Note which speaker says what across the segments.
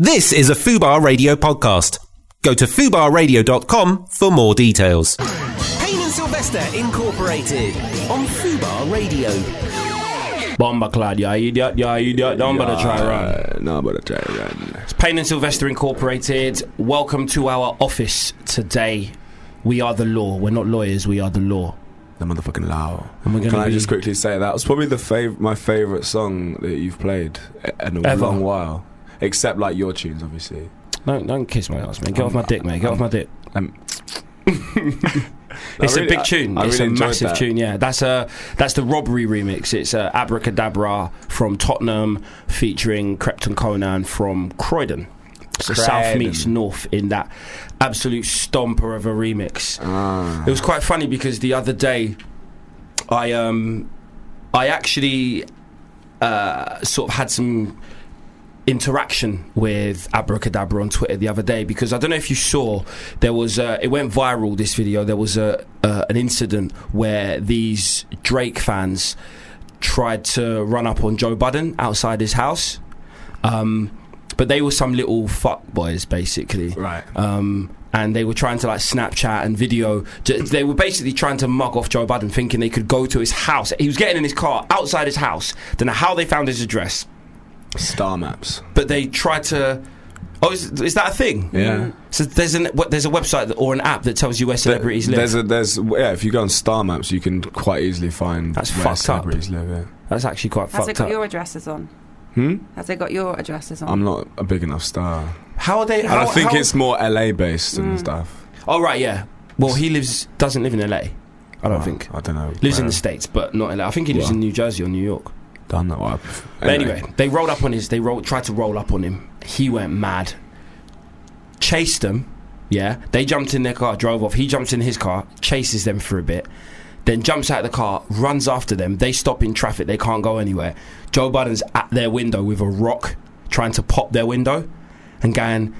Speaker 1: This is a Fubar Radio podcast. Go to fubarradio.com for more details. Payne and Sylvester Incorporated on Fubar Radio.
Speaker 2: Bomber clad, yeah, idiot, yeah, idiot. Don't bother try run.
Speaker 3: No, but I try run.
Speaker 2: It's Payne and Sylvester Incorporated. Welcome to our office today. We are the law. We're not lawyers. We are the law.
Speaker 3: The motherfucking loud.
Speaker 2: And we're gonna
Speaker 3: Can I
Speaker 2: be-
Speaker 3: just quickly say that was probably the fav- my favorite song that you've played in a
Speaker 2: Ever.
Speaker 3: long while, except like your tunes, obviously.
Speaker 2: Don't don't kiss my ass, man. Get off my dick, mate. Get off my dick.
Speaker 3: Um,
Speaker 2: It's
Speaker 3: really-
Speaker 2: a big
Speaker 3: I-
Speaker 2: tune.
Speaker 3: I
Speaker 2: it's
Speaker 3: really
Speaker 2: a
Speaker 3: enjoyed
Speaker 2: massive
Speaker 3: that.
Speaker 2: tune. Yeah, that's a that's the robbery remix. It's uh, Abracadabra from Tottenham featuring Crepton Conan from Croydon. So South
Speaker 3: Croydon.
Speaker 2: meets North in that absolute stomper of a remix.
Speaker 3: ah,
Speaker 2: It was quite funny because the other day, I um, I actually uh, sort of had some interaction with Abracadabra on Twitter the other day because I don't know if you saw there was uh, it went viral this video there was a uh, an incident where these Drake fans tried to run up on Joe Budden outside his house um, but they were some little fuck boys basically
Speaker 3: right.
Speaker 2: um, and they were trying to like Snapchat and video. ju- They were basically trying to mug off Joe Biden, thinking they could go to his house. He was getting in his car outside his house. Don't know how they found his address,
Speaker 3: Star Maps.
Speaker 2: but they tried to. Oh, is, is that a thing?
Speaker 3: Yeah.
Speaker 2: So there's an what, there's a website that, or an app that tells you where celebrities
Speaker 3: There-
Speaker 2: live.
Speaker 3: There's a there's yeah. If you go on Star Maps, you can quite easily find
Speaker 2: That's fucked
Speaker 3: where
Speaker 2: up.
Speaker 3: celebrities live. Yeah.
Speaker 2: That's actually quite
Speaker 4: Has it
Speaker 2: fucked
Speaker 4: got
Speaker 2: up. Um,
Speaker 4: your addresses on?
Speaker 3: Hmm?
Speaker 4: Has it got your addresses on?
Speaker 3: I'm not a big enough star,
Speaker 2: how are they?
Speaker 3: and
Speaker 2: How,
Speaker 3: I think
Speaker 2: how-
Speaker 3: it's more LA based and
Speaker 4: Mm.
Speaker 3: stuff.
Speaker 2: Oh right, yeah. Well, he lives doesn't live in L.A. I don't
Speaker 3: Well,
Speaker 2: think
Speaker 3: I don't know.
Speaker 2: lives in
Speaker 3: where.
Speaker 2: the states, but not L.A. I think he lives
Speaker 3: Well.
Speaker 2: in New Jersey or New York.
Speaker 3: Don't know. what I-
Speaker 2: But anyway, they rolled up on his. They rolled, tried to roll up on him. He went mad. Chased them. Yeah, they jumped in their car, drove off. He jumps in his car, chases them for a bit, then jumps out of the car, runs after them. They stop in traffic. They can't go anywhere. Joe Biden's at their window with a rock, trying to pop their window, and going,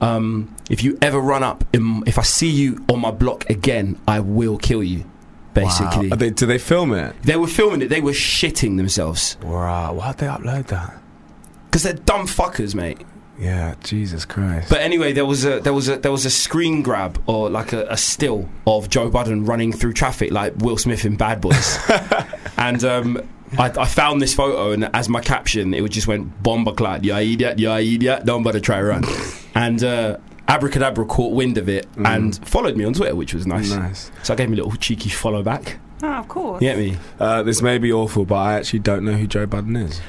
Speaker 2: um, "If you ever run up, in, if I see you on my block again, I will kill you." Basically,
Speaker 3: Are they, do they film it?
Speaker 2: they were filming it. They were shitting themselves
Speaker 3: Wow, why'd they upload that?
Speaker 2: because they're dumb fuckers, mate.
Speaker 3: Yeah, Jesus Christ.
Speaker 2: But anyway, there was a there was a there was a screen grab or like a, a still of Joe Budden running through traffic like Will Smith in Bad Boys, and um, I, I found this photo and as my caption it would just went bomber clad yeah idiot yeah idiot don't bother try run, and uh, abracadabra caught wind of it
Speaker 3: Mm.
Speaker 2: and followed me on Twitter, which was nice.
Speaker 3: nice.
Speaker 2: So I gave him a little cheeky follow back.
Speaker 4: oh, of course.
Speaker 2: You get me?
Speaker 3: Uh, this may be awful, but I actually don't know who Joe Budden is.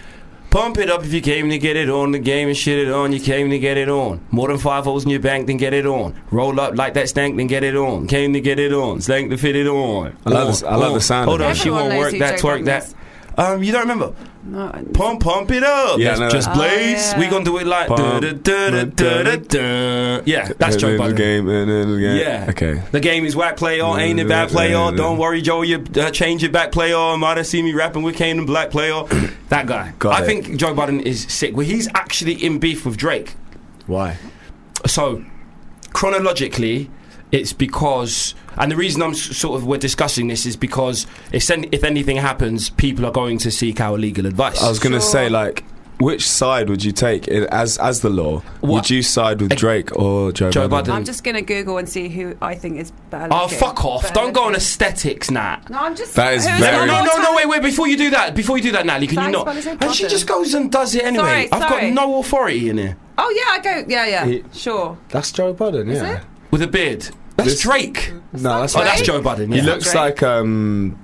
Speaker 2: Pump it up if you came to get it on. The game and shit it on. You came to get it on. More than five holes in your bank, then get it on. Roll up like that stank, then get it on. Came to get it on. Stank to fit it on.
Speaker 3: I love
Speaker 2: On,
Speaker 3: this- I love
Speaker 2: on.
Speaker 3: the sound
Speaker 2: Hold
Speaker 3: of
Speaker 2: on,
Speaker 3: that.
Speaker 2: she
Speaker 4: Everyone
Speaker 2: won't
Speaker 4: knows
Speaker 2: work
Speaker 4: who
Speaker 2: that,
Speaker 4: Joe
Speaker 2: twerk
Speaker 4: Budden
Speaker 2: that.
Speaker 4: is.
Speaker 2: Um, you don't remember?
Speaker 4: No, I-
Speaker 2: Pump, pump it up.
Speaker 3: Yeah,
Speaker 2: That's
Speaker 3: I know
Speaker 2: just
Speaker 4: that.
Speaker 2: blaze.
Speaker 4: Oh, yeah.
Speaker 2: We gonna do it like
Speaker 3: Pump.
Speaker 2: da, da, da, da, da, da. Yeah, that's
Speaker 3: And
Speaker 2: Joe
Speaker 3: then
Speaker 2: Budden.
Speaker 3: The game, and then the game.
Speaker 2: Yeah.
Speaker 3: Okay.
Speaker 2: The game is whack player, ain't it bad player? Don't worry, Joe, you uh, change it back player. Might have seen me rapping with Kane and Black player. That guy.
Speaker 3: Got
Speaker 2: I
Speaker 3: it.
Speaker 2: think Joe Budden is sick. Well, he's actually in beef with Drake.
Speaker 3: Why?
Speaker 2: So, chronologically, it's because, and the reason I'm s- sort of we're discussing this is because if an- if anything happens, people are going to seek our legal advice.
Speaker 3: I was going to
Speaker 4: Sure.
Speaker 3: say, like, which side would you take in, as as the law?
Speaker 2: What?
Speaker 3: Would you side with
Speaker 2: Ag-
Speaker 3: Drake or Joe,
Speaker 2: Joe
Speaker 3: Budden?
Speaker 2: Budden.
Speaker 4: I'm just going to Google and see who I think is better.
Speaker 2: Oh
Speaker 4: looking.
Speaker 2: fuck off!
Speaker 4: Better
Speaker 2: Don't go on
Speaker 4: looking.
Speaker 2: aesthetics, Nat.
Speaker 4: No, I'm just.
Speaker 3: That is
Speaker 4: who's
Speaker 2: No,
Speaker 3: Very-
Speaker 2: no, no,
Speaker 4: got more
Speaker 2: no, wait,
Speaker 4: talent?
Speaker 2: wait, before you do that, before you do that, Natalie, can you
Speaker 4: Thanks,
Speaker 2: not?
Speaker 4: but it's
Speaker 2: And she
Speaker 4: important.
Speaker 2: just goes and does it anyway.
Speaker 4: Sorry,
Speaker 2: I've got
Speaker 4: sorry.
Speaker 2: no authority in here.
Speaker 4: Oh yeah, I go. Yeah, yeah.
Speaker 3: He-
Speaker 4: sure.
Speaker 3: That's Joe Budden,
Speaker 4: Is
Speaker 3: yeah.
Speaker 4: it?
Speaker 2: With a beard. That's
Speaker 3: This-
Speaker 2: Drake.
Speaker 3: No, that's
Speaker 2: Oh, that's
Speaker 4: Drake?
Speaker 2: Joe Budden, yeah.
Speaker 3: He looks
Speaker 4: Drake.
Speaker 3: like, um.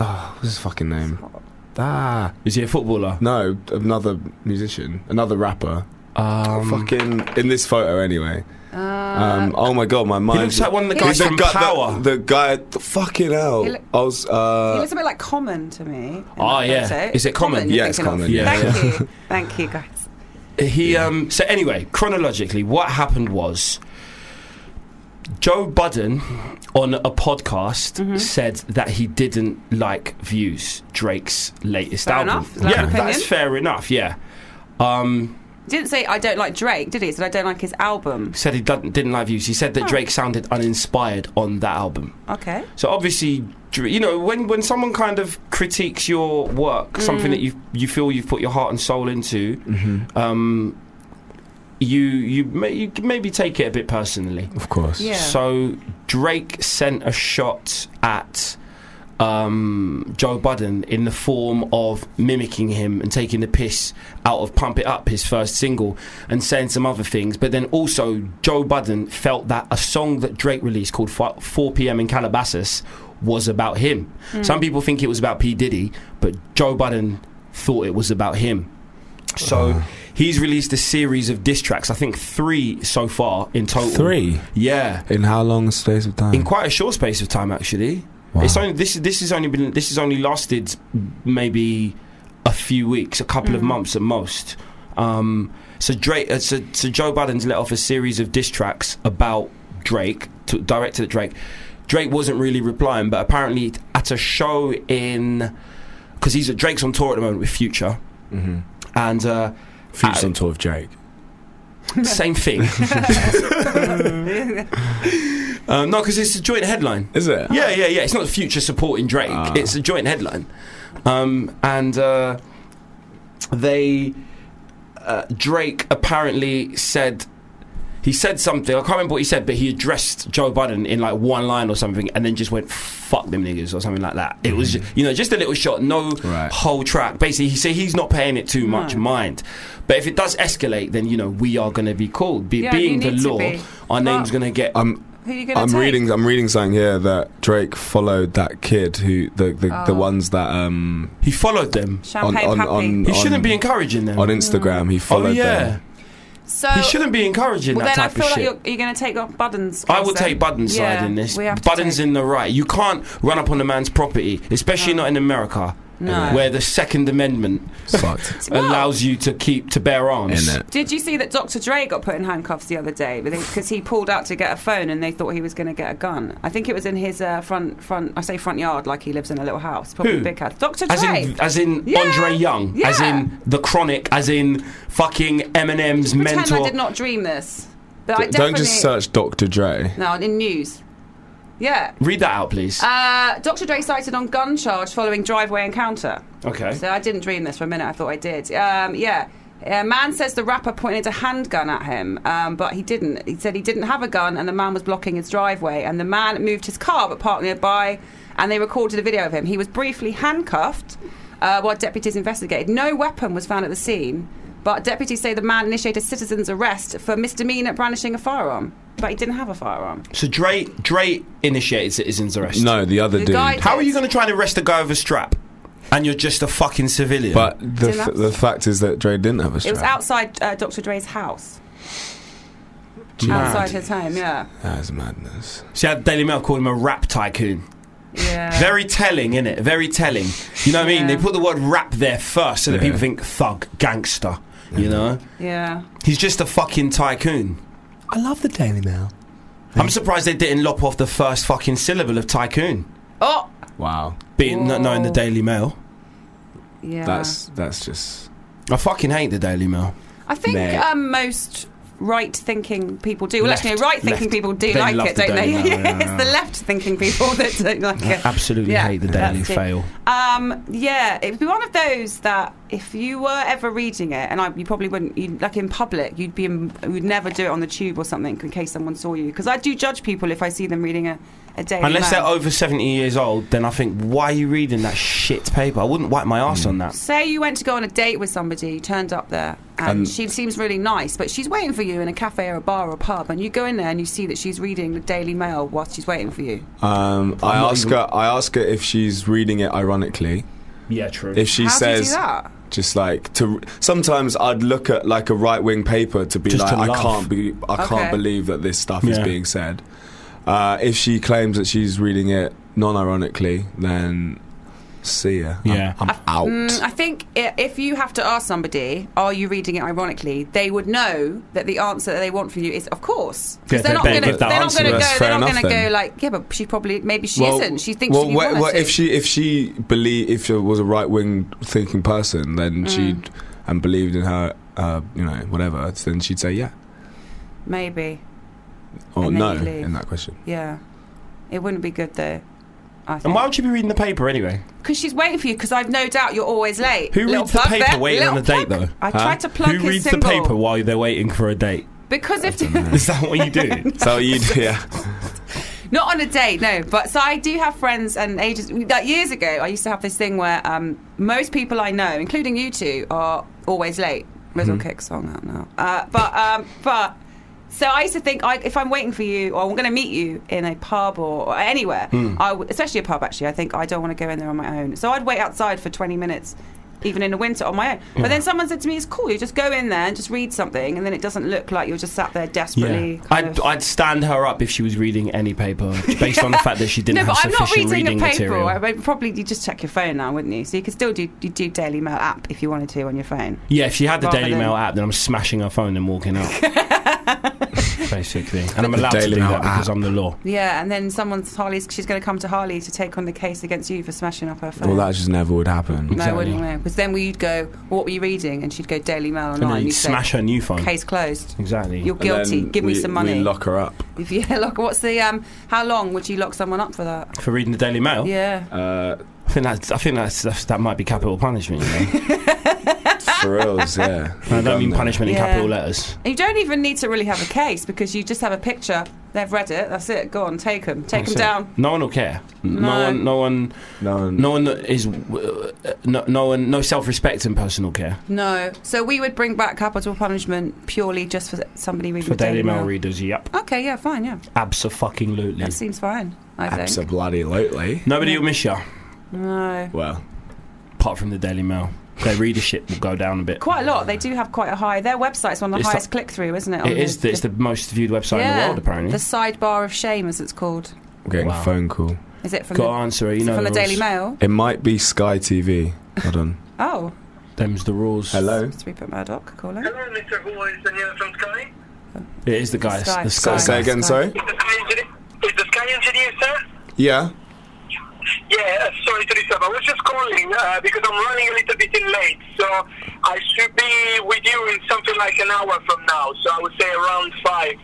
Speaker 3: Oh, what's his fucking name? Ah.
Speaker 2: Is he a footballer?
Speaker 3: No, another musician, another rapper.
Speaker 2: Um,
Speaker 3: Fucking in this photo, anyway.
Speaker 4: Uh,
Speaker 3: Um, oh my god, my
Speaker 2: He
Speaker 3: mind.
Speaker 2: looks like one of the
Speaker 4: He
Speaker 2: guys
Speaker 4: looks
Speaker 2: from Power.
Speaker 3: The, the guy, the fucking hell.
Speaker 4: He look-
Speaker 3: I was.
Speaker 4: he
Speaker 3: Uh,
Speaker 4: looks a bit like Common to me. in
Speaker 2: Oh,
Speaker 4: that
Speaker 2: yeah.
Speaker 4: photo.
Speaker 2: Is it Common?
Speaker 4: you're
Speaker 3: Yeah, it's
Speaker 4: thinking of.
Speaker 3: Common,
Speaker 2: yeah.
Speaker 4: Thank you, thank you, guys.
Speaker 2: He um so anyway, chronologically, what happened was Joe Budden on a podcast
Speaker 4: Mm-hmm.
Speaker 2: said that he didn't like views, Drake's latest
Speaker 4: Fair
Speaker 2: album.
Speaker 4: enough. Is that
Speaker 2: yeah,
Speaker 4: an opinion?
Speaker 2: that's fair enough, yeah. Um
Speaker 4: Didn't say I don't like Drake, did he? He Said I don't like his album.
Speaker 2: said he didn't, didn't like views. He said that Drake sounded uninspired on that album.
Speaker 4: Okay.
Speaker 2: So obviously, Dra- you know, when, when someone kind of critiques your
Speaker 3: Mm-hmm,
Speaker 2: work, something that you you feel you've put your heart and soul into, um, you you may, you can maybe take it a bit personally.
Speaker 3: Of course.
Speaker 4: Yeah.
Speaker 2: So Drake sent a shot at um, Joe Budden in the form of mimicking him and taking the piss out of Pump It Up, his first single, and saying some other things. But then also, Joe Budden felt that a song that Drake released called Fi- 4 p.m. in Calabasas was about him. Some people think it was about P. Diddy, but Joe Budden thought it was about him. So he's released a series of diss tracks, I think three so far in total.
Speaker 3: Three
Speaker 2: Yeah
Speaker 3: Oh. in how long a space of time?
Speaker 2: in quite a short space of time actually
Speaker 3: Wow.
Speaker 2: it's only this this has only been this has only lasted maybe a few weeks a couple of months at most um, so drake uh, so, so joe biden's let off a series of diss tracks about drake to, directed at drake drake wasn't really replying but apparently at a show in because he's at drake's on tour at the moment with future
Speaker 3: Mhm.
Speaker 2: and uh,
Speaker 3: Future on tour with Drake.
Speaker 2: same thing um, no because it's a joint headline
Speaker 3: Is it?
Speaker 2: yeah, yeah, yeah. It's not the future supporting Drake.
Speaker 3: Ah.
Speaker 2: It's a joint headline, um, and uh, they uh, Drake apparently said he said something. I can't remember what he said, but he addressed Joe Biden in like one line or something, and then just went "fuck them niggas" or something like that. It was you know just a little shot, no
Speaker 3: Mm-hmm. Right.
Speaker 2: whole track. Basically, he said he's not paying it too much
Speaker 4: No.
Speaker 2: mind, but if it does escalate, then you know we are going to be called. Be,
Speaker 4: Yeah,
Speaker 2: being the
Speaker 4: you need to
Speaker 2: law,
Speaker 4: be.
Speaker 2: our name's
Speaker 4: But-
Speaker 2: going to get
Speaker 3: I'm
Speaker 4: Who are you going to
Speaker 3: I'm
Speaker 4: take?
Speaker 3: reading I'm reading something here that Drake followed that kid who the the,
Speaker 4: Oh.
Speaker 3: the ones that um
Speaker 2: he followed them.
Speaker 4: Champagne
Speaker 3: on, on,
Speaker 4: Pappy.
Speaker 3: on
Speaker 2: He shouldn't
Speaker 3: on-
Speaker 2: be encouraging them.
Speaker 3: on
Speaker 4: Mm.
Speaker 3: Instagram. He
Speaker 2: oh
Speaker 3: followed
Speaker 2: yeah,
Speaker 3: them.
Speaker 4: so,
Speaker 2: he shouldn't be encouraging
Speaker 4: well,
Speaker 2: that
Speaker 4: then I
Speaker 2: type
Speaker 4: feel
Speaker 2: of
Speaker 4: like
Speaker 2: shit.
Speaker 4: you're, you're going to take on Budden's.
Speaker 2: I would
Speaker 4: case then.
Speaker 2: take Budden's
Speaker 4: yeah,
Speaker 2: side in this.
Speaker 4: We have to
Speaker 2: Budden's
Speaker 4: take-
Speaker 2: in the right. You can't run up on a man's property, especially
Speaker 4: No.
Speaker 2: not in America,
Speaker 4: No.
Speaker 2: where the Second Amendment
Speaker 3: Sucked.
Speaker 4: Well,
Speaker 2: allows you to keep to bear arms.
Speaker 3: In it.
Speaker 4: Did you see that Dr. Dre got put in handcuffs the other day because he pulled out to get a phone and they thought he was going to get a gun? I think it was in his uh, front front. I say front yard, like he lives in a little house, probably
Speaker 2: Who?
Speaker 4: a big house. Dr. Dre.
Speaker 2: As in, as in
Speaker 4: Yeah.
Speaker 2: Andre Young, as
Speaker 4: Yeah.
Speaker 2: in the Chronic, as in fucking Eminem's
Speaker 4: Pretend
Speaker 2: mentor.
Speaker 4: I did not dream this, but I
Speaker 3: D-
Speaker 4: definitely
Speaker 3: Don't just search Dr. Dre.
Speaker 4: no in news. Yeah.
Speaker 2: Read that out, please.
Speaker 4: Uh, Dr. Dre cited on gun charge following driveway encounter.
Speaker 2: okay.
Speaker 4: So I didn't dream this for a minute. I thought I did. Um, yeah. A man says the rapper pointed a handgun at him, um, but he didn't. He said he didn't have a gun, and the man was blocking his driveway. And the man moved his car, but parked nearby, and they recorded a video of him. He was briefly handcuffed uh, while deputies investigated. No weapon was found at the scene, but deputies say the man initiated citizen's arrest for misdemeanor brandishing a firearm, but he didn't have a firearm.
Speaker 2: So Dre, Dre initiated citizens arrest.
Speaker 3: No, the other
Speaker 4: The
Speaker 3: dude.
Speaker 4: guy-
Speaker 2: How are you going to try and arrest a guy with a strap, and you're just a fucking civilian?
Speaker 3: But the,
Speaker 4: Didn't
Speaker 3: f-
Speaker 4: have-
Speaker 3: the fact is that Dre didn't have a
Speaker 4: It
Speaker 3: strap.
Speaker 4: was outside uh, Dr. Dre's house, Oh,
Speaker 2: Mad.
Speaker 4: outside his home. Yeah,
Speaker 3: That is madness.
Speaker 2: See how Daily Mail called him a rap tycoon.
Speaker 4: yeah.
Speaker 2: Very telling, innit? Very telling. You know what I mean?
Speaker 4: Uh. Yeah.
Speaker 2: They put the word rap there first so that
Speaker 3: Yeah.
Speaker 2: people think thug, gangster. You know?
Speaker 4: yeah.
Speaker 2: He's just a fucking tycoon.
Speaker 3: I love the Daily Mail.
Speaker 2: I'm surprised they didn't lop off the first fucking syllable of tycoon.
Speaker 4: Oh,
Speaker 3: Wow.
Speaker 2: Being not knowing the
Speaker 4: Whoa.
Speaker 2: Daily Mail.
Speaker 4: Yeah.
Speaker 3: That's that's just
Speaker 2: I fucking hate the Daily Mail.
Speaker 4: I think
Speaker 3: Meh.
Speaker 4: um, most right thinking people do. Well, actually,
Speaker 2: Left.
Speaker 4: right thinking
Speaker 2: Left.
Speaker 4: people do
Speaker 2: They
Speaker 4: like
Speaker 2: love
Speaker 4: it,
Speaker 2: the
Speaker 4: don't they?
Speaker 2: Daily Mail,
Speaker 4: Yeah, it's the left thinking people that don't like
Speaker 2: I
Speaker 4: it.
Speaker 2: absolutely
Speaker 4: Yeah,
Speaker 2: hate the Daily
Speaker 4: that's it.
Speaker 2: Fail.
Speaker 4: Um, yeah, it would be one of those that if you were ever reading it, and I, you probably wouldn't, you'd, like in public, you'd be, in, you'd never do it on the tube or something in case someone saw you. Because I do judge people if I see them reading a, a daily.
Speaker 2: Unless they're
Speaker 4: Mail.
Speaker 2: over 70 years old, then I think, why are you reading that shit paper? I wouldn't wipe my ass on that.
Speaker 4: Say you went to go on a date with somebody, you turned up there, and
Speaker 3: And-
Speaker 4: she seems really nice, but she's waiting for you in a cafe or a bar or a pub, and you go in there and you see that she's reading the Daily Mail whilst she's waiting for you.
Speaker 3: Um, I
Speaker 2: not
Speaker 3: ask
Speaker 2: even-
Speaker 3: her. I ask her if she's reading it ironically.
Speaker 2: Yeah, true.
Speaker 3: If she
Speaker 4: How do you
Speaker 3: says,
Speaker 4: do that?
Speaker 3: just like to. Sometimes I'd look at like a right wing paper to be
Speaker 2: Just
Speaker 3: like,
Speaker 2: to
Speaker 3: I
Speaker 2: laugh.
Speaker 3: can't be. I
Speaker 4: Okay.
Speaker 3: can't believe that this stuff is
Speaker 2: Yeah.
Speaker 3: being said. Uh, if she claims that she's reading it non-ironically, then see ya. I'm-
Speaker 2: Yeah.
Speaker 3: I'm, out.
Speaker 4: Mm, I think i- if you have to ask somebody, are you reading it ironically, they would know that the answer that they want from you is, of course.
Speaker 2: Yeah,
Speaker 4: Because
Speaker 2: they
Speaker 4: they're not
Speaker 2: better
Speaker 4: going to
Speaker 2: give that
Speaker 4: They're not
Speaker 2: answer.
Speaker 4: going to
Speaker 3: That's
Speaker 4: go,
Speaker 3: fair
Speaker 4: they're not
Speaker 3: enough
Speaker 4: gonna go
Speaker 3: then.
Speaker 4: like, yeah, but she probably, maybe she isn't. She thinks
Speaker 3: well,
Speaker 4: she
Speaker 3: wh-
Speaker 4: wanted
Speaker 3: well, if
Speaker 4: to.
Speaker 3: she if she believe if she was a right wing thinking person,
Speaker 4: Mm.
Speaker 3: then she'd and believed in her, uh, you know, whatever. Then she'd say yeah
Speaker 4: Maybe,
Speaker 3: or
Speaker 4: And then
Speaker 3: no
Speaker 4: you'd leave.
Speaker 3: in that question.
Speaker 4: yeah. It wouldn't be good, though. I
Speaker 2: And
Speaker 4: think.
Speaker 2: why would you be reading the paper anyway?
Speaker 4: Because she's waiting for you. Because I've no doubt you're always late.
Speaker 2: Who
Speaker 4: Little
Speaker 2: reads the
Speaker 4: plug
Speaker 2: paper
Speaker 4: there,
Speaker 2: waiting on a
Speaker 4: little
Speaker 2: date
Speaker 4: plug.
Speaker 2: though?
Speaker 4: I tried to plug
Speaker 2: Who
Speaker 4: his
Speaker 2: reads
Speaker 4: symbol.
Speaker 2: the paper while they're waiting for a date?
Speaker 4: Because if
Speaker 2: Is that what you do?
Speaker 3: So you, yeah.
Speaker 4: not on a date, no. But so I do have friends and ages. Like years ago, I used to have this thing where um, most people I know, including you two, are always late. Might as well kick a song out now. Uh, but um, but so I used to think I, if I'm waiting for you or I'm going to meet you in a pub or, or anywhere, I w- especially a pub actually, I think I don't want to go in there on my own. So I'd wait outside for 20 minutes. Even in the winter on my own. But then someone said to me, it's cool, you just go in there and just read something, and then it doesn't look like you're just sat there desperately. kind
Speaker 2: I'd,
Speaker 4: of-
Speaker 2: I'd stand her up if she was reading any paper, based on the fact that she didn't
Speaker 4: no,
Speaker 2: have
Speaker 4: but I'm not
Speaker 2: sufficient
Speaker 4: reading,
Speaker 2: reading
Speaker 4: a paper.
Speaker 2: material.
Speaker 4: I mean, probably you just check your phone now, wouldn't you? So you could still do you do Daily Mail app if you wanted to on your phone.
Speaker 2: Yeah, if she had the
Speaker 4: Rather
Speaker 2: Daily
Speaker 4: than-
Speaker 2: Mail app, then I'm smashing her phone and walking out. Basically. And I'm
Speaker 3: The
Speaker 2: allowed to
Speaker 3: Daily
Speaker 2: do
Speaker 3: Mail
Speaker 2: that because
Speaker 3: app.
Speaker 2: I'm the law.
Speaker 4: Yeah, and then someone's Harley's. She's going to come to Harley to take on the case against you for smashing up her phone.
Speaker 3: Well, that just never would happen.
Speaker 4: no,
Speaker 2: Exactly.
Speaker 4: wouldn't we? Because then we'd go, "What were you reading?" And she'd go, "Daily Mail
Speaker 2: And
Speaker 4: online."
Speaker 2: then
Speaker 4: You'd
Speaker 2: you'd smash her new phone.
Speaker 4: say, "Case closed.
Speaker 2: Exactly.
Speaker 4: You're guilty.
Speaker 3: And then
Speaker 4: Give me
Speaker 3: we-
Speaker 4: some money."
Speaker 3: We lock her up.
Speaker 4: if you look, what's the um? How long would you lock someone up for that?
Speaker 2: For reading the Daily Mail?
Speaker 4: Yeah.
Speaker 3: Uh,
Speaker 2: I think, that's, I think that's, that's, that might be capital punishment, you know?
Speaker 3: for reals, yeah.
Speaker 2: I don't mean punishment in
Speaker 4: Yeah.
Speaker 2: capital letters.
Speaker 4: And You don't even need to really have a case because you just have a picture. They've read it. That's it. Go on, take them, take
Speaker 2: That's
Speaker 4: them
Speaker 2: it.
Speaker 4: down.
Speaker 2: No one will care. No,
Speaker 4: No.
Speaker 2: one, no one,
Speaker 3: No,
Speaker 2: no one is, uh, no, no one, no self-respect and personal care
Speaker 4: No. So we would bring back capital punishment purely just for somebody reading
Speaker 2: for
Speaker 4: the Daily, Mail.
Speaker 2: readers. Yep,
Speaker 4: Okay, yeah, fine, yeah.
Speaker 2: absolutely.
Speaker 4: That seems fine, I think.
Speaker 3: bloody lately.
Speaker 2: Nobody will miss you
Speaker 4: No.
Speaker 3: Well,
Speaker 2: apart from the Daily Mail. Their readership will go down a bit.
Speaker 4: Quite a lot. They do have quite a high. Their website's one of the
Speaker 2: It's the-
Speaker 4: highest click through, isn't it? on
Speaker 2: It is. The, it's the most viewed website in
Speaker 4: Oh, Yeah,
Speaker 2: the world, apparently.
Speaker 4: The sidebar of shame, as it's called.
Speaker 3: I'm getting
Speaker 2: Wow.
Speaker 3: a phone call.
Speaker 4: Is it from,
Speaker 2: Got to
Speaker 4: the,
Speaker 2: answer. it, You
Speaker 4: is it
Speaker 2: know
Speaker 4: from the,
Speaker 2: the
Speaker 4: Daily
Speaker 2: rules.
Speaker 4: Mail?
Speaker 3: It might be Sky TV. Hold on.
Speaker 4: Oh,
Speaker 2: Them's the rules.
Speaker 3: Hello.
Speaker 4: it's Rupert Murdoch calling.
Speaker 5: Hello, Mr. Who is the news from Sky?
Speaker 2: It is the guys.
Speaker 4: Sky.
Speaker 2: The Sky.
Speaker 3: Say
Speaker 4: Sky.
Speaker 3: again, sorry.
Speaker 5: Is the Sky engineer, is the Sky engineer sir?
Speaker 3: Yeah.
Speaker 5: Yeah, uh, sorry to disturb. I was just calling uh, because I'm running a little bit in late, so I should be with you in something like an hour from now. So I would say around five,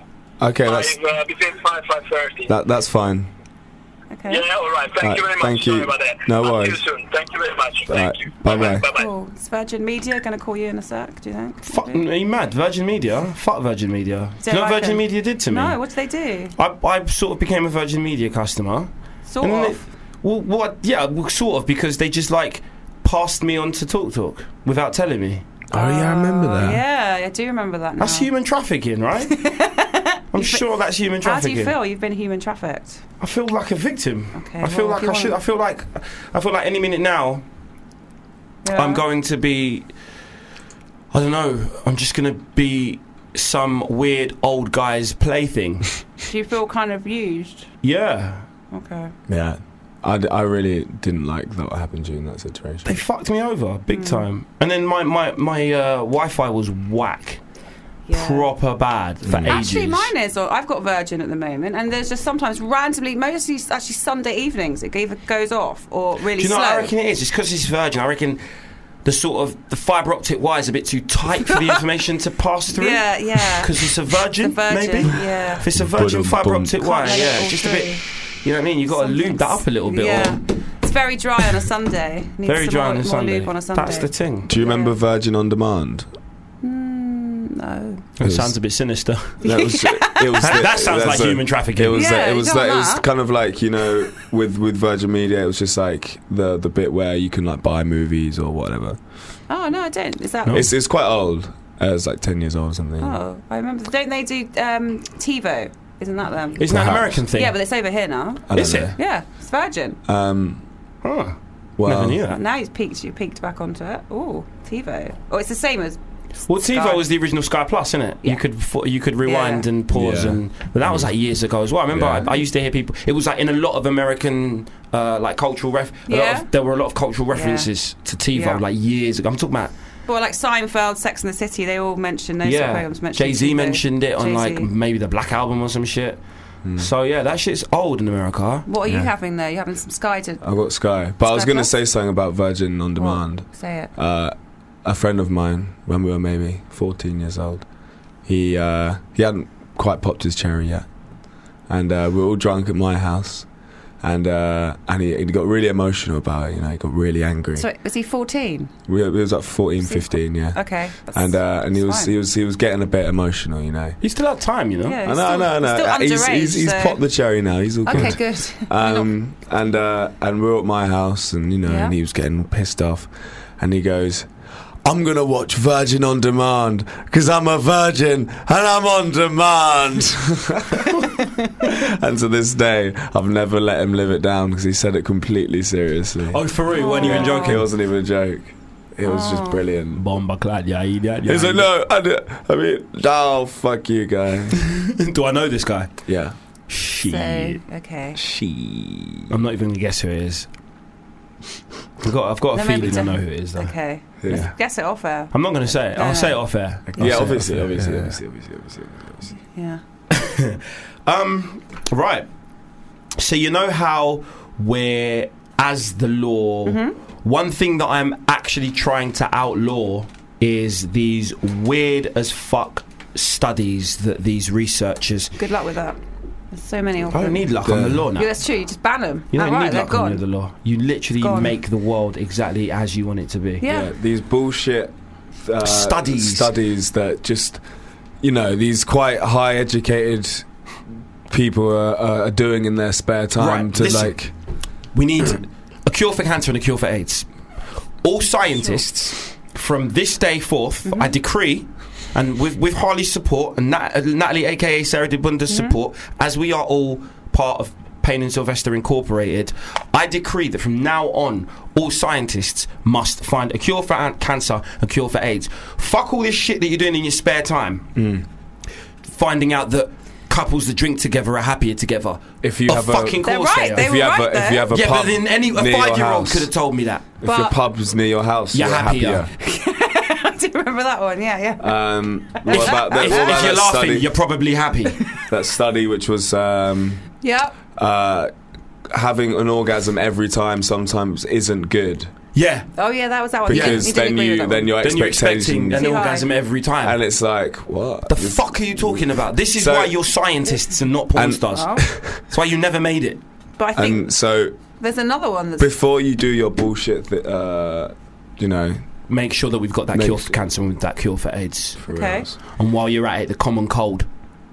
Speaker 3: Okay, that's
Speaker 5: five uh, between five five thirty.
Speaker 3: that. That's fine.
Speaker 4: Okay.
Speaker 5: Yeah, all right. Thank
Speaker 3: Right,
Speaker 5: you very much.
Speaker 3: thank you.
Speaker 5: Sorry about that.
Speaker 3: No
Speaker 5: I'll
Speaker 3: worries.
Speaker 5: See you soon. Thank you very much.
Speaker 3: right,
Speaker 5: Thank you.
Speaker 3: bye-bye.
Speaker 5: Bye bye.
Speaker 4: Cool. It's Virgin Media going to call you in a sec, do you think?
Speaker 2: Fuck,
Speaker 4: Maybe?
Speaker 2: are you mad? Virgin Media? Fuck Virgin Media. Do
Speaker 4: Don't
Speaker 2: you know what
Speaker 4: like
Speaker 2: Virgin
Speaker 4: 'em.
Speaker 2: Media did to me?
Speaker 4: No, what do they do?
Speaker 2: I, I sort of became a Virgin Media customer.
Speaker 4: Sort
Speaker 2: then
Speaker 4: of.
Speaker 2: they- well, what? Yeah, well, sort of because they just like passed me on to Talk Talk without telling me.
Speaker 3: Oh yeah, I remember that.
Speaker 4: Yeah, I do remember that now.
Speaker 2: That's human trafficking, right? I'm sure that's human
Speaker 4: How do
Speaker 2: trafficking.
Speaker 4: you feel? You've been human trafficked.
Speaker 2: I feel like a victim.
Speaker 4: Okay,
Speaker 2: I feel
Speaker 4: well,
Speaker 2: like
Speaker 4: if you
Speaker 2: I should. I
Speaker 4: want-
Speaker 2: feel like I feel like any minute now
Speaker 4: Yeah.
Speaker 2: I'm going to be. I don't know. I'm just going to be some weird old guy's plaything.
Speaker 4: Do you feel kind of used?
Speaker 2: yeah,
Speaker 4: Okay.
Speaker 3: Yeah. I, d- I really didn't like that what happened during that situation.
Speaker 2: they fucked me over
Speaker 4: Hmm.
Speaker 2: big time. And then my my my uh, Wi-Fi was whack,
Speaker 4: Yeah.
Speaker 2: proper bad for ages.
Speaker 4: Actually, mine is. Or I've got Virgin at the moment, and there's just sometimes randomly, mostly s- actually Sunday evenings, it either goes off or really
Speaker 2: Do you know
Speaker 4: slow.
Speaker 2: what I reckon it is? It's because it's Virgin. I reckon the sort of the fibre optic wire is a bit too tight for the information to pass through.
Speaker 4: yeah, yeah.
Speaker 2: Because it's a
Speaker 4: The
Speaker 2: virgin,
Speaker 4: Virgin,
Speaker 2: maybe.
Speaker 4: yeah.
Speaker 2: If it's a virgin
Speaker 3: Boom,
Speaker 2: fibre
Speaker 3: boom.
Speaker 2: optic
Speaker 3: Can't
Speaker 2: wire,
Speaker 4: let it
Speaker 2: yeah,
Speaker 4: all
Speaker 2: it's just a
Speaker 4: through.
Speaker 2: bit. You know what I mean? You've got to lube that up a little bit.
Speaker 4: Yeah.
Speaker 2: Or
Speaker 4: It's very dry on a Sunday. Needs
Speaker 2: very
Speaker 4: some
Speaker 2: dry
Speaker 4: more,
Speaker 2: on a,
Speaker 4: more
Speaker 2: Sunday.
Speaker 4: lube on a Sunday.
Speaker 2: That's the thing.
Speaker 3: Do you remember
Speaker 4: Yeah.
Speaker 3: Virgin on Demand?
Speaker 4: Mm, no.
Speaker 2: It sounds a bit sinister.
Speaker 3: That was. It was
Speaker 2: That,
Speaker 3: the-
Speaker 2: that sounds
Speaker 3: that's
Speaker 2: like
Speaker 3: a-
Speaker 2: human trafficking.
Speaker 3: It was.
Speaker 4: Yeah,
Speaker 3: that- it
Speaker 4: you
Speaker 3: was.
Speaker 4: don't
Speaker 3: That, it
Speaker 4: want
Speaker 3: was
Speaker 4: that.
Speaker 3: kind of like you know, with with Virgin Media, it was just like the the bit where you can like buy movies or whatever.
Speaker 4: Oh no, I don't. Is that?
Speaker 2: No.
Speaker 3: It's it's quite old. Uh, it's like ten years old or something.
Speaker 4: Oh, I remember. Don't they do um, TiVo? Isn't that them?
Speaker 2: Isn't that an
Speaker 3: Perhaps.
Speaker 2: American thing?
Speaker 4: yeah, but it's over here now.
Speaker 3: I don't
Speaker 2: Is it?
Speaker 3: know.
Speaker 4: Yeah, it's Virgin.
Speaker 3: Um,
Speaker 2: Huh.
Speaker 3: well,
Speaker 2: Never knew
Speaker 4: But
Speaker 2: that.
Speaker 4: now you've peaked. You peaked back onto it. Oh, TiVo. Oh, it's the same as.
Speaker 2: Well,
Speaker 4: Sky.
Speaker 2: TiVo was the original Sky Plus, isn't it?
Speaker 4: Yeah.
Speaker 2: You could fo- you could rewind
Speaker 4: Yeah.
Speaker 2: and pause,
Speaker 3: Yeah.
Speaker 2: and but that was like years ago as well. I remember
Speaker 3: Yeah.
Speaker 2: I, I used to hear people. It was like in a lot of American uh, like cultural ref. A lot
Speaker 4: Yeah.
Speaker 2: of, there were a lot of cultural references to TiVo
Speaker 4: Yeah.
Speaker 2: like years ago. I'm talking about
Speaker 4: Well, like Seinfeld, Sex and the City, they all mention those sort of
Speaker 2: yeah.
Speaker 4: programs. mention
Speaker 2: Jay Z
Speaker 4: TiVo.
Speaker 2: mentioned it on
Speaker 4: Jay-Z.
Speaker 2: like maybe the Black Album or some shit. So yeah, that shit's old in America.
Speaker 4: What are you
Speaker 3: Yeah.
Speaker 4: having there? You having some Sky to
Speaker 3: I got Sky, but I was
Speaker 4: Sky
Speaker 3: going to
Speaker 4: Plus?
Speaker 3: say something about Virgin on Demand.
Speaker 4: Oh, say it?
Speaker 3: Uh, a friend of mine, when we were maybe fourteen years old, he uh, he hadn't quite popped his cherry yet, and uh, we were all drunk at my house, and uh, and he, he got really emotional about it. You know, he got really angry.
Speaker 4: So was he 14?
Speaker 3: we, we was like 14, 15, yeah.
Speaker 4: Okay. that's-
Speaker 3: And uh, and he
Speaker 4: that's
Speaker 3: was
Speaker 4: fine.
Speaker 3: he was he was getting a bit emotional. You know.
Speaker 2: He's still had time, you know.
Speaker 3: I
Speaker 4: Yeah, he's
Speaker 3: know, I
Speaker 4: still,
Speaker 3: know, I know. Uh,
Speaker 4: He's still
Speaker 3: he's
Speaker 4: underage.
Speaker 3: he's, he's
Speaker 4: so-
Speaker 3: popped the cherry now. He's all
Speaker 4: Okay,
Speaker 3: good.
Speaker 4: good.
Speaker 3: Um, and uh, and we were at my house, and you know,
Speaker 4: Yeah.
Speaker 3: and he was getting pissed off, and he goes, "I'm gonna watch Virgin on Demand because I'm a virgin and I'm on demand." and to this day, I've never let him live it down because he said it completely seriously.
Speaker 2: Oh, for real, weren't even joking.
Speaker 3: It wasn't even a joke. It was just brilliant.
Speaker 2: Bomba clad, yeah, yeah,
Speaker 3: He's like, no, I, d- I mean, oh, fuck you guy.
Speaker 2: Do I know this guy?
Speaker 3: yeah.
Speaker 2: Shit.
Speaker 4: So, okay.
Speaker 3: She.
Speaker 2: I'm not even gonna guess who it is. I've got, I've got a
Speaker 4: There may be
Speaker 2: feeling I know
Speaker 4: different-
Speaker 2: who it is though.
Speaker 4: Okay.
Speaker 3: Yeah.
Speaker 4: Guess it off air.
Speaker 2: I'm not gonna say it.
Speaker 4: No,
Speaker 2: I'll
Speaker 4: no.
Speaker 2: say it off air. I'll say
Speaker 3: Yeah,
Speaker 2: it
Speaker 3: obviously,
Speaker 2: off air.
Speaker 3: obviously,
Speaker 2: Yeah.
Speaker 3: obviously, obviously, obviously, obviously.
Speaker 4: Yeah.
Speaker 2: Um, right. So you know how we're as the law.
Speaker 4: Mm-hmm.
Speaker 2: One thing that I'm actually trying to outlaw is these weird as fuck studies that these researchers.
Speaker 4: Good luck with that. There's so many of
Speaker 2: I don't
Speaker 4: them.
Speaker 2: need luck. on the
Speaker 3: Yeah.
Speaker 2: law now.
Speaker 4: Yeah, that's true. You just ban them.
Speaker 2: You don't
Speaker 4: Outright,
Speaker 2: need
Speaker 4: oh, they're
Speaker 2: luck on
Speaker 4: gone.
Speaker 2: the law. You literally
Speaker 4: Gone.
Speaker 2: make the world exactly as you want it to be.
Speaker 4: Yeah.
Speaker 3: Yeah, these bullshit uh,
Speaker 2: Studies.
Speaker 3: studies that just you know these quite high educated people are, are doing in their spare time
Speaker 2: Right,
Speaker 3: to
Speaker 2: listen.
Speaker 3: like
Speaker 2: We need a cure for cancer and a cure for AIDS. All scientists, from this day forth,
Speaker 4: Mm-hmm.
Speaker 2: I decree, and with, with Harley's support and Nat- uh, Natalie, aka Sarah DeBunda's
Speaker 4: Mm-hmm.
Speaker 2: support, as we are all part of Payne and Sylvester Incorporated, I decree that from now on, all scientists must find a cure for an- cancer, a cure for AIDS. Fuck all this shit that you're doing in your spare time.
Speaker 3: Mm.
Speaker 2: Finding out that couples that drink together are happier together.
Speaker 3: If you
Speaker 2: Of
Speaker 3: have a-
Speaker 2: fucking
Speaker 4: They're
Speaker 2: course
Speaker 4: right,
Speaker 2: are.
Speaker 4: they
Speaker 3: if you
Speaker 4: were
Speaker 3: have
Speaker 4: right
Speaker 3: a, if you
Speaker 4: there.
Speaker 3: have a
Speaker 2: Yeah,
Speaker 3: pub
Speaker 2: but then any a
Speaker 3: near your
Speaker 2: five year old
Speaker 3: house,
Speaker 2: could have told me that.
Speaker 3: if your
Speaker 4: But-
Speaker 3: pub's near your house
Speaker 2: You're
Speaker 3: you're,
Speaker 2: happier.
Speaker 4: I do remember that one. Yeah, yeah.
Speaker 3: Um, what about that?
Speaker 2: If,
Speaker 3: what
Speaker 2: if
Speaker 3: about
Speaker 2: you're
Speaker 3: that
Speaker 2: laughing,
Speaker 3: study,
Speaker 2: you're probably happy.
Speaker 3: that study which was um,
Speaker 4: yep.
Speaker 3: uh, having an orgasm every time sometimes isn't good
Speaker 2: yeah.
Speaker 4: Oh yeah, that was that one. Yeah,
Speaker 3: because
Speaker 4: you did
Speaker 3: then
Speaker 4: agree with
Speaker 3: you
Speaker 4: that
Speaker 3: then
Speaker 4: one.
Speaker 3: your
Speaker 2: Then you're expecting
Speaker 3: expectations
Speaker 2: an
Speaker 4: Too high.
Speaker 2: orgasm every time.
Speaker 3: and it's like what
Speaker 2: the fuck are you talking about? This is
Speaker 3: So-
Speaker 2: why you're scientists and not porn
Speaker 3: And-
Speaker 2: stars.
Speaker 4: Oh.
Speaker 2: That's why you never made it.
Speaker 4: But I think
Speaker 3: and so
Speaker 4: there's another one that's
Speaker 3: before you do your bullshit, th- uh, you know,
Speaker 2: Make sure that we've got that
Speaker 3: Make
Speaker 2: cure
Speaker 3: sure.
Speaker 2: for cancer and that cure for AIDS.
Speaker 3: for
Speaker 4: Okay.
Speaker 3: reals.
Speaker 2: And while you're at it, the common cold.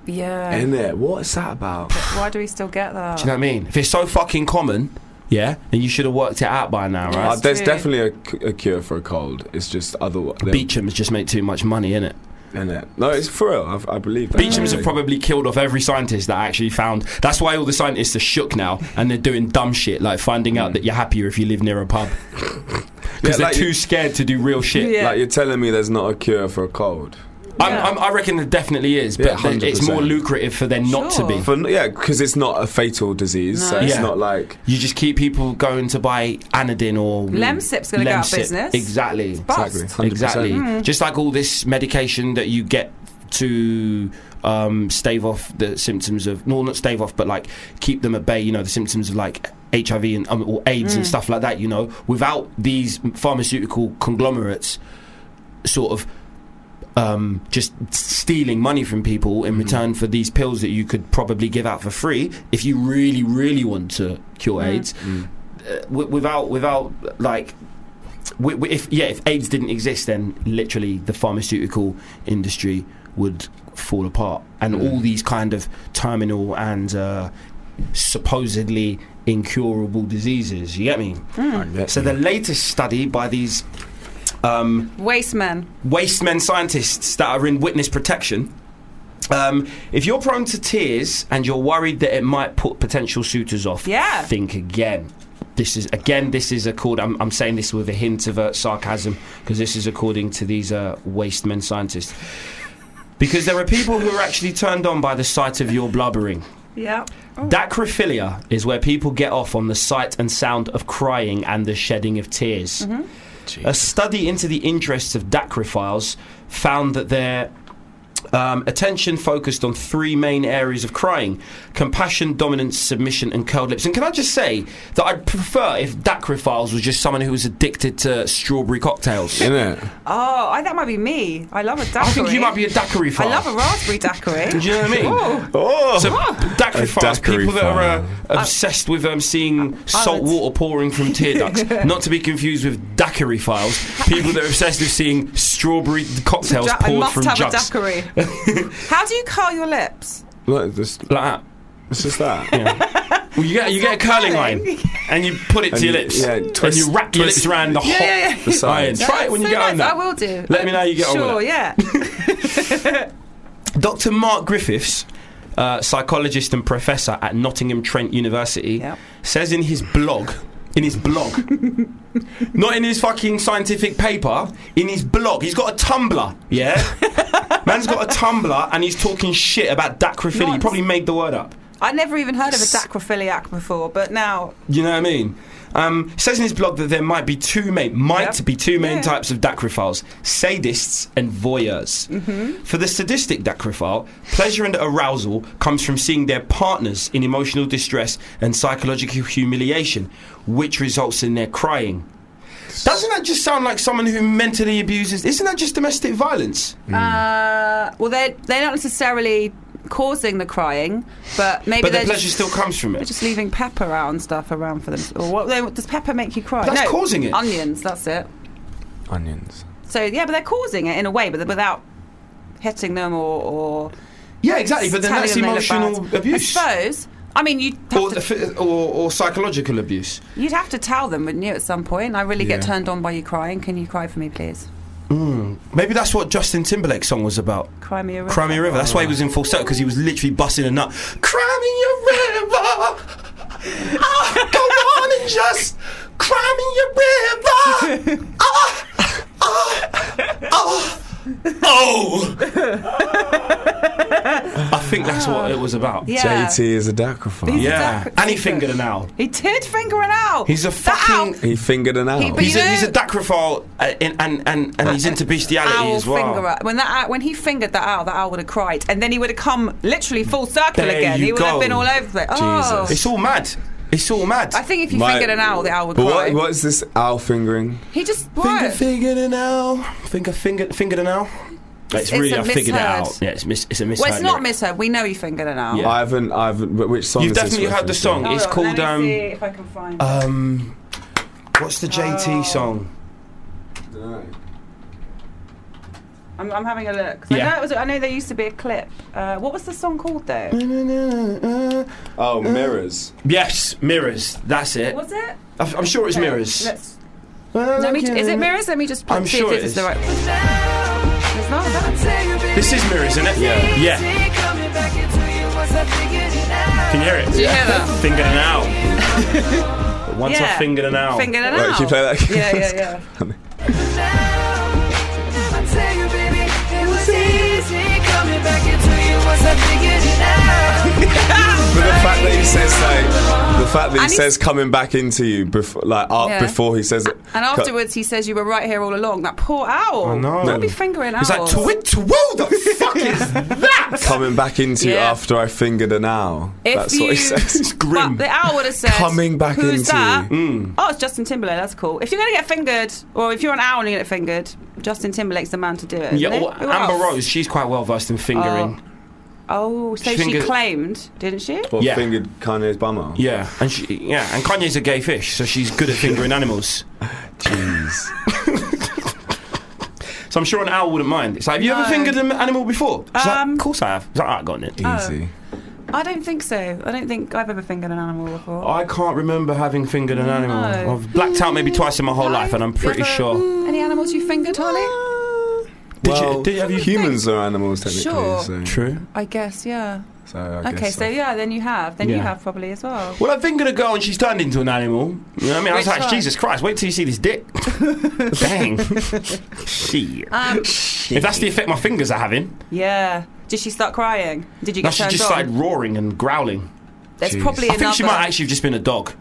Speaker 2: Do
Speaker 4: yeah.
Speaker 3: In there, what's that about?
Speaker 4: Why do we still get that?
Speaker 2: you know what I mean? If it's so fucking common, yeah, then you should have worked it out by now,
Speaker 3: Uh,
Speaker 2: right?
Speaker 3: there's
Speaker 4: true.
Speaker 3: definitely a c- a, cure for a cold. It's just other
Speaker 2: Beecham's just made too much money, innit?
Speaker 3: In it, no, it's for real. I've, I believe that.
Speaker 2: Beecham's have
Speaker 3: Like,
Speaker 2: probably killed off every scientist that actually found. That's why all the scientists are shook now and they're doing dumb shit like finding out that you're happier if you live near a pub
Speaker 3: yeah,
Speaker 2: because they're
Speaker 3: like,
Speaker 2: too
Speaker 3: you-
Speaker 2: scared to do real shit.
Speaker 4: Yeah.
Speaker 3: like you're telling me there's not a cure for a cold.
Speaker 4: Yeah.
Speaker 2: I'm, I'm, I reckon there definitely is,
Speaker 3: Yeah,
Speaker 2: but th- it's more
Speaker 3: 100%.
Speaker 2: lucrative for them not to
Speaker 4: Sure.
Speaker 2: be.
Speaker 3: For n- yeah, because it's not a fatal disease. So
Speaker 4: No.
Speaker 3: it's
Speaker 2: Yeah.
Speaker 3: not like
Speaker 2: You just keep people going to buy anodine or
Speaker 4: Lemsip's gonna go out of
Speaker 2: Lemsip.
Speaker 4: business.
Speaker 2: Exactly,
Speaker 4: Bust.
Speaker 3: exactly, 100%.
Speaker 2: exactly. Just like all this medication that you get to um, stave off the symptoms of, no, not stave off, but like keep them at bay. You know, the symptoms of like HIV and um, or AIDS and stuff like that. You know, without these pharmaceutical conglomerates, sort of. Um, just stealing money from people in return for these pills that you could probably give out for free if you really, really want to cure AIDS, uh, w- without without like w- w- if yeah, if AIDS didn't exist, then literally the pharmaceutical industry would fall apart, and all these kind of terminal and uh, supposedly incurable diseases. You get me? So the latest study by these um,
Speaker 4: Waste men.
Speaker 2: waste men scientists that are in witness protection. Um, if you're prone to tears and you're worried that it might put potential suitors off,
Speaker 4: Yeah.
Speaker 2: think again. This is again. This is according. I'm, I'm saying this with a hint of uh, sarcasm because this is according to these uh, waste men scientists. Because there are people who are actually turned on by the sight of your blubbering.
Speaker 4: Yep.
Speaker 2: Dacrophilia is where people get off on the sight and sound of crying and the shedding of tears.
Speaker 4: Mm-hmm.
Speaker 2: A study into the interests of dacrophiles found that their Um, attention focused on three main areas of crying compassion, dominance, submission, and curled lips. And can I just say that I'd prefer if Dacrophiles was just someone who was addicted to strawberry cocktails?
Speaker 3: In it.
Speaker 4: Oh, I, that might be me. I love a daiquiri.
Speaker 2: I think you might be a daiquiri
Speaker 4: I
Speaker 2: file.
Speaker 4: love a raspberry daiquiri.
Speaker 2: Do you know what I mean?
Speaker 4: Ooh.
Speaker 3: Oh,
Speaker 2: So daiquiri
Speaker 3: A
Speaker 2: files,
Speaker 3: daiquiri
Speaker 2: people that are uh,
Speaker 3: file.
Speaker 2: obsessed with um, seeing salt
Speaker 4: would-
Speaker 2: water pouring from tear ducts, not to be confused with daiquiri files, people that are obsessed with seeing strawberry cocktails
Speaker 4: Ja- I
Speaker 2: poured
Speaker 4: must
Speaker 2: from
Speaker 4: have
Speaker 2: jugs.
Speaker 4: a daiquiri. How do you curl your lips?
Speaker 3: look, this,
Speaker 2: Like that.
Speaker 3: it's just that.
Speaker 2: Well, you get you get a curling
Speaker 4: curling.
Speaker 2: iron and you put it to
Speaker 3: And
Speaker 2: your
Speaker 3: you-
Speaker 2: lips.
Speaker 3: yeah,
Speaker 2: and
Speaker 3: twist-
Speaker 2: you wrap your lips
Speaker 3: twist-
Speaker 2: around the hot
Speaker 4: yeah, yeah. The
Speaker 2: iron.
Speaker 3: sides.
Speaker 2: Try it when
Speaker 4: so
Speaker 2: you get
Speaker 4: nice.
Speaker 2: home. now.
Speaker 4: I will do.
Speaker 2: Let me know how you get on
Speaker 4: sure,
Speaker 2: with it.
Speaker 4: yeah.
Speaker 2: Dr. Mark Griffiths, uh, psychologist and professor at Nottingham Trent University,
Speaker 4: Yep.
Speaker 2: says in his blog, in his blog, not in his fucking scientific paper, in his blog, he's got a Tumblr, yeah? Man's got a Tumblr and he's talking shit about dacrophilia. He
Speaker 4: Nice.
Speaker 2: probably made the word up.
Speaker 4: I never even heard of a dacrophiliac before, but now
Speaker 2: You know what I mean? Um, it says in his blog that there might be two main, might
Speaker 4: Yep.
Speaker 2: be two main
Speaker 4: Yeah.
Speaker 2: types of dacrophiles: sadists and voyeurs.
Speaker 4: Mm-hmm.
Speaker 2: For the sadistic dacrophile, pleasure and arousal comes from seeing their partners in emotional distress and psychological humiliation, which results in their crying. Doesn't that just sound like someone who mentally abuses? Isn't that just domestic violence?
Speaker 4: Uh, well, they're they're not necessarily causing the crying, but maybe
Speaker 2: But the
Speaker 4: they're
Speaker 2: pleasure
Speaker 4: just,
Speaker 2: still comes from
Speaker 4: they're
Speaker 2: it.
Speaker 4: just leaving pepper out and stuff around for them. Or what? They, does pepper make you cry?
Speaker 2: That's
Speaker 4: No,
Speaker 2: causing it.
Speaker 4: Onions. That's it.
Speaker 3: Onions.
Speaker 4: So yeah, but they're causing it in a way, but without hitting them or, or
Speaker 2: Yeah, exactly. But then
Speaker 4: telling
Speaker 2: that's
Speaker 4: them they look
Speaker 2: emotional
Speaker 4: bad.
Speaker 2: abuse.
Speaker 4: I suppose. I mean, you
Speaker 2: Or,
Speaker 4: have to,
Speaker 2: the- or, or psychological abuse.
Speaker 4: you'd have to tell them, wouldn't you, at some point? I really get
Speaker 3: Yeah.
Speaker 4: turned on by you crying. Can you cry for me, please?
Speaker 2: Maybe that's what Justin Timberlake's song was about.
Speaker 4: Cry me a river.
Speaker 2: Cry Me a River. That's why he was in falsetto because he was literally busting a nut. Cry me a river. Ah, go on and just cry me a river. Ah, ah, ah, oh. I think that's what it was about.
Speaker 4: Yeah.
Speaker 2: E
Speaker 3: JT is a dacrophile.
Speaker 4: He's-
Speaker 2: Yeah. And he fingered an owl.
Speaker 4: He did finger it out.
Speaker 2: He's a fucking.
Speaker 3: He fingered an owl.
Speaker 4: but
Speaker 2: He's
Speaker 4: you
Speaker 2: a, he's a
Speaker 4: know-
Speaker 2: dacrophile uh, in- and, and, and he's into bestiality
Speaker 4: owl
Speaker 2: as well.
Speaker 4: finger up. When that owl- when he fingered that owl, that owl would have cried, and then he would have come literally full circle
Speaker 2: There
Speaker 4: again.
Speaker 2: you
Speaker 4: He would
Speaker 2: go.
Speaker 4: have been all over the place. Oh,
Speaker 2: It's all mad. It's all mad.
Speaker 4: I think if you
Speaker 3: My-
Speaker 4: fingered an owl, the owl would
Speaker 3: But
Speaker 4: cry.
Speaker 3: what, what is this owl fingering?
Speaker 4: He just
Speaker 2: Finger,
Speaker 4: what?
Speaker 2: fingered an owl. Finger, finger, fingered an owl. It's,
Speaker 4: it's
Speaker 2: really,
Speaker 4: a
Speaker 2: I figured it
Speaker 4: misheard.
Speaker 2: out. Yeah, it's, mis- it's a misheard.
Speaker 4: Well, it's not
Speaker 2: lyric.
Speaker 4: misheard. We know he fingered an owl.
Speaker 2: Yeah.
Speaker 3: I haven't. I haven't. wh- Which song?
Speaker 2: You've
Speaker 3: is this
Speaker 2: definitely heard the
Speaker 3: referencing?
Speaker 2: song.
Speaker 4: Hold
Speaker 2: it's
Speaker 4: on,
Speaker 2: called
Speaker 4: Let me see
Speaker 2: um,
Speaker 4: if I can find. it.
Speaker 2: um, Uh, what's the JT song?
Speaker 4: I'm, I'm having a look. 'Cause
Speaker 2: yeah.
Speaker 4: I know it was. I know there used to be a clip. Uh, what was the song called though?
Speaker 2: Mm.
Speaker 3: Oh, mirrors.
Speaker 2: Yes, mirrors. That's it.
Speaker 4: Was it?
Speaker 2: I'm I'm sure it's
Speaker 4: Okay,
Speaker 2: mirrors.
Speaker 4: let's- Let me, is it mirrors? Let me just
Speaker 2: I'm
Speaker 4: see
Speaker 2: sure
Speaker 4: if
Speaker 2: it
Speaker 4: this
Speaker 2: is.
Speaker 4: is the right. It's not. That's it.
Speaker 2: This is mirrors, isn't it? Yeah. Yeah. Can you hear it?
Speaker 4: you hear that?
Speaker 2: Fingered an owl. Once I
Speaker 4: Yeah.
Speaker 2: fingered an owl.
Speaker 4: Fingered an
Speaker 3: Wait,
Speaker 4: owl.
Speaker 3: can you play that again?
Speaker 4: Yeah, yeah, yeah.
Speaker 3: But the fact that he says like, the fact that he
Speaker 4: And he's-
Speaker 3: says coming back into you before, like up
Speaker 4: Yeah.
Speaker 3: before he says it.
Speaker 4: And afterwards, he says you were right here all along. That poor owl.
Speaker 2: I know.
Speaker 4: Don't be fingering owls.
Speaker 2: It's like twit twoo. The fuck is that?
Speaker 3: coming back into you
Speaker 4: Yeah.
Speaker 3: after I fingered an owl.
Speaker 4: If
Speaker 3: That's what he
Speaker 4: you-
Speaker 3: says.
Speaker 4: But the owl would have said,
Speaker 3: Coming back
Speaker 4: Who's
Speaker 3: into
Speaker 4: that?
Speaker 3: you.
Speaker 2: Hmm.
Speaker 4: Oh, it's Justin Timberlake. That's cool. If you're going to get fingered, or if you're an owl and you get fingered, Justin Timberlake's the man to do it.
Speaker 2: Yeah,
Speaker 4: isn't he?
Speaker 2: well,
Speaker 4: Who
Speaker 2: Amber
Speaker 4: else?
Speaker 2: Rose, she's quite well versed in fingering.
Speaker 4: Oh, so
Speaker 2: She
Speaker 4: she,
Speaker 2: fingered-
Speaker 4: claimed, didn't she?
Speaker 3: Or
Speaker 2: Yeah.
Speaker 3: fingered Kanye's bummer.
Speaker 2: Yeah, and she, yeah, and Kanye's a gay fish, so she's good at fingering animals.
Speaker 3: Jeez.
Speaker 2: So I'm sure an owl wouldn't mind. It's like, have you ever
Speaker 4: No.
Speaker 2: fingered an animal before? She's like,
Speaker 4: Um,
Speaker 2: of course I have. It's like, "Ah, I got it.
Speaker 4: Oh.
Speaker 3: Easy.
Speaker 4: I don't think so. I don't think I've ever fingered an animal before.
Speaker 2: I can't remember having fingered an animal.
Speaker 4: No.
Speaker 2: I've blacked out maybe twice in my whole life, and I'm pretty
Speaker 4: Ever-
Speaker 2: sure.
Speaker 4: Mm. Any animals you fingered, Holly?
Speaker 2: Did
Speaker 3: well,
Speaker 2: you? Did, have you?
Speaker 3: humans are animals technically.
Speaker 4: Sure.
Speaker 3: So,
Speaker 2: True.
Speaker 4: I guess, yeah.
Speaker 3: so I
Speaker 4: okay,
Speaker 3: guess
Speaker 4: so yeah, then you have. Then you
Speaker 2: Yeah.
Speaker 4: have probably as well.
Speaker 2: Well, I fingered a girl and she's turned into an animal. You know what I mean? I was
Speaker 4: Which
Speaker 2: like,
Speaker 4: one?
Speaker 2: Jesus Christ, wait till you see this dick. Dang. Shit.
Speaker 4: Um,
Speaker 2: If that's the effect my fingers are having,
Speaker 4: yeah. Did she start crying? Did you
Speaker 2: now
Speaker 4: get
Speaker 2: she
Speaker 4: turned
Speaker 2: just
Speaker 4: on?
Speaker 2: started roaring and growling.
Speaker 4: There's probably
Speaker 2: I
Speaker 4: another.
Speaker 2: think she might actually have just been a dog.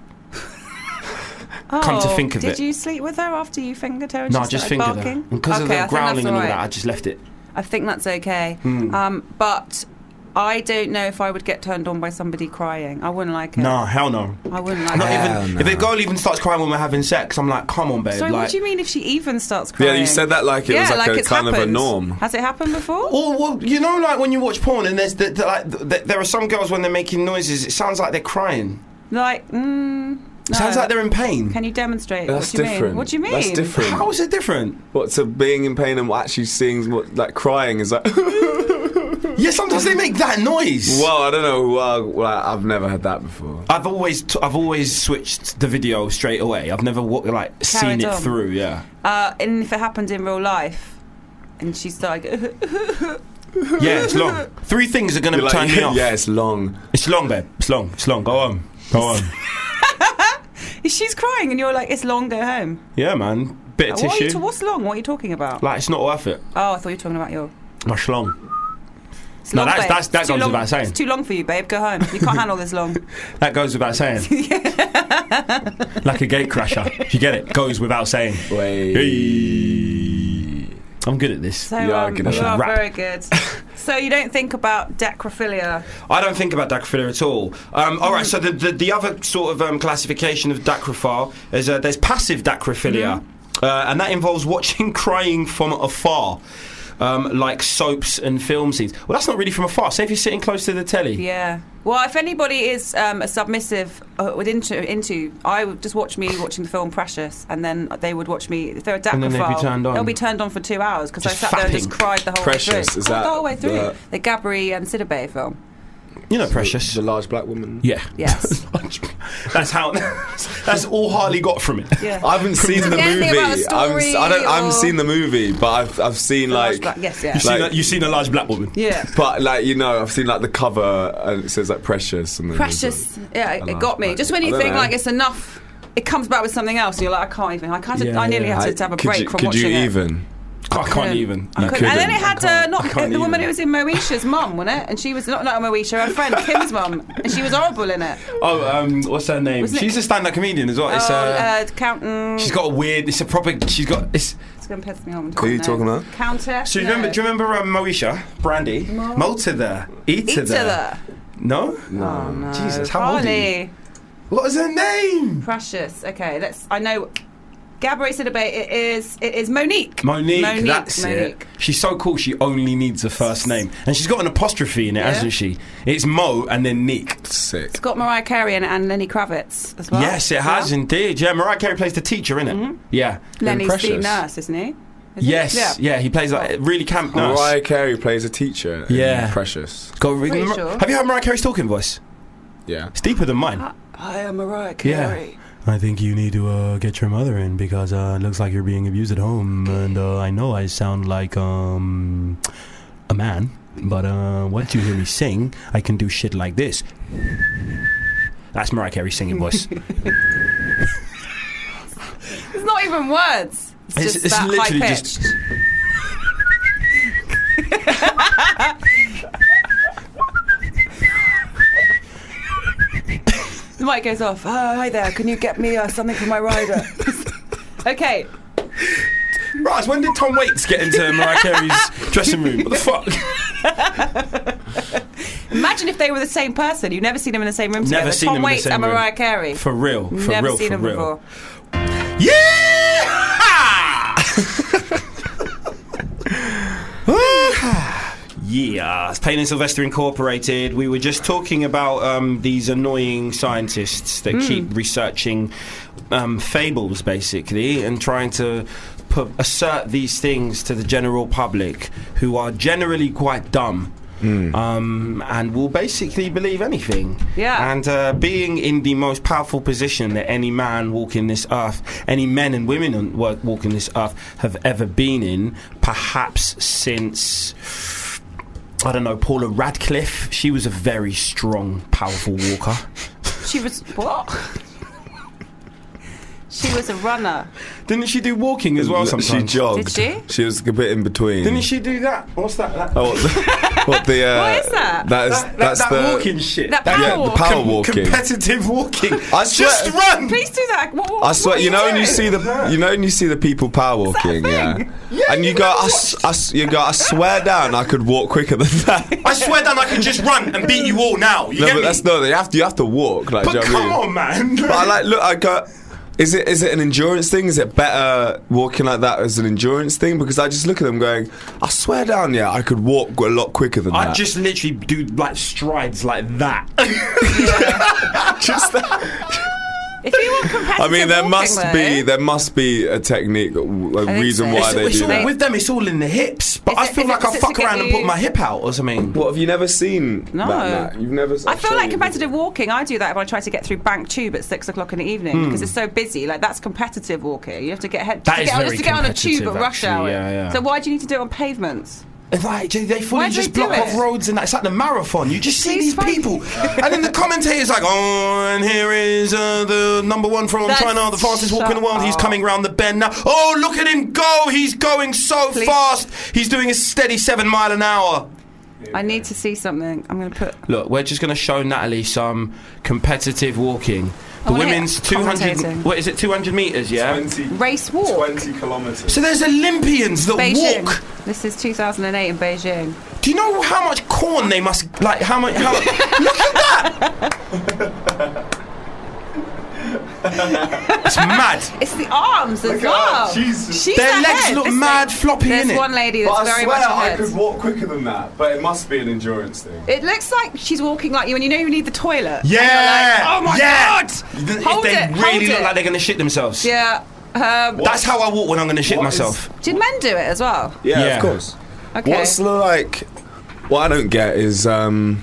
Speaker 2: come to
Speaker 4: Oh,
Speaker 2: think of
Speaker 4: did
Speaker 2: it.
Speaker 4: you sleep with her after you fingered her? And
Speaker 2: No,
Speaker 4: she
Speaker 2: I just
Speaker 4: started
Speaker 2: fingered her.
Speaker 4: barking?
Speaker 2: And because
Speaker 4: Okay, I
Speaker 2: of
Speaker 4: think
Speaker 2: the growling
Speaker 4: that's
Speaker 2: and all
Speaker 4: alright.
Speaker 2: that, I Hmm. just left it.
Speaker 4: I think that's okay. Um, but I don't know if I would get turned on by somebody crying. I wouldn't like it.
Speaker 2: No, hell no.
Speaker 4: I wouldn't like
Speaker 2: Not
Speaker 4: it.
Speaker 2: even if a girl even starts crying when we're having sex, I'm like, come on, babe.
Speaker 4: Sorry,
Speaker 2: like,
Speaker 4: what do you mean if she even starts
Speaker 3: Yeah,
Speaker 4: crying?
Speaker 3: you said that like it was
Speaker 4: Yeah,
Speaker 3: like, a
Speaker 4: it's
Speaker 3: kind of a
Speaker 4: happened.
Speaker 3: norm.
Speaker 4: Has it happened before?
Speaker 2: Or well, you know, like when you watch porn and there's the, the, like the, there are some girls when they're making noises, it sounds like they're crying.
Speaker 4: Like, mm, no.
Speaker 2: It Sounds like they're in pain.
Speaker 4: Can you demonstrate?
Speaker 3: That's
Speaker 4: what do you
Speaker 3: different.
Speaker 4: mean? What do you mean?
Speaker 3: That's different.
Speaker 2: How is it different?
Speaker 3: What to being in pain and actually seeing what like crying is like.
Speaker 2: Yeah, sometimes they make that noise.
Speaker 3: well, I don't know. Well, well, I've never had that before.
Speaker 2: I've always t- I've always switched the video straight away. I've never wa- like seen
Speaker 4: Carried
Speaker 2: it
Speaker 4: on.
Speaker 2: through. Yeah,
Speaker 4: Uh, and if it happened in real life, and she's like,
Speaker 2: yeah, it's long. Three things are gonna
Speaker 3: You're like,
Speaker 2: turn me off.
Speaker 3: yeah, it's long.
Speaker 2: It's long, babe. It's long. It's long. Go on. Go on.
Speaker 4: she's crying, and you're like, it's long, go home.
Speaker 2: yeah, man. Bit of
Speaker 4: What are you
Speaker 2: tissue.
Speaker 4: ta- what's long? What are you talking about?
Speaker 2: like it's not worth it.
Speaker 4: oh, I thought you were talking about your.
Speaker 2: My schlong.
Speaker 4: It's
Speaker 2: No,
Speaker 4: long,
Speaker 2: that's-
Speaker 4: babe.
Speaker 2: that's- that
Speaker 4: It's too
Speaker 2: goes
Speaker 4: long-
Speaker 2: without saying.
Speaker 4: It's too long for you, babe. Go home. You can't handle this long.
Speaker 2: That goes without saying. like a gate crasher. You get it? Goes without saying.
Speaker 3: Wait.
Speaker 2: Hey. I'm good at this.
Speaker 4: So
Speaker 3: You are
Speaker 4: um,
Speaker 3: good at
Speaker 4: you
Speaker 3: that.
Speaker 4: are
Speaker 2: Rap.
Speaker 4: very good. so you don't think about dacrophilia?
Speaker 2: I don't think about dacrophilia at all. Um, all right, so the, the, the other sort of um, classification of dacrophile is uh, there's passive dacrophilia, uh, and that involves watching crying from afar. Um, like soaps and film scenes. Well, that's not really from afar. Say if you're sitting close to the telly.
Speaker 4: Yeah. Well, if anybody is um, a submissive uh, with into, into, I would just watch me watching the film Precious, and then they would watch me. If they're a
Speaker 2: And then they'd be
Speaker 4: dacrophile,
Speaker 2: turned on.
Speaker 4: they'll be turned on for two hours because I
Speaker 2: Just
Speaker 4: sat there and just
Speaker 2: fapping.
Speaker 4: cried the whole way
Speaker 3: Precious,
Speaker 4: through.
Speaker 3: is
Speaker 4: Oh,
Speaker 3: that
Speaker 4: the whole way through.
Speaker 3: the-
Speaker 4: The, Gabri and Sidibe film.
Speaker 2: You know, precious.
Speaker 3: The large black woman.
Speaker 2: Yeah.
Speaker 4: Yes.
Speaker 2: that's how. that's all Harley got from it.
Speaker 4: Yeah.
Speaker 3: I haven't seen the
Speaker 4: Doesn't it end
Speaker 3: movie.
Speaker 4: about a
Speaker 3: I'm, s- I don't. I haven't
Speaker 4: story
Speaker 3: seen the movie, but I've I've seen
Speaker 4: The large
Speaker 3: like.
Speaker 4: black- yes, yeah.
Speaker 2: You've,
Speaker 3: like-
Speaker 2: seen a, you've seen a large black woman.
Speaker 4: yeah.
Speaker 3: But like you know, I've seen like the cover and it says like precious and then there's,
Speaker 4: Precious.
Speaker 3: like-
Speaker 4: Yeah, it,
Speaker 3: large
Speaker 4: it got me.
Speaker 3: black-
Speaker 4: Just when
Speaker 3: I
Speaker 4: you
Speaker 3: don't
Speaker 4: think
Speaker 3: know.
Speaker 4: like it's enough, it comes back with something else, and you're like, I can't even. I can't.
Speaker 2: Yeah,
Speaker 4: I nearly
Speaker 2: yeah.
Speaker 4: had to have a
Speaker 3: could
Speaker 4: break
Speaker 3: you,
Speaker 4: from
Speaker 3: could
Speaker 4: watching
Speaker 3: you
Speaker 4: it.
Speaker 3: even?
Speaker 2: I can't
Speaker 4: couldn't.
Speaker 2: even.
Speaker 4: I couldn't. And then it had uh, not
Speaker 2: I can't
Speaker 4: the woman
Speaker 2: even.
Speaker 4: who was in Moesha's mum, wasn't it? And she was not not Moesha, her friend Kim's mum, and she was horrible in it.
Speaker 2: Oh, um, what's her name?
Speaker 4: Wasn't it-
Speaker 2: She's a stand-up comedian as well.
Speaker 4: Oh,
Speaker 2: It's, uh,
Speaker 4: uh, Count.
Speaker 2: she's got a weird. It's a proper. She's got. It's.
Speaker 4: It's going to piss me on.
Speaker 3: Who are you talking about?
Speaker 4: Countess.
Speaker 2: So you
Speaker 4: no.
Speaker 2: remember? Do you remember um, Moesha, Brandy, Malta there, Eater
Speaker 4: Eat to
Speaker 2: there?
Speaker 4: the.
Speaker 2: No.
Speaker 4: Oh, no.
Speaker 2: Jesus, how old are you?
Speaker 4: Barney.
Speaker 2: What is her name?
Speaker 4: Precious. Okay, let's. I know. Gabrielle Sidibe. It is. It is Monique.
Speaker 2: Monique,
Speaker 4: Monique.
Speaker 2: that's
Speaker 4: Monique.
Speaker 2: it. She's so cool, she only needs a first name. And she's got an apostrophe in it,
Speaker 4: Yeah.
Speaker 2: hasn't she? It's Mo and then Nick.
Speaker 3: Sick.
Speaker 4: It's got Mariah Carey in it and Lenny Kravitz as well.
Speaker 2: Yes, it has
Speaker 4: Yeah. Mm-hmm.
Speaker 2: indeed. Yeah, Mariah Carey plays the teacher, innit? Yeah.
Speaker 4: Lenny's the
Speaker 3: Precious.
Speaker 4: nurse, isn't he? Is he?
Speaker 2: Yes, yeah. he plays
Speaker 4: Oh.
Speaker 2: like really camp nurse.
Speaker 3: Mariah Carey plays a teacher. in
Speaker 2: Yeah.
Speaker 3: Precious.
Speaker 2: Got re-
Speaker 4: Pretty
Speaker 2: Mar-
Speaker 4: sure.
Speaker 2: Have you heard Mariah Carey's talking voice?
Speaker 3: Yeah.
Speaker 2: It's deeper than mine.
Speaker 4: I am Mariah
Speaker 2: Yeah.
Speaker 4: Carey.
Speaker 6: I think you need to uh, get your mother in because uh, it looks like you're being abused at home, and uh, I know I sound like um, a man, but uh, once you hear me sing, I can do shit like this.
Speaker 2: That's Mariah Carey's singing voice.
Speaker 4: It's not even words. It's,
Speaker 2: It's-
Speaker 4: just
Speaker 2: it's
Speaker 4: that
Speaker 2: literally
Speaker 4: high
Speaker 2: just-
Speaker 4: pitched. the mic goes off. Oh, hi there. Can you get me uh, something for my rider? okay.
Speaker 2: Right, when did Tom Waits get into Mariah Carey's dressing room? What the fuck?
Speaker 4: Imagine if they were the same person. You've never seen them in the same room together.
Speaker 2: Never seen
Speaker 4: Tom
Speaker 2: them in the
Speaker 4: Waits
Speaker 2: same
Speaker 4: and
Speaker 2: room.
Speaker 4: Mariah Carey.
Speaker 2: For real, for
Speaker 4: never
Speaker 2: real,
Speaker 4: seen
Speaker 2: for
Speaker 4: them
Speaker 2: real.
Speaker 4: before.
Speaker 2: Ah! Yeah, it's Payne and Sylvester Incorporated. We were just talking about um, these annoying scientists that keep researching um, fables, basically, and trying to put, assert these things to the general public, who are generally quite dumb. Um, and will basically believe anything.
Speaker 4: Yeah.
Speaker 2: And uh, being in the most powerful position that any man walking this earth, any men and women on, wa- walking this earth have ever been in, perhaps since I don't know, Paula Radcliffe. She was a very strong, powerful walker.
Speaker 4: She was what? She was a runner.
Speaker 2: Didn't she do walking as well
Speaker 3: She
Speaker 2: sometimes?
Speaker 3: jogged.
Speaker 4: Did
Speaker 3: she? was a bit in between.
Speaker 2: Didn't she do that? Whats that? that
Speaker 3: Oh, what the? What, the, uh,
Speaker 4: What is that?
Speaker 3: That is
Speaker 2: that,
Speaker 3: that's
Speaker 2: that,
Speaker 3: the
Speaker 2: walking shit.
Speaker 4: That
Speaker 3: yeah,
Speaker 4: power
Speaker 3: the
Speaker 4: walk.
Speaker 3: power walking.
Speaker 2: Competitive walking.
Speaker 3: I
Speaker 2: Just
Speaker 3: swear-
Speaker 2: run.
Speaker 4: Please do that. What, what,
Speaker 3: I swear,
Speaker 4: what
Speaker 3: you know, when you
Speaker 4: doing?
Speaker 3: see the, you know, when you see the people power walking, yeah. and you go, I, s- I s- you go, I swear down, I could walk quicker than that.
Speaker 2: I swear down I can just run and beat you all now. You
Speaker 3: no,
Speaker 2: get
Speaker 3: but
Speaker 2: me?
Speaker 3: that's not. You have to, you have to walk. Like, do
Speaker 2: but
Speaker 3: you know what I
Speaker 2: come
Speaker 3: mean?
Speaker 2: on, man.
Speaker 3: But I like, look, I go. Is it is it an endurance thing? Is it better walking like that as an endurance thing? Because I just look at them going, I swear down, yeah, I could walk a lot quicker than
Speaker 2: I
Speaker 3: that.
Speaker 2: just literally do like strides like that.
Speaker 3: just that.
Speaker 4: If you want competitive
Speaker 3: I mean, there
Speaker 4: walking,
Speaker 3: must
Speaker 4: though,
Speaker 3: be there must be a technique, a reason
Speaker 4: so.
Speaker 3: why
Speaker 4: It's-
Speaker 3: they
Speaker 2: it's
Speaker 3: do
Speaker 2: all,
Speaker 3: that.
Speaker 2: with them, it's all in the hips. But
Speaker 4: Is
Speaker 2: I
Speaker 4: it-
Speaker 2: feel
Speaker 4: is
Speaker 2: like
Speaker 4: it
Speaker 2: I
Speaker 4: to-
Speaker 2: fuck
Speaker 4: to get
Speaker 2: around and put
Speaker 4: you-
Speaker 2: my hip out or something.
Speaker 3: What have you never seen?
Speaker 4: No.
Speaker 3: that, Nat? you've never.
Speaker 4: I feel
Speaker 3: shown
Speaker 4: like
Speaker 3: you.
Speaker 4: competitive walking. I do that when I try to get through Bank Tube at six o'clock in the evening because it's so busy. Like that's competitive walking. You have to get head.
Speaker 2: Hmm. That
Speaker 4: to
Speaker 2: is
Speaker 4: get, on-
Speaker 2: very
Speaker 4: just to get on a tube at
Speaker 2: competitive,
Speaker 4: rush
Speaker 2: actually.
Speaker 4: hour.
Speaker 2: Yeah, yeah.
Speaker 4: So why do you need to do it on pavements?
Speaker 2: It's Like they they fully
Speaker 4: Why do
Speaker 2: just
Speaker 4: they do
Speaker 2: block off
Speaker 4: it?
Speaker 2: roads and that. It's like the marathon. You just see
Speaker 4: Please
Speaker 2: these
Speaker 4: find-
Speaker 2: people, and then the commentator's like, "Oh, and here is uh, the number one from
Speaker 4: That's-
Speaker 2: China, the fastest walk in the world. He's
Speaker 4: shut
Speaker 2: coming round the bend now. Oh, look at him go! He's going so
Speaker 4: Please.
Speaker 2: fast. He's doing a steady seven mile an hour."
Speaker 4: I need to see something. I'm going to put.
Speaker 2: Look, we're just going to show Natalie some competitive walking.
Speaker 4: I
Speaker 2: The
Speaker 4: wanna hear
Speaker 2: women's 200.
Speaker 4: Oh, commentating.
Speaker 2: What is it? 200 meters, yeah.
Speaker 4: Race walk.
Speaker 3: 20 kilometers.
Speaker 2: So there's Olympians that
Speaker 4: Beijing.
Speaker 2: walk.
Speaker 4: This is 2008 in Beijing.
Speaker 2: Do you know how much corn they must like? How much? How, look at that! it's mad.
Speaker 4: It's the arms as well. She's
Speaker 2: Their
Speaker 4: ahead.
Speaker 2: legs look
Speaker 4: This
Speaker 2: mad floppy
Speaker 4: There's
Speaker 2: innit?
Speaker 4: one lady that's
Speaker 3: But I
Speaker 4: very
Speaker 3: swear
Speaker 4: much
Speaker 3: I
Speaker 4: ahead.
Speaker 3: could walk quicker than that. But it must be an endurance thing.
Speaker 4: It looks like she's walking like you, and you know you need the toilet. And you're
Speaker 2: Yeah,
Speaker 4: like, oh my
Speaker 2: yeah.
Speaker 4: god!
Speaker 2: If
Speaker 4: Hold
Speaker 2: they
Speaker 4: it.
Speaker 2: really
Speaker 4: hold
Speaker 2: look
Speaker 4: it.
Speaker 2: like they're gonna shit themselves.
Speaker 4: Yeah. Um,
Speaker 2: That's how I walk when I'm gonna shit
Speaker 3: What is-
Speaker 2: myself.
Speaker 4: did men do it as well?
Speaker 3: Yeah,
Speaker 2: Yeah.
Speaker 3: of course.
Speaker 4: Okay.
Speaker 3: What's the, like? What I don't get is um,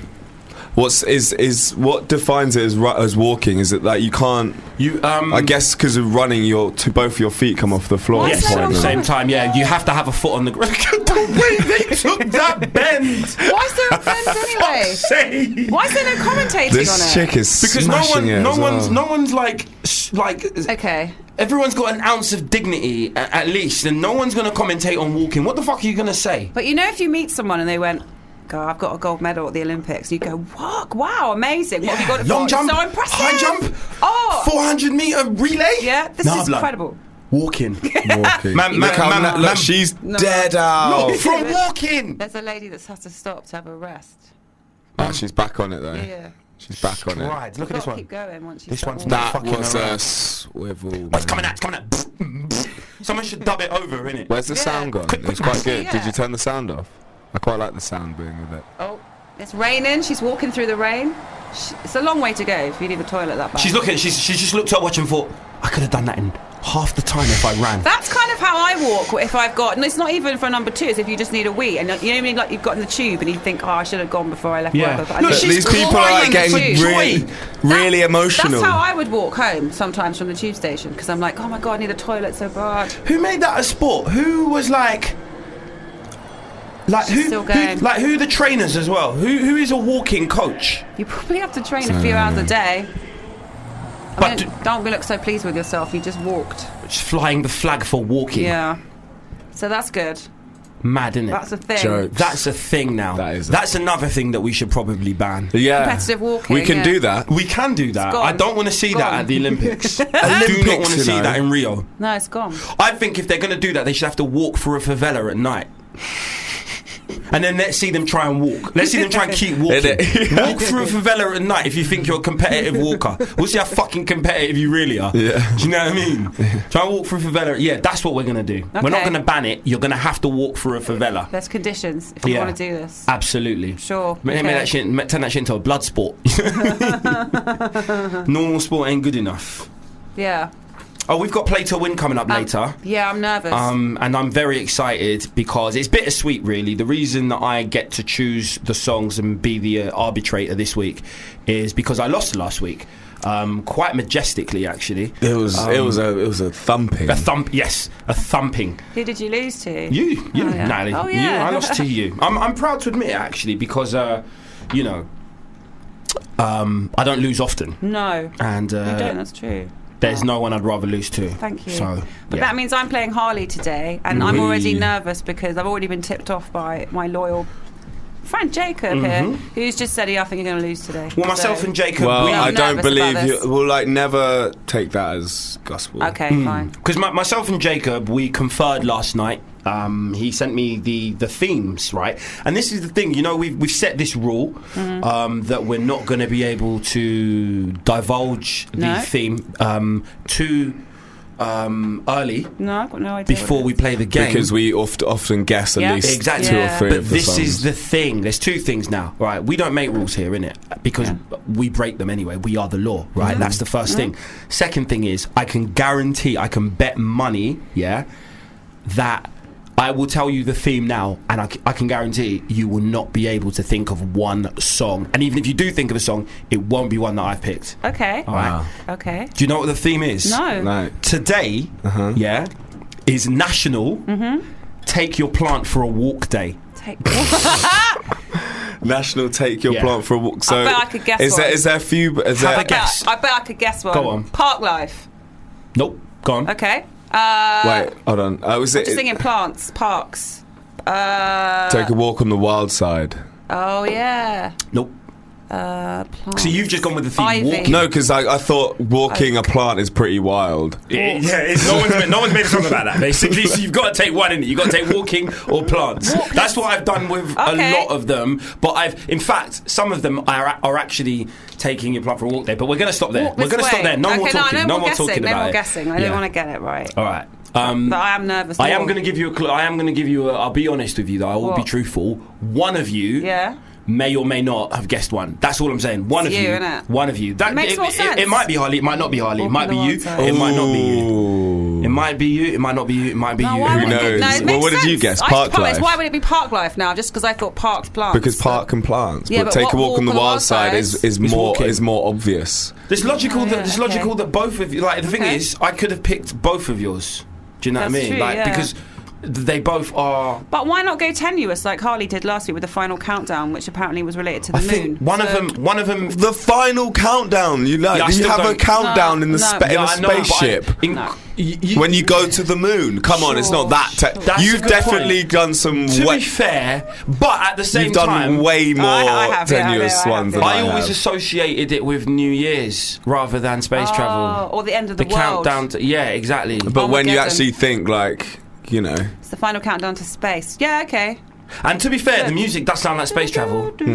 Speaker 3: what's is is what defines it as ru- as walking? Is it that you can't?
Speaker 2: You, um,
Speaker 3: I guess because of running, your to both your feet come off the floor.
Speaker 4: Why
Speaker 3: at
Speaker 4: is
Speaker 3: the
Speaker 2: Yes,
Speaker 4: that
Speaker 3: same
Speaker 2: at
Speaker 4: wrong
Speaker 2: the same
Speaker 3: time.
Speaker 2: time, yeah. You have to have a foot on the ground. the way they took that bend.
Speaker 4: Why is there a fence anyway?
Speaker 2: Say.
Speaker 4: Why is there no commentating on
Speaker 3: This
Speaker 4: it?
Speaker 3: chick is
Speaker 2: Because no
Speaker 3: smashing
Speaker 2: one,
Speaker 3: it.
Speaker 2: no
Speaker 3: as
Speaker 2: one's,
Speaker 3: well.
Speaker 2: no one's like, s- like.
Speaker 4: Okay.
Speaker 2: Everyone's got an ounce of dignity a- at least, and no one's gonna commentate on walking. What the fuck are you gonna say?
Speaker 4: But you know, if you meet someone and they went, God, I've got a gold medal at the Olympics, and you go, What? Wow, amazing. What have you got it
Speaker 2: Long
Speaker 4: for? It's
Speaker 2: jump,
Speaker 4: so impressive.
Speaker 2: high jump,
Speaker 4: Oh.
Speaker 2: 400 meter relay.
Speaker 4: Yeah, this
Speaker 2: Nah,
Speaker 4: is
Speaker 2: blood.
Speaker 4: incredible.
Speaker 2: Walking.
Speaker 3: Walking.
Speaker 2: Man- man-
Speaker 3: look, how
Speaker 2: man-
Speaker 3: Nat- look,
Speaker 2: man-
Speaker 3: she's dead out.
Speaker 2: No, Oh. from walking.
Speaker 4: There's a lady that's had to stop to have a rest.
Speaker 3: Ah, she's back on it though.
Speaker 4: Yeah.
Speaker 3: She's back on it.
Speaker 2: Right, look at
Speaker 4: Got
Speaker 2: this
Speaker 4: to
Speaker 2: one.
Speaker 4: keep going once you
Speaker 2: This
Speaker 4: start
Speaker 2: one's
Speaker 4: walking.
Speaker 3: That
Speaker 2: Fucking
Speaker 3: was
Speaker 2: around.
Speaker 3: a swivel.
Speaker 2: It's coming out.
Speaker 3: man.
Speaker 2: It's coming out. Someone should dub it over, innit?
Speaker 3: Where's the
Speaker 4: Yeah.
Speaker 3: sound gone?
Speaker 2: Quick,
Speaker 3: It was
Speaker 2: quick,
Speaker 3: quite good. Did
Speaker 4: yeah.
Speaker 3: you turn the sound off? I quite like the sound being with it.
Speaker 4: Oh, it's raining. She's walking through the rain. She, it's a long way to go if you leave the toilet that bad.
Speaker 2: She's looking. She's she's just looked at watch and thought, I could have done that in half the time if I ran.
Speaker 4: That's kind of how I walk. If I've got, and it's not even for number two. It's if you just need a wee, and you know, what I mean, like you've got in the tube, and you think, oh, I should have gone before I left
Speaker 2: Yeah.
Speaker 4: work. But I
Speaker 2: Look,
Speaker 4: didn't."
Speaker 2: she's
Speaker 3: These people are like
Speaker 4: crying
Speaker 3: getting
Speaker 4: in the tube.
Speaker 3: really,
Speaker 4: That-
Speaker 3: really emotional.
Speaker 4: That's how I would walk home sometimes from the tube station because I'm like, oh my god, I need the toilet so bad.
Speaker 2: Who made that a sport? Who was like, like
Speaker 4: She's
Speaker 2: who,
Speaker 4: still
Speaker 2: who,
Speaker 4: going.
Speaker 2: like who the trainers as well? Who who is a walking coach?
Speaker 4: You probably have to train a few hours a day. I
Speaker 2: But
Speaker 4: mean,
Speaker 2: d-
Speaker 4: don't be look so pleased with yourself. You just walked.
Speaker 2: Just flying the flag for walking.
Speaker 4: Yeah. So that's good.
Speaker 2: Mad, innit?
Speaker 4: That's a thing.
Speaker 3: Joke.
Speaker 2: That's a thing now.
Speaker 3: That is a-
Speaker 2: That's another thing that we should probably ban.
Speaker 3: yeah.
Speaker 4: Competitive walking,
Speaker 3: We can
Speaker 4: yeah.
Speaker 3: do that.
Speaker 2: We can do that.
Speaker 4: gone.
Speaker 2: I don't want to see that
Speaker 4: Gone.
Speaker 2: at the Olympics. I do not
Speaker 3: Olympics,
Speaker 2: want to
Speaker 3: you
Speaker 2: see
Speaker 3: know.
Speaker 2: that in Rio.
Speaker 4: No, it's gone.
Speaker 2: I think if they're going to do that, they should have to walk through a favela at night. And then let's see them try and walk. Let's see them try and keep walking.
Speaker 3: Innit?
Speaker 2: walk through a favela at night if you think you're a competitive walker. We'll see how fucking competitive you really are.
Speaker 3: Yeah.
Speaker 2: Do you know what I mean? Try and walk through a favela. Yeah, that's what we're going to do. We're not
Speaker 4: Okay.
Speaker 2: going to ban it. You're going to have to walk through a favela.
Speaker 4: There's conditions if you
Speaker 2: Yeah.
Speaker 4: want to do this.
Speaker 2: Absolutely.
Speaker 4: Sure.
Speaker 2: Ma- make
Speaker 4: okay.
Speaker 2: that shit, ma- turn that shit into a blood sport. Normal sport ain't good enough.
Speaker 4: Yeah.
Speaker 2: Oh, we've got play to win coming up
Speaker 4: Um,
Speaker 2: later.
Speaker 4: Yeah, I'm nervous.
Speaker 2: Um, and I'm very excited because it's bittersweet, really. The reason that I get to choose the songs and be the uh, arbitrator this week is because I lost last week, um, quite majestically, actually.
Speaker 3: It was, it was a, it was a thumping.
Speaker 2: A thump, yes, a thumping.
Speaker 4: Who did you lose to?
Speaker 2: You, you,
Speaker 4: Oh, yeah.
Speaker 2: Natalie.
Speaker 4: Oh,
Speaker 2: You,
Speaker 4: yeah.
Speaker 2: I lost to you. I'm, I'm proud to admit it, actually, because, uh, you know, um, I don't lose often.
Speaker 4: No.
Speaker 2: And uh,
Speaker 4: you don't, that's true.
Speaker 2: There's no one I'd rather lose to.
Speaker 4: Thank you.
Speaker 2: Uh, So,
Speaker 4: But
Speaker 2: yeah.
Speaker 4: that means I'm playing Harley today, and I'm already nervous because I've already been tipped off by my loyal friend Jacob here, who's just said, "Yeah, I think you're going to lose today."
Speaker 2: Mm-hmm. well, myself
Speaker 4: So-
Speaker 2: and Jacob,
Speaker 3: Well,
Speaker 2: we,
Speaker 4: I'm
Speaker 3: I don't
Speaker 4: nervous
Speaker 3: believe
Speaker 4: about
Speaker 3: you.
Speaker 4: this.
Speaker 3: We'll like never take that as gospel.
Speaker 4: Okay,
Speaker 2: Hmm.
Speaker 4: fine.
Speaker 2: Because my, myself and Jacob, we conferred last night. Um, he sent me the, the themes, right? And this is the thing, you know, we've, we've set this rule
Speaker 4: Mm-hmm.
Speaker 2: um, that we're not going to be able to divulge the
Speaker 4: No.
Speaker 2: theme um, too um, early
Speaker 4: No, I've got no idea. what
Speaker 2: before
Speaker 4: it
Speaker 2: we play the game.
Speaker 3: Because we oft, often guess at
Speaker 4: Yeah.
Speaker 3: least
Speaker 2: Exactly.
Speaker 3: two
Speaker 4: Yeah.
Speaker 3: or three
Speaker 2: but
Speaker 3: of the
Speaker 2: this
Speaker 3: songs.
Speaker 2: is the thing. There's two things now, right? We don't make rules here, innit? Because we break them anyway. We are the law, right? That's the 1st thing. Second thing is, I can guarantee, I can bet money, yeah, that I will tell you the theme now, and I, c- I can guarantee you will not be able to think of one song. And even if you do think of a song, it won't be one that I've picked.
Speaker 4: is. Okay.
Speaker 2: All
Speaker 3: Ah.
Speaker 2: right.
Speaker 4: Okay.
Speaker 2: Do you know what the theme is?
Speaker 4: No.
Speaker 3: No.
Speaker 2: Today, yeah, is National
Speaker 4: Mm-hmm.
Speaker 2: Take Your Plant for a Walk Day.
Speaker 4: Take.
Speaker 3: National Take Your
Speaker 2: Yeah.
Speaker 3: Plant for a Walk. So
Speaker 4: bet I could guess
Speaker 3: Is there,
Speaker 4: one.
Speaker 3: is there a few? Is
Speaker 2: Have
Speaker 3: there,
Speaker 2: a guess.
Speaker 4: I bet I could guess one.
Speaker 2: Go on.
Speaker 4: Park life.
Speaker 2: Nope. Gone.
Speaker 4: Okay. Uh,
Speaker 3: Wait, hold on. I was it,
Speaker 4: Just thinking plants, parks. Uh,
Speaker 3: Take a walk on the wild side.
Speaker 4: oh yeah.
Speaker 2: Nope.
Speaker 4: Uh, plants.
Speaker 2: So you've just gone with the theme
Speaker 4: Ivy.
Speaker 2: walking.
Speaker 3: No, because I, I thought walking a plant is pretty wild.
Speaker 2: Yeah, yeah, it's, no, one's made, no one's made a song about that. Basically, so you've got to take one in it. You've got to take walking or plants. That's what I've done with
Speaker 4: Okay.
Speaker 2: a lot of them. But I've, in fact, some of them are, a- are actually taking your plant for a walk there. But we're going to stop there.
Speaker 4: Walk
Speaker 2: we're
Speaker 4: this
Speaker 2: going to stop
Speaker 4: way.
Speaker 2: there. No more
Speaker 4: Okay,
Speaker 2: talking.
Speaker 4: No,
Speaker 2: No, more
Speaker 4: guessing.
Speaker 2: talking
Speaker 4: no
Speaker 2: about
Speaker 4: more
Speaker 2: it.
Speaker 4: guessing. I
Speaker 2: Yeah.
Speaker 4: don't want to get it right.
Speaker 2: All right. Um,
Speaker 4: But I am nervous.
Speaker 2: I am going to give you a clue. I am going to give you. A, I'll be honest with you, though. I will be
Speaker 4: What?
Speaker 2: truthful. One of you,
Speaker 4: Yeah.
Speaker 2: may or may not have guessed one. That's all I'm saying. One
Speaker 4: It's
Speaker 2: of
Speaker 4: you,
Speaker 2: you,
Speaker 4: innit?
Speaker 2: one of you. That
Speaker 4: makes more sense.
Speaker 2: It, might be Harley. It might not be Harley. It
Speaker 4: Walk
Speaker 2: might
Speaker 4: on
Speaker 2: be
Speaker 4: the
Speaker 2: you.
Speaker 4: wild side.
Speaker 2: It might not be you.
Speaker 3: Ooh.
Speaker 2: It might be you. It might not be you. It might be you.
Speaker 4: why
Speaker 3: Who
Speaker 4: would it-
Speaker 3: knows?
Speaker 4: No, it
Speaker 3: Well,
Speaker 4: makes
Speaker 3: what did you
Speaker 4: sense.
Speaker 3: guess?
Speaker 4: I-
Speaker 3: Park
Speaker 4: Park
Speaker 3: life.
Speaker 4: Why would it be park life now? Just because I thought parks, plants.
Speaker 3: Because park and plants.
Speaker 4: Yeah,
Speaker 3: but,
Speaker 4: but
Speaker 3: take
Speaker 4: what
Speaker 3: a walk on the wild side is,
Speaker 4: is-
Speaker 3: is
Speaker 2: It's
Speaker 3: more
Speaker 2: walking.
Speaker 3: is more obvious.
Speaker 2: It's logical.
Speaker 4: Oh, yeah,
Speaker 2: that, it's
Speaker 4: okay.
Speaker 2: logical that both of you. Like the thing
Speaker 4: Okay.
Speaker 2: is, I could have picked both of yours. Do you know what I
Speaker 4: That's
Speaker 2: mean?
Speaker 4: true,
Speaker 2: like
Speaker 4: yeah.
Speaker 2: because they both are.
Speaker 4: But why not go tenuous like Harley did last week with the final countdown, which apparently was related to the
Speaker 2: I
Speaker 4: moon?
Speaker 2: think one
Speaker 4: So-
Speaker 2: of them. One of them.
Speaker 3: The final countdown. You know,
Speaker 2: Yeah, I
Speaker 3: you
Speaker 2: still
Speaker 3: have a
Speaker 2: don't-
Speaker 3: countdown in the
Speaker 4: No,
Speaker 3: spa-
Speaker 4: no.
Speaker 3: in
Speaker 2: Yeah,
Speaker 3: a
Speaker 2: I know, but I-
Speaker 3: spaceship.
Speaker 2: in-
Speaker 4: No.
Speaker 2: y- y-
Speaker 3: when you go to the moon, come on, it's not that.
Speaker 4: Sure,
Speaker 3: Te-
Speaker 4: sure.
Speaker 2: That's a
Speaker 3: You've
Speaker 2: good
Speaker 3: definitely
Speaker 2: point.
Speaker 3: done some.
Speaker 2: To
Speaker 3: way-
Speaker 2: be fair, but at the same
Speaker 3: you've done
Speaker 2: time,
Speaker 3: way more
Speaker 4: I have, yeah, I know,
Speaker 3: tenuous
Speaker 4: I have,
Speaker 3: ones
Speaker 4: yeah.
Speaker 3: than I,
Speaker 2: I always
Speaker 3: have.
Speaker 2: associated it with New Year's rather than space
Speaker 4: Oh,
Speaker 2: travel.
Speaker 4: or the end of
Speaker 2: The
Speaker 4: the, world.
Speaker 2: countdown. To, yeah, exactly.
Speaker 3: But when you
Speaker 4: Armageddon.
Speaker 3: actually think, like, you know,
Speaker 4: It's the final countdown to space. Yeah, okay.
Speaker 2: and to be fair, the music does sound like space travel. Sounds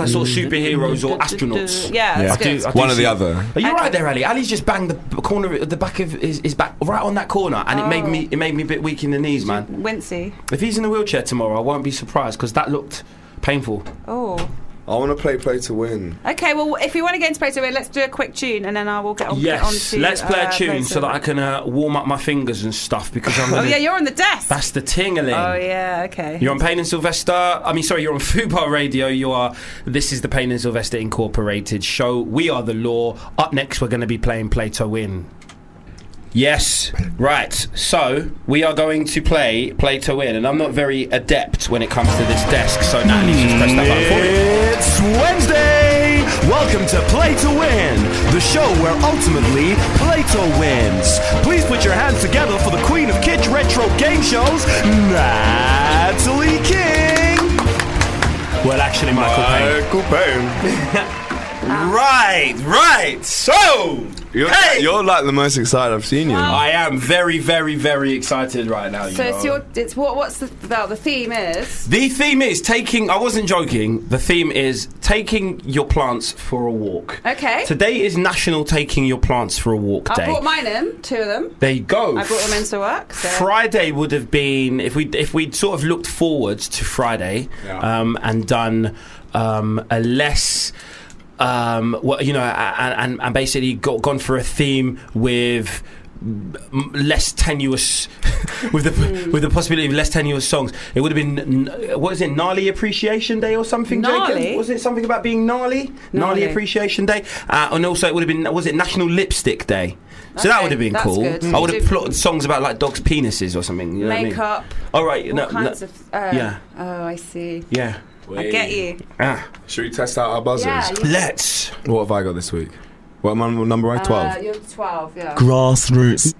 Speaker 2: like sort of superheroes or astronauts.
Speaker 4: Yeah,
Speaker 3: Yeah.
Speaker 4: that's
Speaker 2: I do-
Speaker 4: good.
Speaker 2: I do
Speaker 3: one or the
Speaker 2: see-
Speaker 3: other.
Speaker 2: Are you
Speaker 4: Okay.
Speaker 2: right there, Ali? Ali's just banged the corner, of the back of his, his back, right on that corner, and it made
Speaker 4: Oh.
Speaker 2: me, it made me a bit weak in the knees, man.
Speaker 4: Wincy.
Speaker 2: If he's in a wheelchair tomorrow, I won't be surprised because that looked painful.
Speaker 4: Oh.
Speaker 3: I want to play play to win.
Speaker 4: Okay, well, if you want to get into Space Away, let's do a quick tune and then I will get on, get on
Speaker 2: Yes,
Speaker 4: to,
Speaker 2: let's play
Speaker 4: uh,
Speaker 2: a tune
Speaker 4: Place
Speaker 2: so that
Speaker 4: Away.
Speaker 2: I can uh, warm up my fingers and stuff because I'm.
Speaker 4: Oh,
Speaker 2: gonna-
Speaker 4: yeah, you're on the desk.
Speaker 2: That's the tingling.
Speaker 4: oh, yeah, okay.
Speaker 2: You're on Payne and Sylvester. I mean, sorry, you're on Fubar Radio. You are. This is the Payne and Sylvester Incorporated show. We are the law. Up next, we're going to be playing Play to Win. Yes, right. So we are going to play Play to Win, and I'm not very adept when it comes to this desk. So Natalie's just pressed that button for me.
Speaker 7: It's Wednesday! Welcome to Play to Win, the show where ultimately Plato wins. Please put your hands together for the queen of kids retro game shows, Natalie King! Well, actually, Michael
Speaker 3: Uh,
Speaker 7: Payne.
Speaker 2: Right, right. So
Speaker 3: You're,
Speaker 2: Hey!
Speaker 3: you're like the most excited I've seen you.
Speaker 2: I am very, very, very excited right now. You
Speaker 4: so
Speaker 2: know.
Speaker 4: it's your. It's what? What's the? Well, the theme is.
Speaker 2: The theme is taking. I wasn't joking. The theme is taking your plants for a walk.
Speaker 4: Okay.
Speaker 2: Today is National Taking Your Plants for a Walk
Speaker 4: I
Speaker 2: Day.
Speaker 4: brought mine in, two of them.
Speaker 2: there you go.
Speaker 4: I brought them into work. So.
Speaker 2: Friday would have been if we if we'd sort of looked forwards to Friday
Speaker 3: Yeah.
Speaker 2: um, and done um, a less. Um, well, you know, and, and, and basically got, gone for a theme with m- less tenuous with the
Speaker 4: Hmm.
Speaker 2: with the possibility of less tenuous songs. It would have been n- what is it, gnarly appreciation day or something?
Speaker 4: Gnarly?
Speaker 2: Jacob? was it something about being gnarly? Gnarly,
Speaker 4: Gnarly.
Speaker 2: appreciation day, uh, and also it would have been was it National Lipstick Day? So that
Speaker 4: Okay,
Speaker 2: would have been
Speaker 4: that's
Speaker 2: cool.
Speaker 4: good.
Speaker 2: I would have
Speaker 4: Do-
Speaker 2: plotted songs about like dogs' penises or something. You know what I mean?
Speaker 4: Makeup.
Speaker 2: All right.
Speaker 4: All
Speaker 2: no, no,
Speaker 4: kinds of. Uh,
Speaker 2: yeah.
Speaker 4: Oh, I see.
Speaker 2: yeah.
Speaker 4: I get you.
Speaker 2: Ah,
Speaker 3: Should we test out our buzzers?
Speaker 4: Yeah. you-
Speaker 2: let's.
Speaker 3: What have I got this week? What am I number I?
Speaker 4: Uh,
Speaker 3: 12.
Speaker 4: you're 12, yeah.
Speaker 7: Grassroots.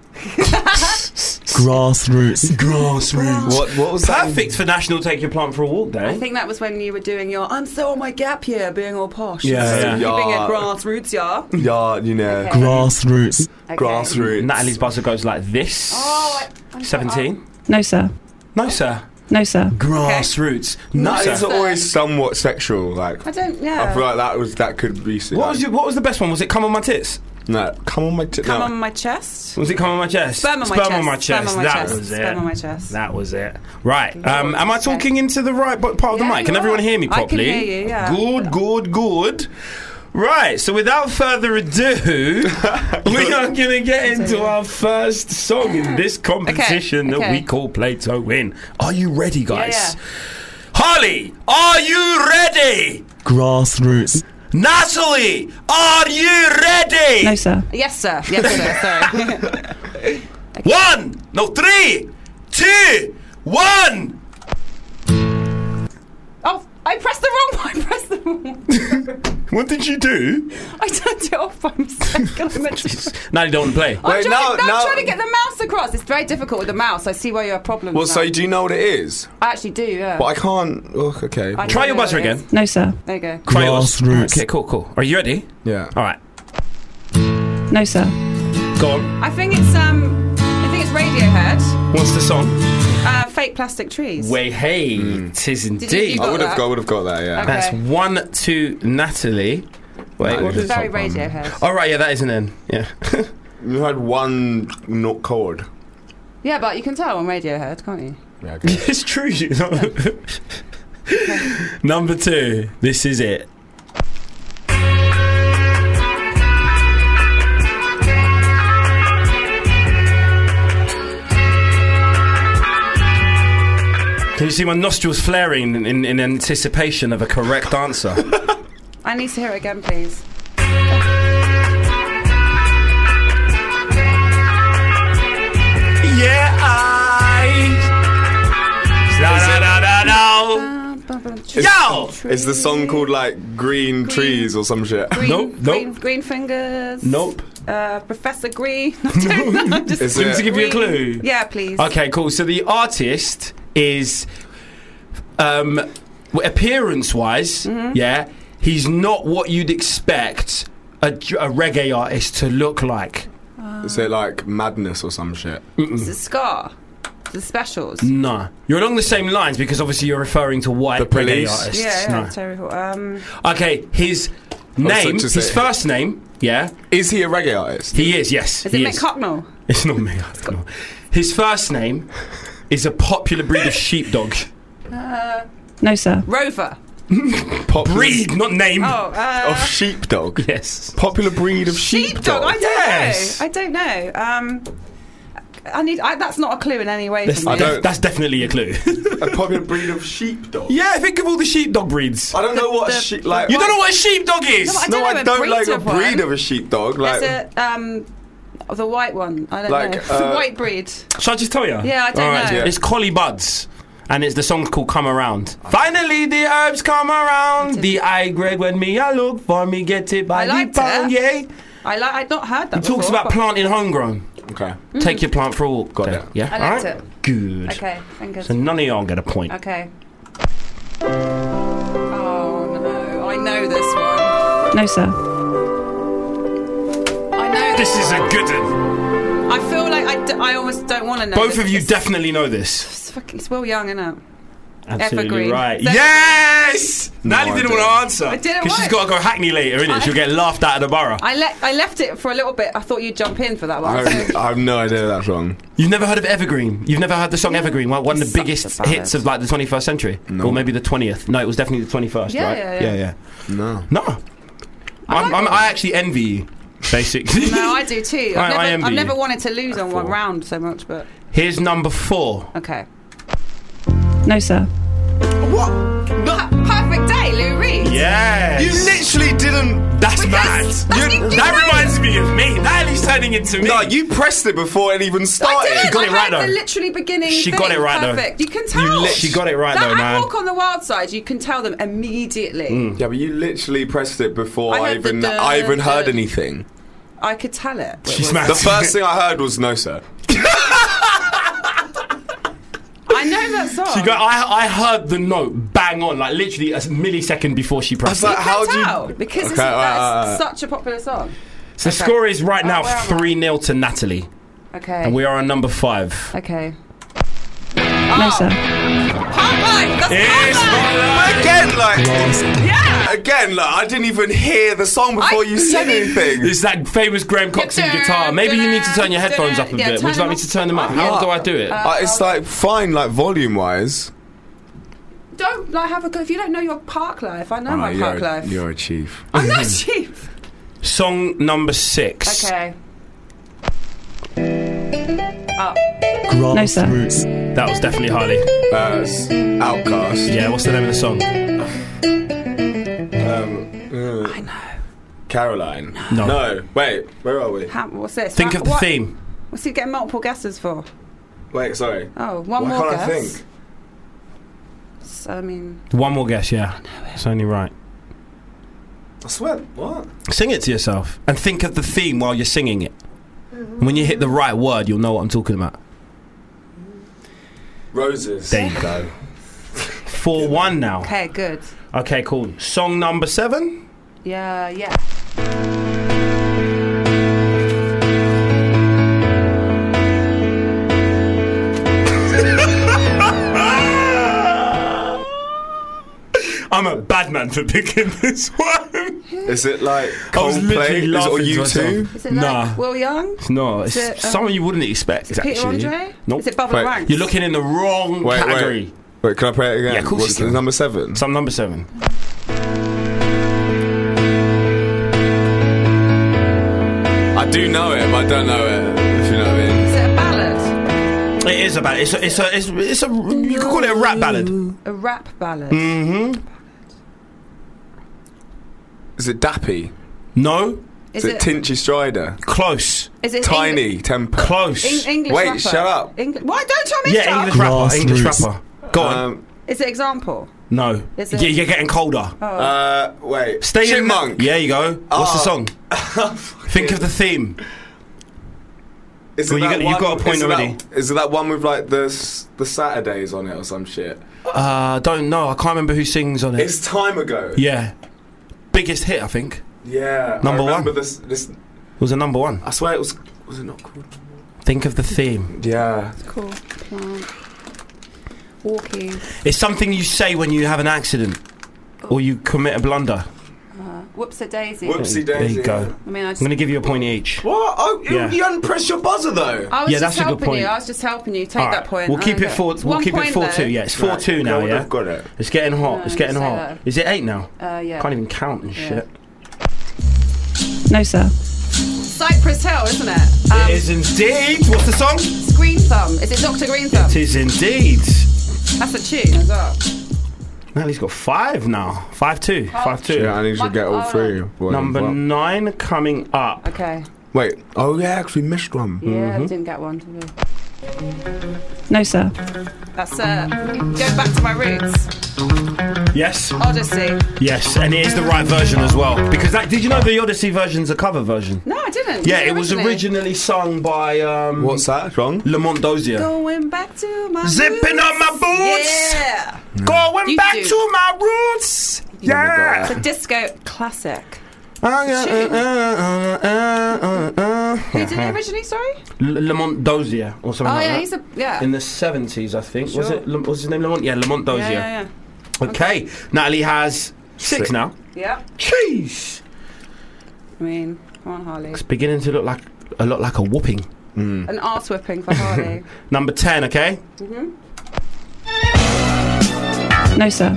Speaker 7: Grassroots. Grassroots.
Speaker 3: what, what was that?
Speaker 2: Perfect for National Take Your Plant for a Walk Day.
Speaker 4: I think that was when you were doing your I'm so on my gap year, being all posh.
Speaker 2: Yeah, yeah.
Speaker 4: Keeping
Speaker 3: Yeah.
Speaker 4: it grassroots, yeah.
Speaker 3: Yeah, you know.
Speaker 4: Okay.
Speaker 7: Grassroots.
Speaker 4: Okay.
Speaker 3: Grassroots.
Speaker 2: Natalie's buzzer goes like this.
Speaker 4: Oh, I- I'm so-
Speaker 2: 17.
Speaker 8: No, sir.
Speaker 2: No, sir.
Speaker 8: No, sir.
Speaker 2: Grassroots. No,
Speaker 3: That is
Speaker 2: sir.
Speaker 3: always somewhat sexual. Like
Speaker 4: I don't,
Speaker 3: I feel
Speaker 4: yeah.
Speaker 3: like that was that could be.
Speaker 2: What was, your, what was the best one? Was it Come on My Tits?
Speaker 3: No, come on, my. T-
Speaker 4: Come
Speaker 3: no.
Speaker 4: on my chest.
Speaker 2: Was it Come on My Chest?
Speaker 4: Sperm on my chest. Sperm on my
Speaker 2: that
Speaker 4: chest.
Speaker 2: was it.
Speaker 4: Sperm on my chest.
Speaker 2: That was it. Right. Um, am I
Speaker 4: Okay.
Speaker 2: talking into the right bo- part of
Speaker 4: Yeah,
Speaker 2: the mic? Can
Speaker 4: you
Speaker 2: everyone
Speaker 4: are.
Speaker 2: hear me
Speaker 4: I can
Speaker 2: properly?
Speaker 4: hear you, yeah.
Speaker 2: Good, good, good. Right, so without further ado, we are going to get into our first song in this competition that
Speaker 4: okay.
Speaker 2: we call Play to Win. Are you ready, guys?
Speaker 4: yeah.
Speaker 2: Holly, are you ready?
Speaker 7: Grassroots.
Speaker 2: Natalie, are you ready?
Speaker 8: No, sir.
Speaker 4: Yes, sir. Yes, sir. Sorry.
Speaker 2: One, no, three, two, one.
Speaker 4: oh, I pressed the wrong one. I pressed the wrong one.
Speaker 2: What did you do?
Speaker 4: I turned it off by mistake. and I meant to-
Speaker 2: Now you don't want to play.
Speaker 4: I'm,
Speaker 3: Wait,
Speaker 4: trying,
Speaker 3: now-
Speaker 4: no, I'm
Speaker 3: now-
Speaker 4: trying to get the mouse across. It's very difficult with the mouse. I see where your problem
Speaker 3: Well,
Speaker 4: is.
Speaker 3: so do you know what it is?
Speaker 4: I actually do, yeah.
Speaker 3: But I can't. Oh, okay.
Speaker 4: I
Speaker 2: Try
Speaker 4: know
Speaker 2: your
Speaker 4: what
Speaker 2: buzzer
Speaker 4: it is.
Speaker 2: again.
Speaker 8: No, sir.
Speaker 4: There you go.
Speaker 2: Try yours.
Speaker 7: Grassroots.
Speaker 2: Okay, cool, cool. Are you ready?
Speaker 3: yeah.
Speaker 2: All right,
Speaker 8: No, sir.
Speaker 2: go on.
Speaker 4: I think it's um, I think it's Radiohead.
Speaker 2: What's the song?
Speaker 4: Uh, fake plastic trees.
Speaker 2: Way hey, tis
Speaker 4: you-
Speaker 2: indeed.
Speaker 4: you
Speaker 3: I would have
Speaker 4: that.
Speaker 3: got. Would have got that. Yeah.
Speaker 4: Okay.
Speaker 2: That's one to Natalie. Wait, what
Speaker 3: Natalie.
Speaker 2: is?
Speaker 4: Very
Speaker 3: Top one.
Speaker 4: Radiohead.
Speaker 2: All right, yeah, that is an N. Yeah.
Speaker 3: You had one not chord.
Speaker 4: Yeah, but you can tell on Radiohead, can't you?
Speaker 3: Yeah. Okay.
Speaker 2: it's true. You know? Number two. This is it. Can you see my nostrils flaring in, in, in anticipation of a correct answer?
Speaker 4: I need to hear it again, please.
Speaker 2: yeah, I. Da, da, da, da, da. Yo!
Speaker 3: Oh. is the song called like Green, Trees or some shit?
Speaker 4: Green,
Speaker 2: Nope, nope.
Speaker 4: green, green fingers.
Speaker 2: Nope.
Speaker 4: Uh, Professor Green. I don't know, I'm just-
Speaker 3: Is
Speaker 2: Do you want me to
Speaker 3: it?
Speaker 2: give you a
Speaker 4: Green.
Speaker 2: clue?
Speaker 4: Yeah, please.
Speaker 2: Okay, cool. So the artist is, um, appearance wise,
Speaker 4: Mm-hmm.
Speaker 2: yeah, he's not what you'd expect a, j- a reggae artist to look like.
Speaker 3: Is it like Madness or some shit?
Speaker 4: It's a scar. It's The specials.
Speaker 2: Nah, you're along the same lines because obviously you're referring to white
Speaker 3: The
Speaker 2: reggae
Speaker 3: Police?
Speaker 2: artists.
Speaker 4: Yeah, yeah,
Speaker 2: No.
Speaker 4: terrible. Um,
Speaker 2: Okay, his name,
Speaker 3: just
Speaker 2: his
Speaker 3: say-
Speaker 2: first name, yeah,
Speaker 3: Is he a reggae artist?
Speaker 2: he is. Yes,
Speaker 4: is it
Speaker 2: he
Speaker 4: Mick Hucknall?
Speaker 2: It's not me. I don't know. His first name is a popular breed of sheepdog.
Speaker 8: No, sir.
Speaker 4: Rover.
Speaker 3: Popular
Speaker 2: Breed, not name.
Speaker 4: Oh, uh,
Speaker 3: of sheepdog.
Speaker 2: Yes.
Speaker 3: Popular breed of sheepdog.
Speaker 4: sheepdog. I don't
Speaker 2: Yes.
Speaker 4: know. I don't know. Um, I need. I, that's not a clue in any way.
Speaker 2: That's,
Speaker 4: For me.
Speaker 3: I don't-
Speaker 2: that's definitely a clue.
Speaker 3: A popular breed of sheepdog.
Speaker 2: yeah, think of all the sheepdog breeds.
Speaker 3: I don't know what a
Speaker 4: the-
Speaker 3: sheep like.
Speaker 2: You don't know what a sheepdog is.
Speaker 4: No,
Speaker 3: No,
Speaker 4: I don't know
Speaker 3: I
Speaker 4: a
Speaker 3: don't
Speaker 4: breed
Speaker 3: like a
Speaker 4: of one.
Speaker 3: breed of a sheepdog. Like,
Speaker 4: There's a um, the white one. I don't
Speaker 3: Like,
Speaker 4: know.
Speaker 3: uh,
Speaker 4: the white breed.
Speaker 2: Shall I just tell you?
Speaker 4: Yeah, I don't know.
Speaker 3: yeah.
Speaker 2: It's Collie Buds. And it's the song's called Come Around. Finally, the herbs come around. The I grade when me I look for me get it by
Speaker 4: I liked
Speaker 2: the pound.
Speaker 4: it.
Speaker 2: Yeah.
Speaker 4: I like. I'd not heard that. before,
Speaker 2: Talks about
Speaker 4: but-
Speaker 2: planting homegrown.
Speaker 3: okay.
Speaker 2: Take your plant for a walk.
Speaker 3: Got
Speaker 2: Okay.
Speaker 3: it.
Speaker 2: Yeah.
Speaker 4: Mm. I liked
Speaker 2: Alright?
Speaker 4: it.
Speaker 2: Good.
Speaker 4: Okay, fingers.
Speaker 2: So none of y'all get a point.
Speaker 4: Okay. Oh no! I know this one.
Speaker 8: No, sir.
Speaker 4: I know this.
Speaker 2: This is a good one.
Speaker 4: I feel like I, d- I almost don't want to know.
Speaker 2: Both
Speaker 4: this.
Speaker 2: of you
Speaker 4: It's,
Speaker 2: definitely know this.
Speaker 4: it's, fucking, it's Will Young, isn't it?
Speaker 2: Absolutely
Speaker 4: Evergreen.
Speaker 2: right.
Speaker 4: That-
Speaker 2: yes! Natalie
Speaker 3: I
Speaker 2: didn't
Speaker 3: didn't.
Speaker 2: want to answer.
Speaker 4: I didn't
Speaker 2: she's
Speaker 4: want-
Speaker 2: got to go hackney later, innit?
Speaker 4: I-
Speaker 2: She'll get laughed at at the borough.
Speaker 4: I left. I left it for a little bit. I thought you'd jump in for that
Speaker 3: I,
Speaker 4: one.
Speaker 3: have, I have no idea that song.
Speaker 2: You've never heard of Evergreen? You've never heard the song Evergreen? One one of the
Speaker 4: Such a
Speaker 2: biggest
Speaker 4: ballad.
Speaker 2: hits of like the 21st century, or maybe the 20th. No, it was definitely the 21st,
Speaker 4: Yeah,
Speaker 2: right?
Speaker 4: yeah, yeah.
Speaker 2: yeah.
Speaker 3: No.
Speaker 2: No, I'm, I'm, I actually envy you basically.
Speaker 4: No, I do too. I've,
Speaker 2: I-
Speaker 4: never,
Speaker 2: I envy
Speaker 4: have
Speaker 2: you.
Speaker 4: never wanted to lose on one
Speaker 2: Four.
Speaker 4: round so much, but
Speaker 2: Here's number four.
Speaker 4: okay.
Speaker 8: No, sir.
Speaker 4: What? Perfect day, Lou Reed.
Speaker 2: Yes.
Speaker 7: You literally didn't. That's
Speaker 4: But
Speaker 7: mad.
Speaker 4: that's- that's
Speaker 7: You-
Speaker 4: ignorant.
Speaker 2: that reminds me of me. That at least turning into me.
Speaker 3: No, you pressed it before it even
Speaker 4: I
Speaker 3: started.
Speaker 4: didn't.
Speaker 2: Oh, She got
Speaker 4: I
Speaker 2: it right,
Speaker 4: had the
Speaker 2: though.
Speaker 4: literally beginning.
Speaker 2: She
Speaker 4: thing.
Speaker 2: got it right, though.
Speaker 4: Perfect. You can tell.
Speaker 2: lit- she got it right,
Speaker 4: that
Speaker 2: though,
Speaker 4: and
Speaker 2: man. Mm.
Speaker 4: Walk on the Wild Side. You can tell them immediately.
Speaker 3: Yeah, but you literally pressed it before
Speaker 4: I
Speaker 3: I,
Speaker 4: heard the
Speaker 3: even
Speaker 4: duh,
Speaker 3: I even heard
Speaker 4: duh.
Speaker 3: anything.
Speaker 4: I could tell it.
Speaker 2: She's mad.
Speaker 3: The first thing I heard was no, sir.
Speaker 4: I know that song.
Speaker 2: She go, I, I heard the note bang on, like literally a millisecond before she pressed
Speaker 3: I was
Speaker 2: it.
Speaker 3: like,
Speaker 4: How
Speaker 3: do you-
Speaker 4: tell because it's,
Speaker 3: Okay,
Speaker 2: uh,
Speaker 3: alright,
Speaker 4: that's
Speaker 3: alright,
Speaker 4: such a popular song.
Speaker 2: So the score is right
Speaker 4: Oh,
Speaker 2: now
Speaker 4: where am I?
Speaker 2: 3 0 to Natalie.
Speaker 4: Okay.
Speaker 2: And we are on number five.
Speaker 4: okay.
Speaker 8: No, sir.
Speaker 4: Hard Oh, Life, That's
Speaker 2: It's
Speaker 4: Hard Life.
Speaker 3: But again, like
Speaker 4: Yeah.
Speaker 3: again, like I didn't even hear the song before
Speaker 4: I-
Speaker 3: you said anything.
Speaker 2: It's that famous Graham Coxon guitar. Maybe you need to turn your headphones up a
Speaker 4: Yeah,
Speaker 2: bit.
Speaker 4: turn
Speaker 2: Would you like
Speaker 4: them
Speaker 2: me to turn them up? How
Speaker 3: up.
Speaker 2: do I do it?
Speaker 3: Uh, it's like fine, like volume wise.
Speaker 4: Don't like have a go if you don't know your park life. I know my park life.
Speaker 3: Uh, a chief.
Speaker 4: I'm not cheap.
Speaker 2: Song number six.
Speaker 4: Okay.
Speaker 8: No, sir.
Speaker 2: That was definitely Harley.
Speaker 3: Uh, s- outcast.
Speaker 2: Yeah, what's the name of the song?
Speaker 3: I know. Caroline.
Speaker 2: No.
Speaker 3: Wait. Where are we?
Speaker 4: How, what's this?
Speaker 2: Think
Speaker 4: How-
Speaker 2: of the
Speaker 4: what-
Speaker 2: theme.
Speaker 4: What's he getting multiple guesses for?
Speaker 3: Wait. Sorry.
Speaker 4: Oh,
Speaker 3: Why
Speaker 4: one more
Speaker 3: can't
Speaker 4: guess.
Speaker 3: I think?
Speaker 4: So, I mean,
Speaker 2: One more guess, yeah. It's only right.
Speaker 3: I swear. What?
Speaker 2: Sing it to yourself and think of the theme while you're singing it. When you hit the right word, you'll know what I'm talking about.
Speaker 3: Roses.
Speaker 2: There you
Speaker 3: go.
Speaker 2: 4 1 now.
Speaker 4: okay, good.
Speaker 2: Okay, cool. Song number seven.
Speaker 4: Yeah, yeah.
Speaker 2: I'm a bad man for picking this one.
Speaker 3: Is it like
Speaker 2: I was
Speaker 3: Coldplay?
Speaker 2: literally
Speaker 3: Is it
Speaker 2: laughing
Speaker 3: or
Speaker 2: to
Speaker 3: you two?
Speaker 2: myself.
Speaker 4: Is it
Speaker 2: Nah.
Speaker 4: like Will Young?
Speaker 2: No, it's
Speaker 4: Is it, uh,
Speaker 2: someone you wouldn't expect.
Speaker 4: Is it Peter
Speaker 2: actually.
Speaker 4: Andre?
Speaker 2: Nope.
Speaker 4: Is it Bubba
Speaker 3: Wait,
Speaker 4: Ranks?
Speaker 2: You're looking in the wrong
Speaker 3: Wait,
Speaker 2: category.
Speaker 3: wait. Wait, can I play it again?
Speaker 2: Yeah, of course
Speaker 3: What's
Speaker 2: you can.
Speaker 3: the number seven?
Speaker 2: Song number seven.
Speaker 3: I do know it, but I don't know it. If you know what I mean.
Speaker 4: Is it a ballad?
Speaker 2: It is a ballad. It's a, it's a, it's, it's a, you could call it a rap ballad.
Speaker 4: A rap ballad?
Speaker 2: Mm,
Speaker 3: Is it Dappy?
Speaker 2: No,
Speaker 3: Is
Speaker 4: Is
Speaker 3: it,
Speaker 4: it?
Speaker 3: Tinchy Strider?
Speaker 2: close,
Speaker 4: is it
Speaker 3: Tiny Temper.
Speaker 2: close.
Speaker 4: Eng- Eng- English
Speaker 3: Wait,
Speaker 4: rapper?
Speaker 3: shut up.
Speaker 4: Engli- Why don't tell me
Speaker 2: yeah,
Speaker 4: stuff?
Speaker 2: English rapper. English
Speaker 6: Grassroots.
Speaker 2: rapper. Go on.
Speaker 3: Um,
Speaker 4: Is it example?
Speaker 2: no.
Speaker 4: Is it-
Speaker 2: Yeah, you're getting colder.
Speaker 3: uh, wait.
Speaker 2: Stay in.
Speaker 3: Chipmunk.
Speaker 2: The, yeah, you go. What's the
Speaker 3: Oh.
Speaker 2: song? Think of the theme.
Speaker 3: Is
Speaker 2: Well, you
Speaker 3: that
Speaker 2: got- you
Speaker 3: one-
Speaker 2: got a point
Speaker 3: is it
Speaker 2: already.
Speaker 3: That, is it that one with like the s- the Saturdays on it or some shit?
Speaker 2: Uh, don't know. I can't remember who sings on it.
Speaker 3: It's time ago.
Speaker 2: yeah, biggest hit I think
Speaker 3: Yeah.
Speaker 2: Number
Speaker 3: I remember
Speaker 2: one.
Speaker 3: This, this.
Speaker 2: was a number one.
Speaker 3: I swear it was. Was it not called?
Speaker 2: Think of the theme.
Speaker 3: Yeah.
Speaker 4: Cool. Plant. Walking.
Speaker 2: It's something you say when you have an accident or you commit a blunder.
Speaker 4: Whoops a daisy.
Speaker 3: Whoopsie
Speaker 2: There
Speaker 3: daisy.
Speaker 2: you go.
Speaker 4: I mean, I
Speaker 2: I'm
Speaker 4: just.
Speaker 2: gonna give you a point each.
Speaker 3: What? Oh, you,
Speaker 2: Yeah.
Speaker 3: you unpressed your buzzer though.
Speaker 4: I was
Speaker 2: Yeah,
Speaker 4: just
Speaker 2: that's a good
Speaker 4: helping
Speaker 2: point.
Speaker 4: you. I was just helping you. Take
Speaker 2: All right,
Speaker 4: that point.
Speaker 2: We'll
Speaker 4: I
Speaker 2: keep
Speaker 4: don't
Speaker 2: it
Speaker 4: get-
Speaker 2: four.
Speaker 4: It's
Speaker 2: We'll
Speaker 4: one
Speaker 2: keep
Speaker 4: point,
Speaker 2: it four
Speaker 4: though.
Speaker 2: two. Yeah, it's four
Speaker 3: Right,
Speaker 2: two
Speaker 3: no
Speaker 2: now.
Speaker 3: one
Speaker 2: Yeah,
Speaker 3: have got it.
Speaker 2: It's getting hot.
Speaker 4: No,
Speaker 2: it's getting
Speaker 4: you say
Speaker 2: hot.
Speaker 4: that.
Speaker 2: Is it eight now?
Speaker 4: Uh, yeah.
Speaker 2: Can't even count and shit.
Speaker 8: No, sir.
Speaker 4: Cypress Hill, isn't it? Um,
Speaker 2: Is indeed. What's the song?
Speaker 4: Green Thumb. Is it Dr. Green Thumb?
Speaker 2: Tis indeed.
Speaker 4: That's a tune as well.
Speaker 2: Natalie's got five now. Five two. Five two.
Speaker 3: Yeah, I need to
Speaker 4: Michael
Speaker 3: get all
Speaker 4: Owen.
Speaker 3: three. Boy,
Speaker 2: Number
Speaker 3: well.
Speaker 2: nine coming up.
Speaker 4: Okay.
Speaker 3: Wait. Oh yeah, I actually missed one.
Speaker 4: Yeah,
Speaker 2: Mm-hmm.
Speaker 4: we didn't get one. did we?
Speaker 8: No, sir.
Speaker 4: That's it. Go back to my roots.
Speaker 2: Yes.
Speaker 4: Odyssey.
Speaker 2: Yes, and it is the right version as well. Because that, did you know the Odyssey version's a cover version?
Speaker 4: No, I didn't.
Speaker 2: Yeah,
Speaker 4: Did
Speaker 2: it was originally sung by um,
Speaker 3: What's that wrong?
Speaker 2: Lamont Dozier.
Speaker 4: Going back to my
Speaker 2: Zipping
Speaker 4: roots.
Speaker 2: up my boots.
Speaker 4: Yeah.
Speaker 2: Going
Speaker 4: You
Speaker 2: back
Speaker 4: do.
Speaker 2: to my roots.
Speaker 3: Yeah.
Speaker 4: It's a disco classic. Who did it
Speaker 2: L-
Speaker 4: originally, sorry?
Speaker 2: Lamont Dozier or something
Speaker 4: Oh,
Speaker 2: like
Speaker 4: yeah,
Speaker 2: that.
Speaker 4: he's a. Yeah.
Speaker 2: in the 70s, I think. Was
Speaker 4: Sure.
Speaker 2: it? Lam- Was his name Lamont? Yeah, Lamont Dozier.
Speaker 4: yeah, yeah, yeah.
Speaker 2: Okay. Natalie has six,
Speaker 3: Six.
Speaker 2: now.
Speaker 4: Yeah.
Speaker 2: Jeez.
Speaker 4: I mean, come on, Harley.
Speaker 2: It's beginning to look like a lot like a whooping.
Speaker 4: An arse whipping for Harley.
Speaker 2: Number 10, okay?
Speaker 8: No, sir.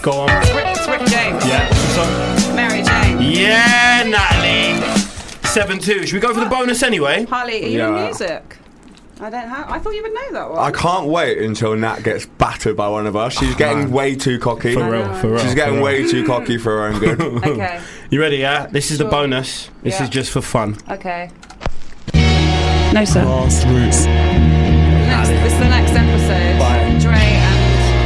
Speaker 2: Go on.
Speaker 4: It's Rick, it's Rick James.
Speaker 2: Yeah. So-
Speaker 4: Mary Jane.
Speaker 2: Yeah, Natalie. seven two. Should we go for the bonus anyway?
Speaker 4: Harley, are you
Speaker 3: Yeah.
Speaker 4: on music? I don't have. I thought you would know that one.
Speaker 3: I can't wait until Nat gets battered by one of us.
Speaker 2: Oh,
Speaker 3: She's getting way too cocky.
Speaker 4: For real, for
Speaker 3: She's getting way too cocky for her own good.
Speaker 4: Okay.
Speaker 2: You ready? Yeah. This is the
Speaker 4: Sure.
Speaker 2: bonus. This
Speaker 4: Yeah.
Speaker 2: is just for fun.
Speaker 4: Okay.
Speaker 8: No, sir.
Speaker 6: Grassroots.
Speaker 4: Next, this is the next episode.
Speaker 2: Bye.
Speaker 4: Dre and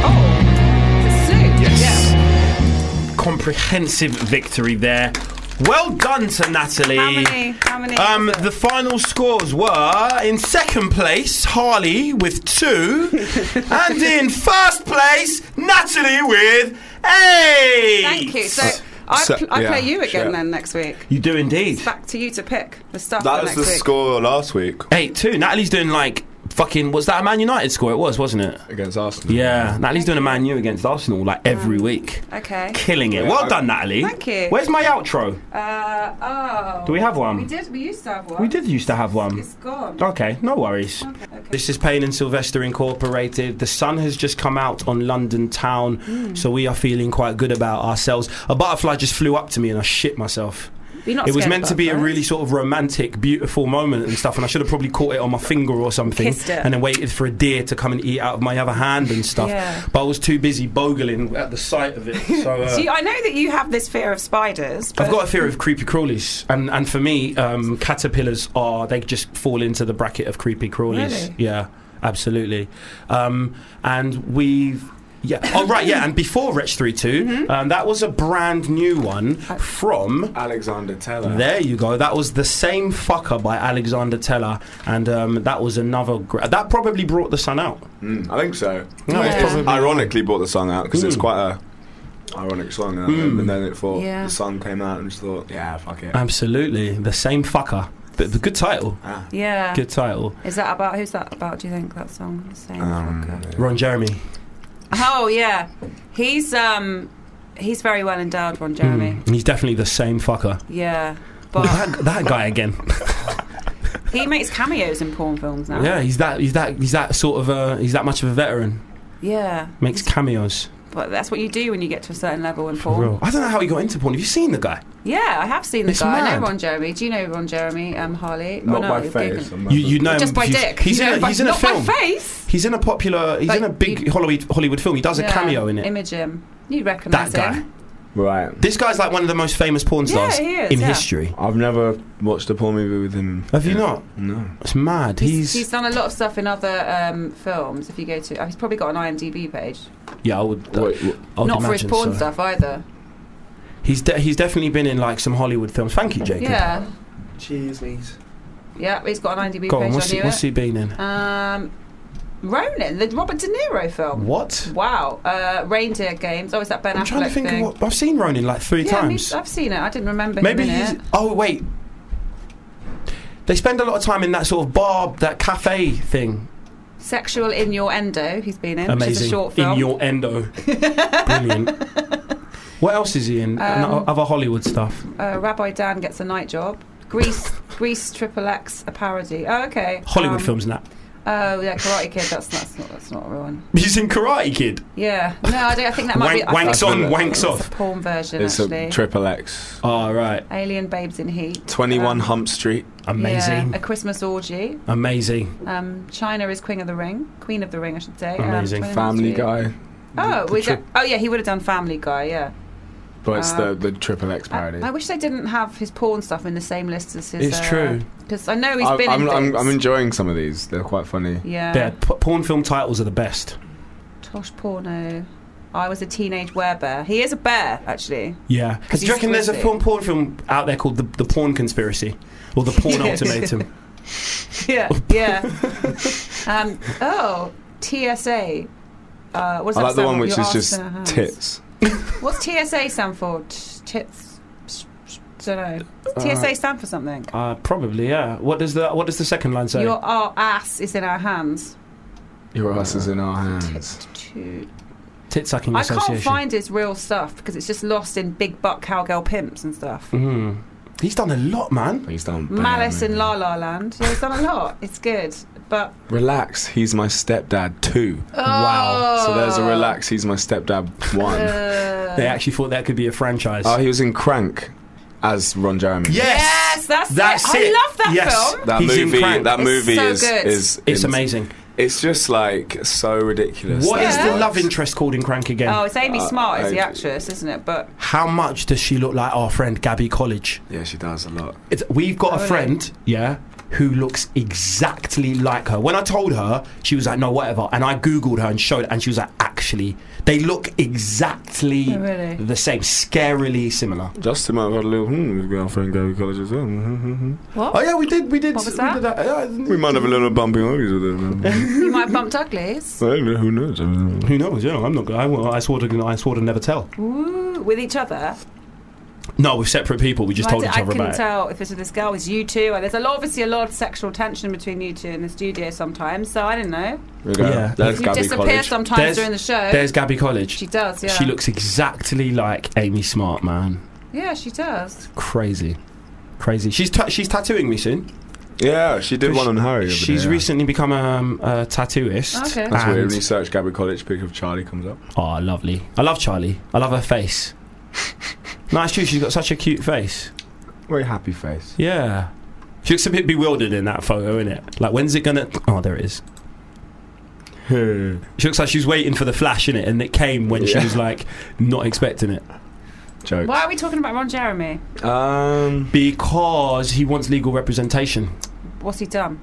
Speaker 4: oh, it's Snoop.
Speaker 2: Yes. Comprehensive victory there. Well done to Natalie.
Speaker 4: Yeah. How many? How many?
Speaker 2: Um,
Speaker 4: is it?
Speaker 2: the final scores were in second place, Harley with two, and in first place, Natalie with eight.
Speaker 4: Thank you. So. I,
Speaker 3: so-
Speaker 4: pl- I
Speaker 3: yeah,
Speaker 4: play you again
Speaker 3: sure.
Speaker 4: then next week.
Speaker 2: You do indeed.
Speaker 4: Back to you to pick the stuff. for
Speaker 3: That was
Speaker 4: next
Speaker 3: the
Speaker 4: week.
Speaker 3: score last week
Speaker 2: Eight two. Natalie's doing like fucking. Was that a Man United score? It was, wasn't it?
Speaker 3: against Arsenal.
Speaker 2: Yeah. Natalie's doing a Man U against Arsenal like every week.
Speaker 4: Okay.
Speaker 2: Killing it.
Speaker 3: Yeah,
Speaker 2: Well
Speaker 3: I-
Speaker 2: done, Natalie.
Speaker 4: Thank you.
Speaker 2: Where's my outro?
Speaker 4: Uh, oh.
Speaker 2: Do we have
Speaker 4: We
Speaker 2: one?
Speaker 4: did. We used to have one.
Speaker 2: We did used to have one.
Speaker 4: It's gone.
Speaker 2: Okay, no worries. This is Payne and Sylvester Incorporated. The sun has just come out on London town,
Speaker 4: Mm.
Speaker 2: so we are feeling quite good about ourselves. A butterfly just flew up to me and I shit myself.
Speaker 4: You're not
Speaker 2: it was
Speaker 4: scared
Speaker 2: meant to
Speaker 4: about
Speaker 2: be a
Speaker 4: that?
Speaker 2: really sort of romantic, beautiful moment and stuff, and I should have probably caught it on my finger or something,
Speaker 4: Kissed it.
Speaker 2: and then waited for a deer to come and eat out of my other hand and stuff.
Speaker 4: Yeah.
Speaker 2: But I was too busy bogling at the sight of it. So, uh,
Speaker 4: Do you, I know that you have this fear of spiders. But
Speaker 2: I've got a fear of creepy crawlies, and and for me, um, caterpillars are they just fall into the bracket of creepy crawlies.
Speaker 4: Really?
Speaker 2: Yeah, absolutely. Um, and we've. Yeah. Oh, right. Yeah. And before Wretch 32,
Speaker 4: Mm-hmm.
Speaker 2: um, that was a brand new one
Speaker 4: Uh,
Speaker 2: from.
Speaker 3: Alexander Teller.
Speaker 2: There you go. That was the same fucker by Alexander Teller, and um, that was another. Gra- that probably brought the sun out.
Speaker 3: Mm, I think so.
Speaker 2: No, it's
Speaker 3: It's
Speaker 2: probably-
Speaker 3: ironically brought the song out because
Speaker 2: Hmm.
Speaker 3: it's quite a ironic song. uh, And then it thought
Speaker 4: Yeah.
Speaker 3: the song came out and just thought, yeah, fuck
Speaker 2: Uh,
Speaker 3: it.
Speaker 2: Absolutely, the same fucker. But the good title.
Speaker 3: Ah.
Speaker 4: yeah.
Speaker 2: Good title.
Speaker 4: Is that about who's that about? Do you think that song? The same
Speaker 2: Um.
Speaker 3: Hmm.
Speaker 4: fucker.
Speaker 2: Ron Jeremy.
Speaker 4: Oh yeah, he's um he's very well endowed, Ron Jeremy.
Speaker 2: Hmm, He's definitely the same fucker.
Speaker 4: Yeah,
Speaker 2: Oh,
Speaker 4: but
Speaker 2: that, that guy again.
Speaker 4: he makes cameos in porn films now.
Speaker 2: Yeah, he's that. He's that. He's that sort of. Uh, he's that much of a veteran.
Speaker 4: yeah.
Speaker 2: Makes cameos.
Speaker 4: But that's what you do when you get to a certain level in
Speaker 2: For
Speaker 4: porn.
Speaker 2: real. I don't know how he got into porn. Have you seen the guy?
Speaker 4: Yeah, I have seen the
Speaker 2: It's
Speaker 4: guy. I
Speaker 2: mad.
Speaker 4: know Ron Jeremy. Do you know Ron Jeremy? Um, Harley.
Speaker 3: Not
Speaker 4: oh, no,
Speaker 3: by
Speaker 4: you're
Speaker 3: face.
Speaker 4: giggling.
Speaker 3: I'm
Speaker 2: You, you know him.
Speaker 4: Just by
Speaker 2: Um, He's-
Speaker 4: dick.
Speaker 2: He's
Speaker 4: You
Speaker 2: in
Speaker 4: know,
Speaker 2: a,
Speaker 4: by-
Speaker 2: he's in a
Speaker 4: not
Speaker 2: film.
Speaker 4: by face.
Speaker 2: He's in a popular. He's
Speaker 4: Like,
Speaker 2: in a big
Speaker 4: you-
Speaker 2: Hollywood Hollywood film. He does a
Speaker 4: Yeah,
Speaker 2: cameo in it.
Speaker 4: Image him. You recognise
Speaker 2: that guy.
Speaker 4: him?
Speaker 3: Right.
Speaker 2: This guy's like one of the most famous porn
Speaker 4: Yeah,
Speaker 2: stars
Speaker 4: he is,
Speaker 2: in
Speaker 4: yeah.
Speaker 2: history.
Speaker 3: I've never watched a porn movie with him.
Speaker 2: Have you not?
Speaker 3: No.
Speaker 2: It's mad.
Speaker 4: He's,
Speaker 2: He's,
Speaker 4: he's done a lot of stuff in other um, films. If you go to, oh, he's probably got an IMDb page.
Speaker 2: yeah. I would.
Speaker 3: Wait, wh-
Speaker 2: I would
Speaker 4: Not for his
Speaker 2: imagine
Speaker 4: porn
Speaker 2: so.
Speaker 4: stuff either.
Speaker 2: He's de- he's definitely been in like some Hollywood films. Thank you, Jacob.
Speaker 4: Yeah,
Speaker 3: Cheers, please.
Speaker 4: yeah. He's got an IMDb
Speaker 2: Go
Speaker 4: page.
Speaker 2: on. What's
Speaker 4: I
Speaker 2: he,
Speaker 4: knew
Speaker 2: what's
Speaker 4: it.
Speaker 2: he been in?
Speaker 4: Um, Ronin, the Robert De Niro film.
Speaker 2: What?
Speaker 4: Wow. Uh, Reindeer Games. Oh, is that Ben
Speaker 2: I'm
Speaker 4: Affleck
Speaker 2: trying to think
Speaker 4: thing?
Speaker 2: of what I've seen Ronin like three
Speaker 4: yeah, I mean,
Speaker 2: times.
Speaker 4: I've seen it. I didn't remember
Speaker 2: Maybe
Speaker 4: him in
Speaker 2: he's.
Speaker 4: it.
Speaker 2: Oh wait. They spend a lot of time in that sort of bar, that cafe thing.
Speaker 4: Sexual Innuendo. He's been in. Which is a
Speaker 2: Amazing.
Speaker 4: short film.
Speaker 2: In your endo. Brilliant. What else is he in?
Speaker 4: Um,
Speaker 2: And o- Other Hollywood stuff.
Speaker 4: uh, Rabbi Dan gets a night job. Grease, Grease Triple X, a parody. Oh, okay.
Speaker 2: Hollywood
Speaker 4: Um,
Speaker 2: films and that.
Speaker 4: Oh yeah, Karate Kid. That's that's not that's not a real one.
Speaker 2: He's in Karate Kid.
Speaker 4: Yeah. No, I, don't, I think that might
Speaker 2: Wank,
Speaker 4: be. I think
Speaker 2: wanks on, wanks
Speaker 4: it's a
Speaker 2: off.
Speaker 4: porn version
Speaker 3: It's
Speaker 4: actually.
Speaker 3: a triple X.
Speaker 2: All right.
Speaker 4: Alien Babes in Heat.
Speaker 3: 21
Speaker 4: Um,
Speaker 3: Hump Street.
Speaker 2: Amazing.
Speaker 4: Yeah, a Christmas orgy.
Speaker 2: Amazing.
Speaker 4: Um, China is Queen of the Ring. Queen of the Ring, I should say. Um,
Speaker 2: Amazing.
Speaker 4: 21st
Speaker 3: Family
Speaker 4: Street.
Speaker 3: Guy.
Speaker 4: Oh, we
Speaker 3: tri-
Speaker 4: do- oh yeah, he would have done Family Guy. Yeah.
Speaker 3: But it's
Speaker 4: Uh,
Speaker 3: the, the triple X parody.
Speaker 4: I wish they didn't have his porn stuff in the same list as his.
Speaker 2: It's true.
Speaker 4: Because I know he's
Speaker 3: I,
Speaker 4: been
Speaker 3: am
Speaker 4: in.
Speaker 3: I'm,
Speaker 4: bits.
Speaker 3: I'm enjoying some of these. They're quite funny.
Speaker 4: yeah.
Speaker 2: Their p- porn film titles are the best.
Speaker 4: Tosh porno. I was a teenage werebear. He is a bear, actually.
Speaker 2: Yeah. Do
Speaker 4: he's
Speaker 2: you reckon there's a
Speaker 4: squishy.
Speaker 2: film, porn film out there called The, the Porn Conspiracy? Or The Porn
Speaker 4: Yeah.
Speaker 2: Ultimatum?
Speaker 4: Yeah,
Speaker 3: Oh,
Speaker 4: yeah. um, oh, TSA. Uh, what does
Speaker 3: I like
Speaker 4: that
Speaker 3: the
Speaker 4: stand
Speaker 3: one
Speaker 4: for?
Speaker 3: which is
Speaker 4: Your arse
Speaker 3: just
Speaker 4: and a hand.
Speaker 3: tits.
Speaker 4: What's TSA stand for? T- tits. Don't know.
Speaker 3: Uh,
Speaker 4: TSA stand for something.
Speaker 2: Uh, probably, yeah. What does the What does the second line say?
Speaker 4: Your our ass is in our hands.
Speaker 3: Your ass is in our hands.
Speaker 4: Two-
Speaker 2: Tit sucking
Speaker 4: I
Speaker 2: association.
Speaker 4: can't find his real stuff because it's just lost in big butt cowgirl pimps and stuff.
Speaker 2: Mm. He's done a lot, man.
Speaker 3: He's done bad,
Speaker 4: Malice in
Speaker 3: man.
Speaker 4: La La Land. Yeah, he's done a lot. It's good, but
Speaker 3: Relax, he's my stepdad too.
Speaker 2: Wow.
Speaker 3: So there's a relax, he's my stepdad one.
Speaker 4: Oh. Uh,
Speaker 2: They actually thought that could be a franchise.
Speaker 3: oh, he was in Crank as Ron Jeremy.
Speaker 2: yes!
Speaker 4: Yes, that's,
Speaker 2: That's
Speaker 4: it.
Speaker 2: it.
Speaker 4: I love that
Speaker 2: Yes.
Speaker 4: film.
Speaker 3: That
Speaker 2: He's in
Speaker 3: movie,
Speaker 2: Crank.
Speaker 3: that
Speaker 4: It's
Speaker 3: movie
Speaker 4: so
Speaker 3: is,
Speaker 4: good.
Speaker 3: is
Speaker 2: It's
Speaker 3: is-
Speaker 2: amazing.
Speaker 3: It's just like so ridiculous.
Speaker 2: What is
Speaker 4: Yeah.
Speaker 2: the love interest called in Crank again?
Speaker 4: Oh, it's Amy Smart is the
Speaker 3: I-
Speaker 4: actress, isn't it? But
Speaker 2: How much does she look like our friend Gabby College?
Speaker 3: Yeah, she does a lot.
Speaker 2: It's, we've got a
Speaker 4: really?
Speaker 2: friend, yeah, who looks exactly like her. When I told her, she was like, "No, whatever," and I googled her and showed, and she was like, "Actually, they look exactly
Speaker 4: Oh, really?
Speaker 2: the same, scarily similar."
Speaker 3: Justin might have had a little hmm, his girlfriend go to college as well.
Speaker 2: Mm-hmm.
Speaker 3: Mhm, mhm.
Speaker 4: what?
Speaker 3: oh yeah, we did, we did,
Speaker 4: What was
Speaker 3: we
Speaker 4: that?
Speaker 3: did that. uh, Yeah, we might have a little bumpy huggies with him.
Speaker 4: You might have bumped uglies
Speaker 3: I don't know. Who knows? I don't know.
Speaker 6: Who knows? Yeah, I'm not. I, I swore to. I swore to never tell.
Speaker 4: Ooh, with each other.
Speaker 6: No, we're separate people. We just
Speaker 4: I
Speaker 6: told
Speaker 4: d-
Speaker 6: each
Speaker 4: I
Speaker 6: other
Speaker 4: couldn't
Speaker 6: about it.
Speaker 4: tell if this was this girl, it was you two. And there's a lot, obviously a lot of sexual tension between you two in the studio sometimes. So I don't know.
Speaker 3: Here we go.
Speaker 6: Yeah.
Speaker 3: There's
Speaker 4: You
Speaker 3: Gabby
Speaker 4: disappear
Speaker 3: College.
Speaker 4: sometimes
Speaker 2: There's-
Speaker 4: during the show.
Speaker 2: There's Gabby College.
Speaker 4: she does, yeah.
Speaker 2: She looks exactly like Amy Smart, man.
Speaker 4: Yeah, she does.
Speaker 2: Crazy, crazy. She's ta- she's tattooing me soon.
Speaker 3: Yeah, she did one on Harry. the other
Speaker 2: She's
Speaker 3: day, yeah.
Speaker 2: recently become um, a tattooist.
Speaker 4: Oh, Okay.
Speaker 3: That's weird.
Speaker 2: and-
Speaker 3: When you search Gabby College, picture of Charlie comes up.
Speaker 2: Oh, lovely. I love Charlie. I love her face. no, it's true. She's got such a cute face.
Speaker 3: Very happy face.
Speaker 2: Yeah. She looks a bit bewildered in that photo, innit? Like, when's it gonna. Oh, there it is. She looks like she's waiting for the flash, innit? And it came when she
Speaker 3: Yeah.
Speaker 2: was, like, not expecting it.
Speaker 3: Joke.
Speaker 4: Why are we talking about Ron Jeremy?
Speaker 3: Um,
Speaker 2: Because he wants legal representation.
Speaker 4: What's he done?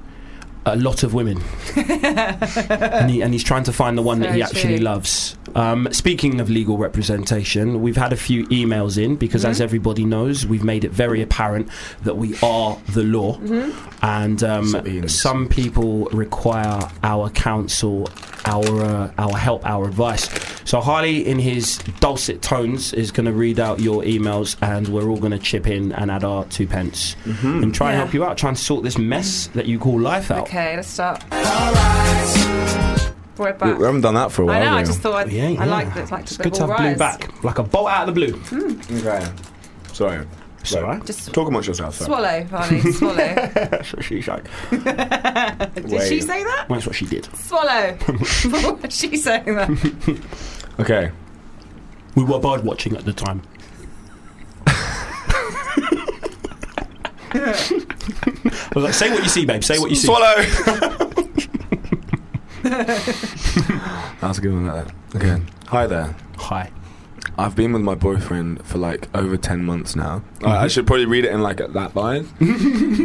Speaker 2: A lot of women. and, he, and he's trying to find the one that
Speaker 4: Very
Speaker 2: he actually
Speaker 4: true.
Speaker 2: loves. Um, speaking of legal representation, we've had a few emails in because,
Speaker 4: Mm-hmm.
Speaker 2: as everybody knows, we've made it very apparent that we are the law.
Speaker 4: Mm-hmm.
Speaker 2: and
Speaker 3: Sort of
Speaker 2: um,
Speaker 3: Ian's.
Speaker 2: some people require our counsel, our uh, our help, our advice. So Harley, in his dulcet tones, is going to read out your emails, and we're all going to chip in and add our two pence and try and
Speaker 4: Yeah.
Speaker 2: help you out, try and sort this mess that you call life out.
Speaker 4: Okay, let's start.
Speaker 3: we
Speaker 4: We're back.
Speaker 3: we haven't done that for a while.
Speaker 4: I know, I
Speaker 3: have we?
Speaker 4: just thought I'd,
Speaker 6: Yeah, yeah.
Speaker 4: I like that. Like
Speaker 2: It's good to have blue back, like a bolt out of the blue.
Speaker 3: Okay. Sorry.
Speaker 2: It's all right.
Speaker 4: Just
Speaker 3: Talk amongst yourselves. sorry.
Speaker 4: swallow, Harley, swallow.
Speaker 2: That's what she said.
Speaker 4: Did
Speaker 3: Wait.
Speaker 4: she say that?
Speaker 2: Well, That's what she did.
Speaker 4: Swallow. She's saying that.
Speaker 3: Okay.
Speaker 2: We were bird watching at the time. I was like, say what you see, babe. Say what you see.
Speaker 3: Swallow. That's a good one. That. Okay. Hi there.
Speaker 2: Hi.
Speaker 3: I've been with my boyfriend for like over 10 months now. I, I should probably read it in like that line.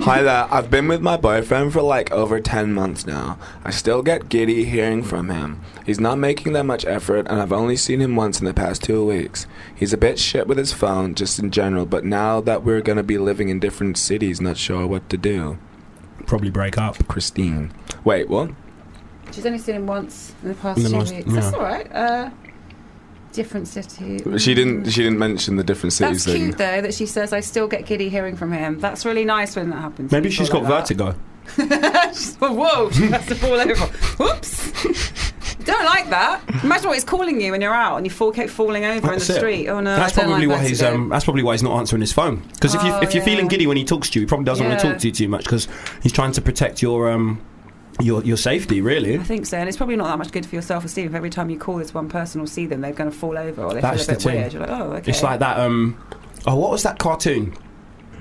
Speaker 3: Hi there. I've been with my boyfriend for like over 10 months now. I still get giddy hearing from him. He's not making that much effort, and I've only seen him once in the past two weeks. He's a bit shit with his phone, just in general, but now that we're gonna be living in different cities, not sure what to do.
Speaker 6: Probably break up.
Speaker 3: Christine. Wait, what?
Speaker 4: She's only seen him once in the past
Speaker 6: In
Speaker 4: two
Speaker 6: the last-
Speaker 4: weeks. That's
Speaker 6: yeah.
Speaker 4: all right. Uh, different city.
Speaker 3: She didn't. She didn't mention the different
Speaker 4: That's
Speaker 3: cities thing.
Speaker 4: cute though that she says I still get giddy hearing from him. That's really nice when that happens. to
Speaker 6: Maybe
Speaker 4: people
Speaker 6: she's got
Speaker 4: like that.
Speaker 6: vertigo.
Speaker 4: She's- Whoa, she has to fall over. Whoops. Don't like that. Imagine what he's calling you when you're out and you fall, keep falling over
Speaker 6: That's
Speaker 4: in
Speaker 6: it.
Speaker 4: the street. Oh no,
Speaker 2: that's
Speaker 4: I don't
Speaker 2: probably
Speaker 4: like
Speaker 2: why he's.
Speaker 4: vertigo.
Speaker 2: Um, that's probably why he's not answering his phone. Because if you
Speaker 4: Oh,
Speaker 2: if you're
Speaker 4: yeah.
Speaker 2: feeling giddy when he talks to you, he probably doesn't want to
Speaker 4: Yeah.
Speaker 2: talk to you too much because he's trying to protect your um your your safety really.
Speaker 4: I think so, and it's probably not that much good for your self-esteem if every time you call this one person or see them, they're going to fall over or they
Speaker 2: That's
Speaker 4: feel a
Speaker 2: the
Speaker 4: bit
Speaker 2: thing.
Speaker 4: weird. You're like, oh, okay.
Speaker 2: It's like that. Um, oh, what was that cartoon?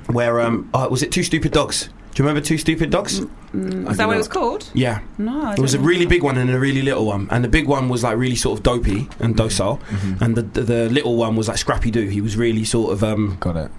Speaker 2: Where um, oh, was it Two Stupid Dogs? Do you remember Two Stupid Dogs?
Speaker 4: Is that what it was called?
Speaker 2: Yeah.
Speaker 4: No, Mm. I
Speaker 2: It was a
Speaker 4: don't
Speaker 2: really big one and a really little one, and the big one was like really sort of dopey
Speaker 4: Mm-hmm.
Speaker 2: and docile, and the, the the little one was like Scrappy Doo. He was really sort of um,
Speaker 3: Got it.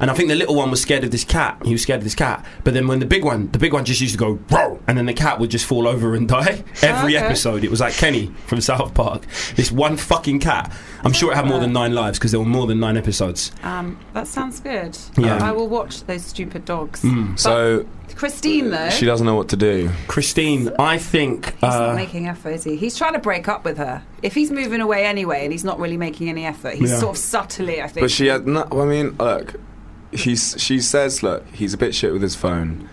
Speaker 2: and I think the little one was scared of this cat. He was scared of this cat, but then when the big one, the big one just used to go row, and then the cat would just fall over and die every
Speaker 4: Okay.
Speaker 2: episode. It was like Kenny from South Park. This one fucking cat. I'm sure it had more than nine lives because there were more than nine episodes.
Speaker 4: Um, that sounds good.
Speaker 2: Yeah. Hmm,
Speaker 4: I will watch those stupid dogs.
Speaker 3: So
Speaker 4: Christine,
Speaker 2: uh,
Speaker 4: though,
Speaker 3: she doesn't know what to do.
Speaker 2: Christine, I think.
Speaker 4: he's not
Speaker 2: Uh,
Speaker 4: making effort, is he? He's trying to break up with her. If he's moving away anyway and he's not really making any effort, he's
Speaker 2: Yeah.
Speaker 4: sort of subtly, I think.
Speaker 3: But she had no. I mean, look. He's. She says, look. He's a bit shit with his phone.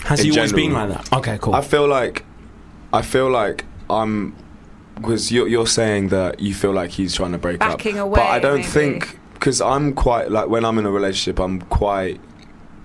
Speaker 2: has
Speaker 3: in
Speaker 2: he always been
Speaker 3: general.
Speaker 2: like that? Okay, cool.
Speaker 3: I feel like. I feel like I'm. Because you're, you're saying that you feel like he's trying to break up.
Speaker 4: Backing
Speaker 3: but I
Speaker 4: away,
Speaker 3: don't
Speaker 4: maybe.
Speaker 3: think. Because I'm quite like when I'm in a relationship, I'm quite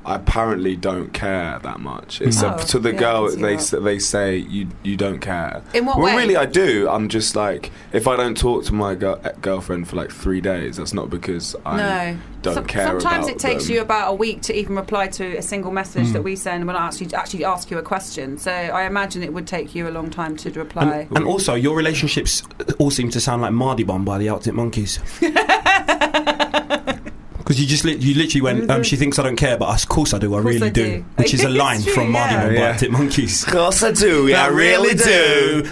Speaker 3: apparently don't care that much. It's
Speaker 4: Mm.
Speaker 3: up
Speaker 4: Oh,
Speaker 3: to the
Speaker 4: yeah, I
Speaker 3: girl.
Speaker 4: can see
Speaker 3: They
Speaker 4: that.
Speaker 3: s- they say you you don't care.
Speaker 4: In what
Speaker 3: well,
Speaker 4: way?
Speaker 3: really, I do. I'm just like if I don't talk to my girl- eh, girlfriend for like three days, that's not because I
Speaker 4: No.
Speaker 3: don't
Speaker 4: Some-
Speaker 3: care.
Speaker 4: Sometimes
Speaker 3: about
Speaker 4: it takes
Speaker 3: them. Hmm.
Speaker 4: you about a week to even reply to a single message that we send when I actually actually ask you a question. So I imagine it would take you a long time to reply.
Speaker 2: And also, your relationships all seem to sound like Mardi Bomb by the Arctic Monkeys. Because you just li- you literally went. Um, she thinks I don't care, but of course I do. I
Speaker 4: course
Speaker 2: really
Speaker 4: I
Speaker 2: do.
Speaker 4: do.
Speaker 2: Which is a
Speaker 4: It's
Speaker 2: line
Speaker 4: true,
Speaker 2: from Mardi
Speaker 4: yeah.
Speaker 2: Bomb by
Speaker 3: Yeah.
Speaker 2: Arctic Monkeys.
Speaker 3: Of course I do. Yeah,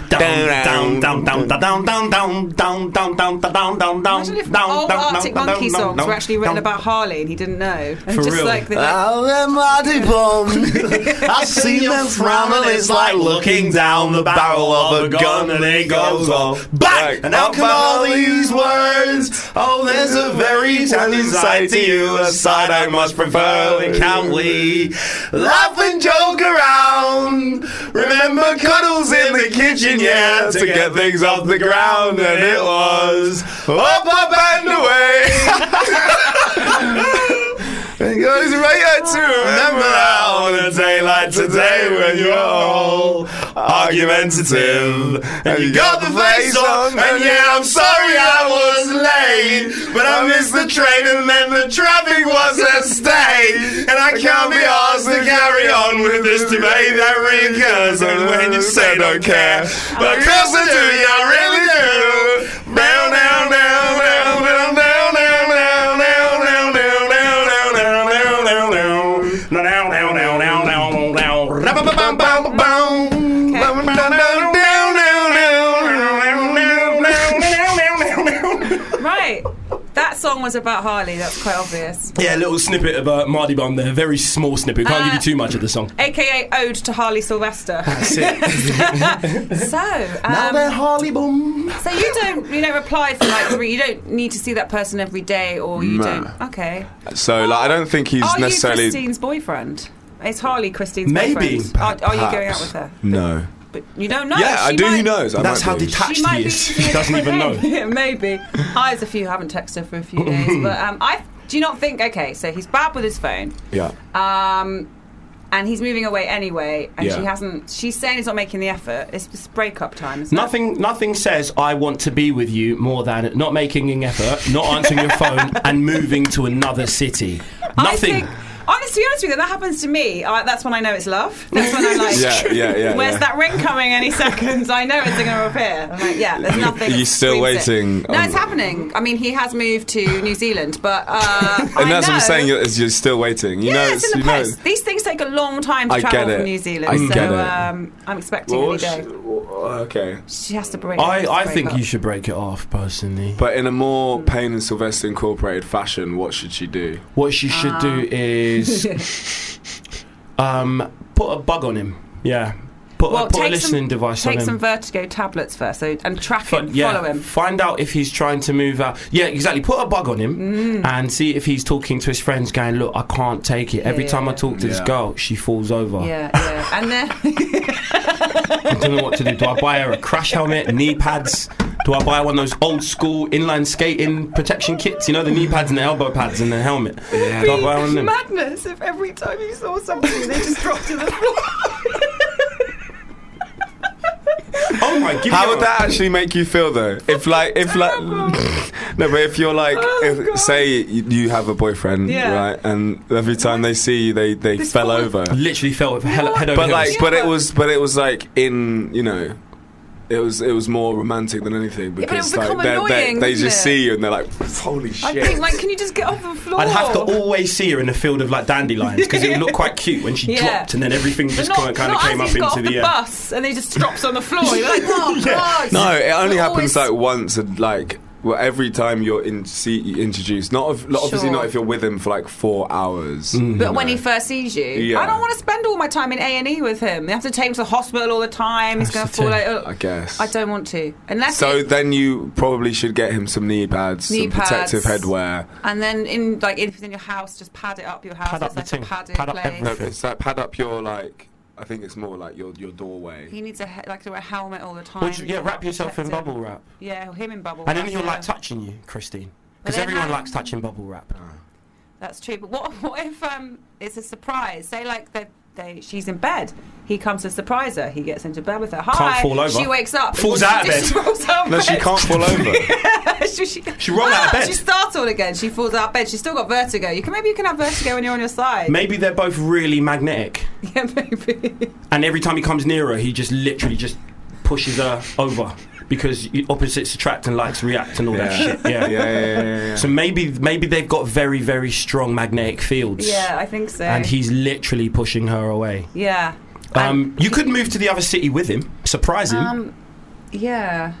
Speaker 2: Down, down, down, down, down, down, down, down, down, down, down, down, down.
Speaker 4: Imagine if all Arctic Monkey songs were actually written about Harley and he didn't know. And
Speaker 2: For
Speaker 4: just
Speaker 2: real.
Speaker 4: like the
Speaker 3: Ah.
Speaker 4: like,
Speaker 7: them body bomb. I see them frown and it's like looking down the barrel of a gun and it goes off. Bang! And out come all these words. Oh, there's a very telling side to you, a side I much prefer. And can we laugh and joke around? Remember cuddles in the kitchen, yeah, to get things off the ground. And it was up, up and away. It goes right to remember that on a day like today when you're all argumentative and you got the face on. And yeah, I'm sorry I was late, but I missed the train and then the traffic was at stake. And I can't be asked to carry on with this debate that recurs. And when you say don't care, but of course I do, yeah, I really do. Down, down, down, down, down, down, down, down, down, down, down, down, down.
Speaker 4: right. That song was about Harley. That's quite obvious.
Speaker 2: Yeah, a little snippet of uh, Mardi Bomb there. Very small snippet. Can't give you too much of the song.
Speaker 4: AKA Ode to Harley Sylvester. so, um,
Speaker 7: Harley Boom.
Speaker 4: so you don't you don't reply for like three. You don't need to see that person every day, or you
Speaker 3: No.
Speaker 4: don't. Okay.
Speaker 3: So like, I don't think he's
Speaker 4: Are you
Speaker 3: necessarily.
Speaker 4: Christine's boyfriend? Is Harley Christine's
Speaker 2: Maybe.
Speaker 4: boyfriend? Are, are you going out
Speaker 3: Perhaps.
Speaker 4: with her?
Speaker 3: No.
Speaker 4: But you don't know.
Speaker 3: Yeah, I
Speaker 4: She
Speaker 3: do.
Speaker 4: Might,
Speaker 3: Who knows? I
Speaker 2: That's
Speaker 3: might
Speaker 2: how
Speaker 3: be.
Speaker 4: She
Speaker 2: detached
Speaker 4: might
Speaker 2: he
Speaker 4: be.
Speaker 2: is. He doesn't even know.
Speaker 4: Maybe. I was a few. I haven't texted her for a few days, but um, I do you not think? Okay, so he's bad with his phone.
Speaker 3: Yeah.
Speaker 4: Um, and he's moving away anyway, and she
Speaker 3: Yeah.
Speaker 4: hasn't. She's saying he's not making the effort. It's just breakup time. Isn't it?
Speaker 2: Nothing, nothing says I want to be with you more than not making an effort, not answering your phone, and moving to another city. Nothing.
Speaker 4: I think, honest, to be honest with you, that happens to me. I, that's when I know it's love. That's when I'm like,
Speaker 3: Yeah, yeah, yeah,
Speaker 4: Where's
Speaker 3: yeah.
Speaker 4: that ring coming any seconds? I know it's going to appear. I'm like, yeah, there's nothing.
Speaker 3: You're still
Speaker 4: Screams it.
Speaker 3: waiting
Speaker 4: No,
Speaker 3: on-
Speaker 4: it's happening. I mean, he has moved to New Zealand, but
Speaker 3: And
Speaker 4: uh, I
Speaker 3: that's
Speaker 4: know,
Speaker 3: what I'm saying. Is you're still waiting. You
Speaker 4: yeah,
Speaker 3: know,
Speaker 4: it's, in
Speaker 3: you
Speaker 4: the
Speaker 3: know.
Speaker 4: post. These things take a long time to
Speaker 3: I
Speaker 4: travel
Speaker 3: get
Speaker 4: from
Speaker 3: it.
Speaker 4: New Zealand,
Speaker 3: I
Speaker 4: so
Speaker 3: get it.
Speaker 4: Um, I'm expecting
Speaker 3: Well,
Speaker 4: any day.
Speaker 3: sh- well, okay.
Speaker 4: She has to break.
Speaker 2: I,
Speaker 4: has to
Speaker 2: I
Speaker 4: break
Speaker 2: think
Speaker 4: up.
Speaker 2: you should break it off personally.
Speaker 3: But in a
Speaker 4: Mm.
Speaker 3: more Payne and Sylvester Incorporated fashion, what should she do?
Speaker 2: What she should do
Speaker 4: Ah.
Speaker 2: is um, put a bug on him. Yeah. Put,
Speaker 4: Well,
Speaker 2: a, put a
Speaker 4: take
Speaker 2: listening
Speaker 4: some,
Speaker 2: device
Speaker 4: take
Speaker 2: on him.
Speaker 4: some vertigo tablets first, so and track
Speaker 2: Fi-
Speaker 4: him,
Speaker 2: yeah,
Speaker 4: follow him.
Speaker 2: Find out if he's trying to move out. Yeah, exactly. Put a bug on
Speaker 4: Mm.
Speaker 2: him and see if he's talking to his friends, going, "Look, I can't take it. Every
Speaker 4: Yeah,
Speaker 2: time I
Speaker 4: yeah.
Speaker 2: talk to this
Speaker 3: Yeah.
Speaker 2: girl, she falls over.
Speaker 4: Yeah, yeah, and then.
Speaker 2: I don't know what to do. Do I buy her a crash helmet, knee pads? Do I buy one of those old school inline skating protection kits? You know, the knee pads and the elbow pads and the helmet. Yeah. Do I buy one of them?
Speaker 4: madness if every time you saw something they just dropped to the floor.
Speaker 2: Oh my! Give
Speaker 3: How
Speaker 2: me
Speaker 3: would
Speaker 2: a-
Speaker 3: that actually make you feel though? If like, if like, no, but if you're like, if, say you you have a boyfriend,
Speaker 4: Oh, Yeah.
Speaker 3: right, and every time they see you, they they
Speaker 4: This
Speaker 3: fell
Speaker 4: woman-
Speaker 3: over.
Speaker 2: Literally fell with head, head over
Speaker 3: But
Speaker 2: heels.
Speaker 3: like, but
Speaker 4: Yeah.
Speaker 3: it was, but it was like in you know. It was it was more romantic than anything
Speaker 4: it
Speaker 3: because
Speaker 4: would
Speaker 3: like
Speaker 4: become
Speaker 3: they're- they
Speaker 4: annoying,
Speaker 3: they
Speaker 4: wouldn't
Speaker 3: just
Speaker 4: it?
Speaker 3: see you and they're like holy
Speaker 4: I
Speaker 3: shit.
Speaker 4: think like, oh. can you just get off the floor?
Speaker 2: I'd have to always see her in a field of like dandelions because it would look quite cute when she
Speaker 4: Yeah.
Speaker 2: dropped and then everything
Speaker 4: But
Speaker 2: just
Speaker 4: not,
Speaker 2: kind of
Speaker 4: not
Speaker 2: came
Speaker 4: as
Speaker 2: up
Speaker 4: he's got
Speaker 2: into
Speaker 4: off the,
Speaker 2: the air.
Speaker 4: bus and he just drops on the floor. You're like, oh god.
Speaker 3: No, it only
Speaker 4: We're
Speaker 3: happens
Speaker 4: always-
Speaker 3: like once, and like well, every time you're in, see, you introduced. Not if, not- obviously
Speaker 4: Sure.
Speaker 3: not if you're with him for like four hours.
Speaker 4: But when he first sees you,
Speaker 3: Yeah.
Speaker 4: I don't want to spend all my time in A and E with him. You have to take him to the hospital all the time. He's going
Speaker 2: That's
Speaker 4: to fall
Speaker 2: the thing.
Speaker 4: out.
Speaker 3: I guess.
Speaker 4: I don't want to unless.
Speaker 3: So
Speaker 4: it-
Speaker 3: then you probably should get him some knee pads,
Speaker 4: Knee
Speaker 3: some protective
Speaker 4: pads.
Speaker 3: headwear.
Speaker 4: and then in like if it's in your house, just pad it up. Your house
Speaker 2: Pad up
Speaker 4: It's
Speaker 2: the
Speaker 4: like a
Speaker 2: thing.
Speaker 4: padded
Speaker 2: Pad up
Speaker 4: place.
Speaker 2: everything.
Speaker 3: No, it's like pad up your like. I think it's more like your your doorway.
Speaker 4: He needs a he- like to wear a helmet all the time.
Speaker 2: Would you, yeah, wrap yourself in
Speaker 4: protect him.
Speaker 2: bubble wrap.
Speaker 4: Yeah, him in bubble.
Speaker 2: And then
Speaker 4: wrap,
Speaker 2: he'll
Speaker 4: yeah.
Speaker 2: like touching you, Christine.
Speaker 4: But
Speaker 2: Because
Speaker 4: then
Speaker 2: everyone
Speaker 4: how-
Speaker 2: likes touching bubble wrap.
Speaker 4: That's true. But what, what if um, it's a surprise? Say like they, they, she's in bed. He comes to surprise her. He gets into bed with her. Hi.
Speaker 2: fall over.
Speaker 4: She wakes up.
Speaker 2: Falls
Speaker 4: She
Speaker 2: out of
Speaker 4: just
Speaker 2: bed.
Speaker 4: rolls out of
Speaker 3: No, she
Speaker 4: bed.
Speaker 3: can't fall over.
Speaker 4: she, she,
Speaker 2: She rolled out of
Speaker 4: Ah,
Speaker 2: bed.
Speaker 4: She's startled again. She falls out of bed. She's still got vertigo. You can maybe you can have vertigo when you're on your side.
Speaker 2: Maybe they're both really magnetic,
Speaker 4: Yeah, maybe.
Speaker 2: and every time he comes near her, he just literally just pushes her over because you- opposites attract and likes react and all that shit. Yeah.
Speaker 3: yeah, yeah, yeah, yeah.
Speaker 2: So maybe maybe they've got very very strong magnetic fields.
Speaker 4: Yeah, I think so.
Speaker 2: And he's literally pushing her away.
Speaker 4: Yeah.
Speaker 2: Um, you could move to the other city with him, surprise him.
Speaker 4: Um. Yeah.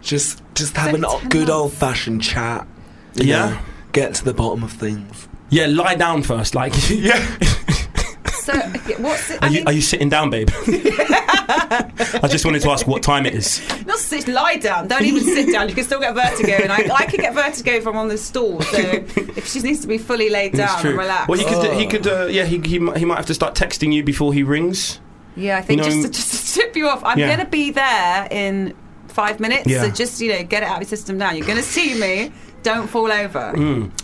Speaker 3: Just, just
Speaker 4: have an o- good
Speaker 3: old-fashioned chat.
Speaker 2: you know,
Speaker 3: get to the bottom of things.
Speaker 2: yeah, lie down first. Like, yeah.
Speaker 4: So what's it? I
Speaker 2: Are you,
Speaker 4: mean,
Speaker 2: are you sitting down, babe? I just wanted to ask what time it is.
Speaker 4: Not sit, lie down. Don't even sit down. You can still get vertigo, and I, I can get vertigo from on the stool. So if she needs to be fully laid down and relaxed.
Speaker 2: Well, he could, he could,
Speaker 3: Oh.
Speaker 2: uh, yeah, he, he, mi- he might have to start texting you before he rings.
Speaker 4: yeah, I think
Speaker 2: you know-
Speaker 4: just, to, just to tip you off, I'm
Speaker 2: Yeah.
Speaker 4: going to be there in five minutes.
Speaker 2: Yeah.
Speaker 4: So just you know, get it out of your system now. You're going to see me. Don't fall over.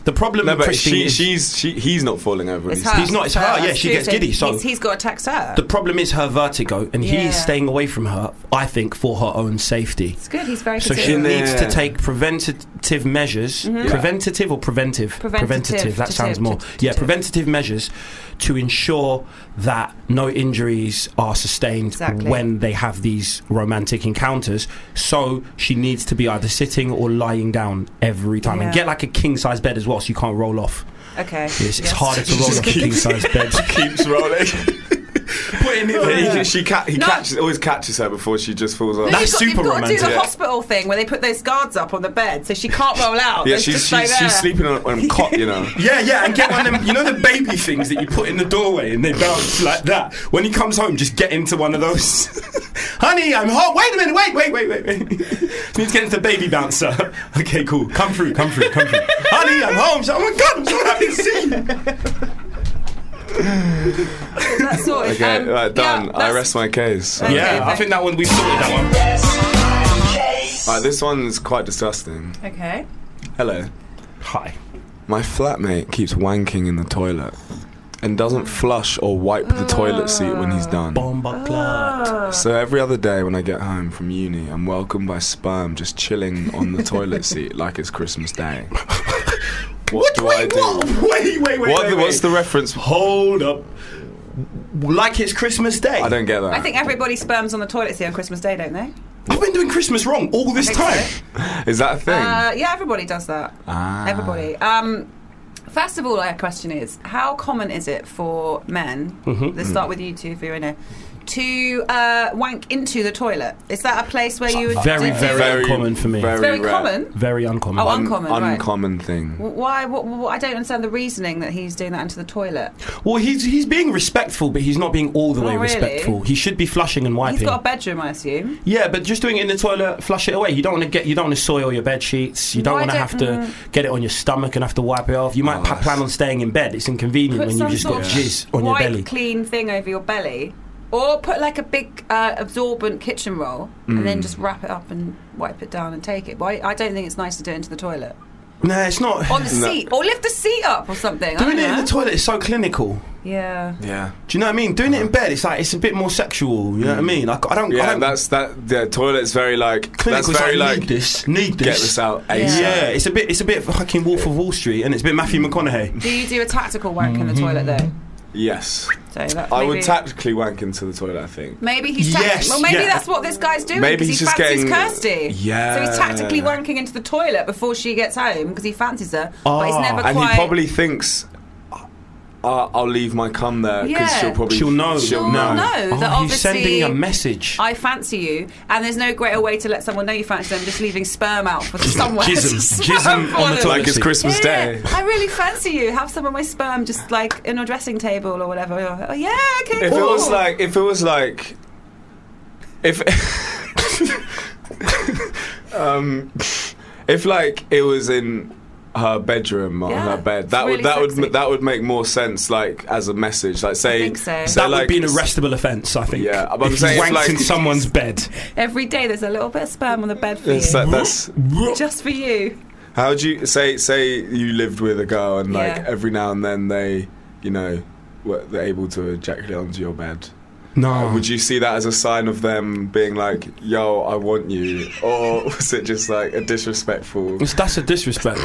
Speaker 2: The problem,
Speaker 3: No,
Speaker 2: with
Speaker 3: but
Speaker 2: Christine,
Speaker 3: she,
Speaker 2: is,
Speaker 3: she's she, he's not falling over.
Speaker 4: It's
Speaker 3: he's-
Speaker 4: her.
Speaker 2: he's not- it's her, yeah, she gets
Speaker 4: seriously.
Speaker 2: giddy, so-
Speaker 4: He's- he's got to text her.
Speaker 2: the problem is her vertigo, and he
Speaker 4: Yeah.
Speaker 2: is staying away from her. I think for her own safety.
Speaker 4: it's good. He's very
Speaker 2: So she
Speaker 4: considerate.
Speaker 2: needs to
Speaker 3: Yeah.
Speaker 2: take preventative measures. Preventative or preventive?
Speaker 4: Mm-hmm. Preventative.
Speaker 2: That
Speaker 4: Tative,
Speaker 2: sounds more.
Speaker 4: tative.
Speaker 2: Yeah, preventative measures to ensure that no injuries are sustained
Speaker 4: Exactly.
Speaker 2: when they have these romantic encounters. So she needs to be either sitting or lying down every time, and
Speaker 4: Yeah.
Speaker 2: get like a king size bed as well, so you can't roll off.
Speaker 4: Okay.
Speaker 2: It's, it's
Speaker 4: Yes.
Speaker 2: harder to roll off a king size bed.
Speaker 3: keeps rolling.
Speaker 2: Putting it
Speaker 3: He-
Speaker 2: there.
Speaker 3: she ca- he
Speaker 4: No.
Speaker 3: catches always catches her before she just falls off.
Speaker 4: But
Speaker 2: That's
Speaker 4: you've got,
Speaker 2: super
Speaker 4: you've got to do
Speaker 2: romantic.
Speaker 4: the hospital thing where they put those guards up on the bed so she can't roll out.
Speaker 3: yeah,
Speaker 4: It's
Speaker 3: she's
Speaker 4: just like
Speaker 3: she's, she's
Speaker 4: there.
Speaker 3: sleeping on, on a cot, you know.
Speaker 2: Yeah, yeah, and get one of them. You know the baby things that you put in the doorway and they bounce like that. When he comes home, just get into one of those. Honey, I'm hot. Wait a minute. Wait, wait, wait, wait, wait. Just need to get into the baby bouncer. okay, cool. Come through. Come through. Come through. Honey, I'm home. So, oh my god, I'm so happy to see you.
Speaker 4: That's sorted.
Speaker 3: Okay,
Speaker 4: Um,
Speaker 3: right, done.
Speaker 4: yeah,
Speaker 3: I
Speaker 4: that's-
Speaker 3: rest my case.
Speaker 4: Okay.
Speaker 2: Yeah, I think that one we sorted that one.
Speaker 3: Alright, this one's quite disgusting.
Speaker 4: Okay.
Speaker 3: Hello.
Speaker 2: Hi.
Speaker 3: My flatmate keeps wanking in the toilet and doesn't flush or wipe the toilet seat when he's done.
Speaker 2: Bomba clot.
Speaker 3: So every other day when I get home from uni, I'm welcomed by sperm just chilling on the toilet seat like it's Christmas Day. What, do I
Speaker 2: Wait,
Speaker 3: do?
Speaker 2: what? Wait, wait, wait.
Speaker 3: What-
Speaker 2: wait, wait.
Speaker 3: What's the reference?
Speaker 2: Hold up. Like it's Christmas Day.
Speaker 3: I don't get that.
Speaker 4: I think everybody sperms on the toilet seat on Christmas Day, don't they?
Speaker 2: I've been doing Christmas wrong all this
Speaker 4: think so.
Speaker 2: time.
Speaker 3: Is that a thing?
Speaker 4: Uh, yeah, everybody does that.
Speaker 3: Ah.
Speaker 4: Everybody. Um, first of all, our question is: How common is it for men? Let's start with you two, if you're in here, to uh, wank into the toilet? Is that a place where you would
Speaker 2: Very,
Speaker 4: do-
Speaker 2: very- uncommon for me.
Speaker 4: It's very
Speaker 3: rare.
Speaker 4: common.
Speaker 2: Very uncommon.
Speaker 4: Oh, uncommon. right.
Speaker 3: Uncommon thing.
Speaker 4: Why? What, what, I don't understand the reasoning that he's doing that into the toilet.
Speaker 2: Well, he's he's being respectful, but he's not being all the
Speaker 4: Not
Speaker 2: way
Speaker 4: really.
Speaker 2: respectful. He should be flushing and wiping.
Speaker 4: He's got a bedroom, I assume.
Speaker 2: yeah, but just doing it in the toilet, flush it away. You don't want to get you don't want to soil your bed sheets. You don't
Speaker 4: Why
Speaker 2: want to
Speaker 4: don't-
Speaker 2: have to get it on your stomach and have to wipe it off. You
Speaker 3: Oh,
Speaker 2: might pa- plan on staying in bed. It's inconvenient
Speaker 4: Put
Speaker 2: when
Speaker 4: some
Speaker 2: you've just
Speaker 4: sort
Speaker 2: got
Speaker 4: of
Speaker 2: jizz on your
Speaker 4: white,
Speaker 2: belly.
Speaker 4: clean thing over your belly, or put like a big uh, absorbent kitchen roll and
Speaker 2: Mm.
Speaker 4: then just wrap it up and wipe it down and take it. Why? I don't think it's nice to do it into the toilet
Speaker 2: no, it's not.
Speaker 4: on the seat, or lift the seat up or something. Oh, I
Speaker 2: Doing
Speaker 4: don't
Speaker 2: it in the
Speaker 4: know.
Speaker 2: toilet is so clinical.
Speaker 4: yeah.
Speaker 3: Yeah. Mm.
Speaker 2: Do you know what I mean? Doing it in bed, it's like it's a bit more sexual. You know what I mean? Like, I don't. I
Speaker 3: Yeah,
Speaker 2: don't
Speaker 3: that's that. The toilet's very like.
Speaker 2: clinical.
Speaker 3: that's
Speaker 2: it's
Speaker 3: very
Speaker 2: like,
Speaker 3: like.
Speaker 2: need this, need this.
Speaker 3: Get this out ASAP.
Speaker 2: Yeah, it's a bit. It's a bit fucking Wolf of Wall Street, and it's a bit Matthew McConaughey.
Speaker 4: Do you do a tactical wank in the
Speaker 2: Mm-hmm.
Speaker 4: toilet though?
Speaker 3: Yes.
Speaker 4: So that's
Speaker 3: I would
Speaker 4: maybe-
Speaker 3: tactically wank into the toilet. I think.
Speaker 4: Maybe he's tact-
Speaker 2: Yes,
Speaker 4: well. Maybe
Speaker 2: yeah.
Speaker 4: that's what this guy's doing.
Speaker 3: Maybe
Speaker 4: 'cause
Speaker 3: he's
Speaker 4: he
Speaker 3: just
Speaker 4: fancies
Speaker 3: getting-
Speaker 4: Kirsty.
Speaker 3: Yeah.
Speaker 4: So he's tactically wanking into the toilet before she gets home because he fancies her, but he's
Speaker 2: Ah.
Speaker 4: never
Speaker 3: And
Speaker 4: quite.
Speaker 3: he probably thinks. Uh, I'll leave my cum there because
Speaker 4: Yeah.
Speaker 3: she'll probably.
Speaker 2: She'll know.
Speaker 3: She'll
Speaker 4: She'll
Speaker 3: know.
Speaker 4: know. that
Speaker 2: oh, he's
Speaker 4: obviously-
Speaker 2: sending a message.
Speaker 4: I fancy you, and there's no greater way to let someone know you fancy them than just leaving sperm out for someone.
Speaker 2: Jism.
Speaker 4: to sperm
Speaker 2: Jism
Speaker 4: for
Speaker 2: on the
Speaker 4: them.
Speaker 2: toilet.
Speaker 3: Like it's
Speaker 2: Yeah.
Speaker 3: Christmas
Speaker 4: Yeah,
Speaker 3: Day.
Speaker 4: I really fancy you. Have some of my sperm just like in your dressing table or whatever. You're, oh yeah, okay.
Speaker 3: If
Speaker 4: cool.
Speaker 3: it was like, if it was like, if, um, if like it was in her bedroom or
Speaker 4: Yeah,
Speaker 3: her bed,
Speaker 4: it's
Speaker 3: that
Speaker 4: really
Speaker 3: would that
Speaker 4: sexy.
Speaker 3: would that would make more sense, like as a message, like say,
Speaker 4: think so.
Speaker 3: say,
Speaker 2: that would
Speaker 3: like,
Speaker 2: be an arrestable offence, I think.
Speaker 3: Yeah, but I'm
Speaker 2: if you
Speaker 3: saying if,
Speaker 2: wanked
Speaker 3: like-
Speaker 2: in someone's bed.
Speaker 4: every day, there's a little bit of sperm on the bed for you,
Speaker 3: It's like that's
Speaker 4: just for you.
Speaker 3: How would you say? Say you lived with a girl, and like
Speaker 4: Yeah.
Speaker 3: every now and then they, you know, were they're able to ejaculate onto your bed.
Speaker 2: No.
Speaker 3: Would you see that as a sign of them being like, "Yo, I want you," or was it just like a disrespectful?
Speaker 2: It's- That's a disrespect.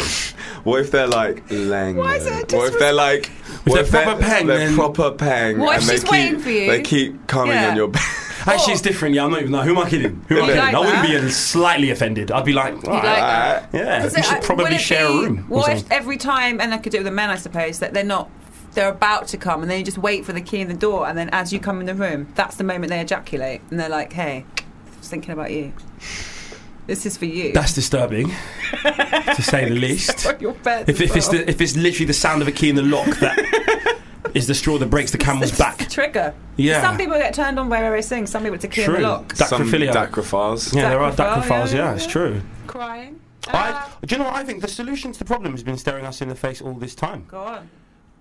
Speaker 3: What if they're like lang?
Speaker 4: Why is it a
Speaker 3: What if they're like?
Speaker 2: they're
Speaker 3: What if
Speaker 2: proper peng,
Speaker 3: They're
Speaker 2: then-
Speaker 3: proper pang.
Speaker 4: What if
Speaker 3: and they
Speaker 4: she's
Speaker 3: keep,
Speaker 4: waiting for you?
Speaker 3: They keep coming
Speaker 4: Yeah.
Speaker 3: on your bed.
Speaker 2: Actually, it's different. Yeah, I'm not even like, who am I kidding? Who am I
Speaker 4: You'd
Speaker 2: kidding?
Speaker 4: Oh. like
Speaker 2: I wouldn't
Speaker 4: that?
Speaker 2: be slightly offended. I'd be like, "Alright,
Speaker 4: like that?
Speaker 3: Alright.
Speaker 2: yeah,
Speaker 4: Is
Speaker 2: we
Speaker 4: it-
Speaker 2: should
Speaker 4: uh,
Speaker 2: probably
Speaker 4: would it
Speaker 2: share a
Speaker 4: be-
Speaker 2: room. or
Speaker 4: What if
Speaker 2: something."
Speaker 4: every time, and I could do it with the men, I suppose, that they're not, they're about to come, and then you just wait for the key in the door, and then as you come in the room, that's the moment they ejaculate, and they're like, "Hey, I was thinking about you. This is for you."
Speaker 2: That's disturbing, to say the least.
Speaker 4: on your bed.
Speaker 2: If,
Speaker 4: as
Speaker 2: if, it's
Speaker 4: well.
Speaker 2: the, if it's literally the sound of a key in the lock that is the straw that breaks the camel's back.
Speaker 4: trigger.
Speaker 2: Yeah.
Speaker 4: Some people get turned on by various things. Some people it's a key
Speaker 2: True.
Speaker 4: in the lock.
Speaker 3: Some
Speaker 2: Dacrophilia.
Speaker 3: dacrophiles.
Speaker 2: yeah, there are
Speaker 4: Dacrophile,
Speaker 2: dacrophiles,
Speaker 4: yeah,
Speaker 2: yeah, it's
Speaker 4: yeah.
Speaker 2: true.
Speaker 4: Crying. Uh,
Speaker 2: I, do you know what I think? The solution to the problem has been staring us in the face all this time.
Speaker 4: Go on.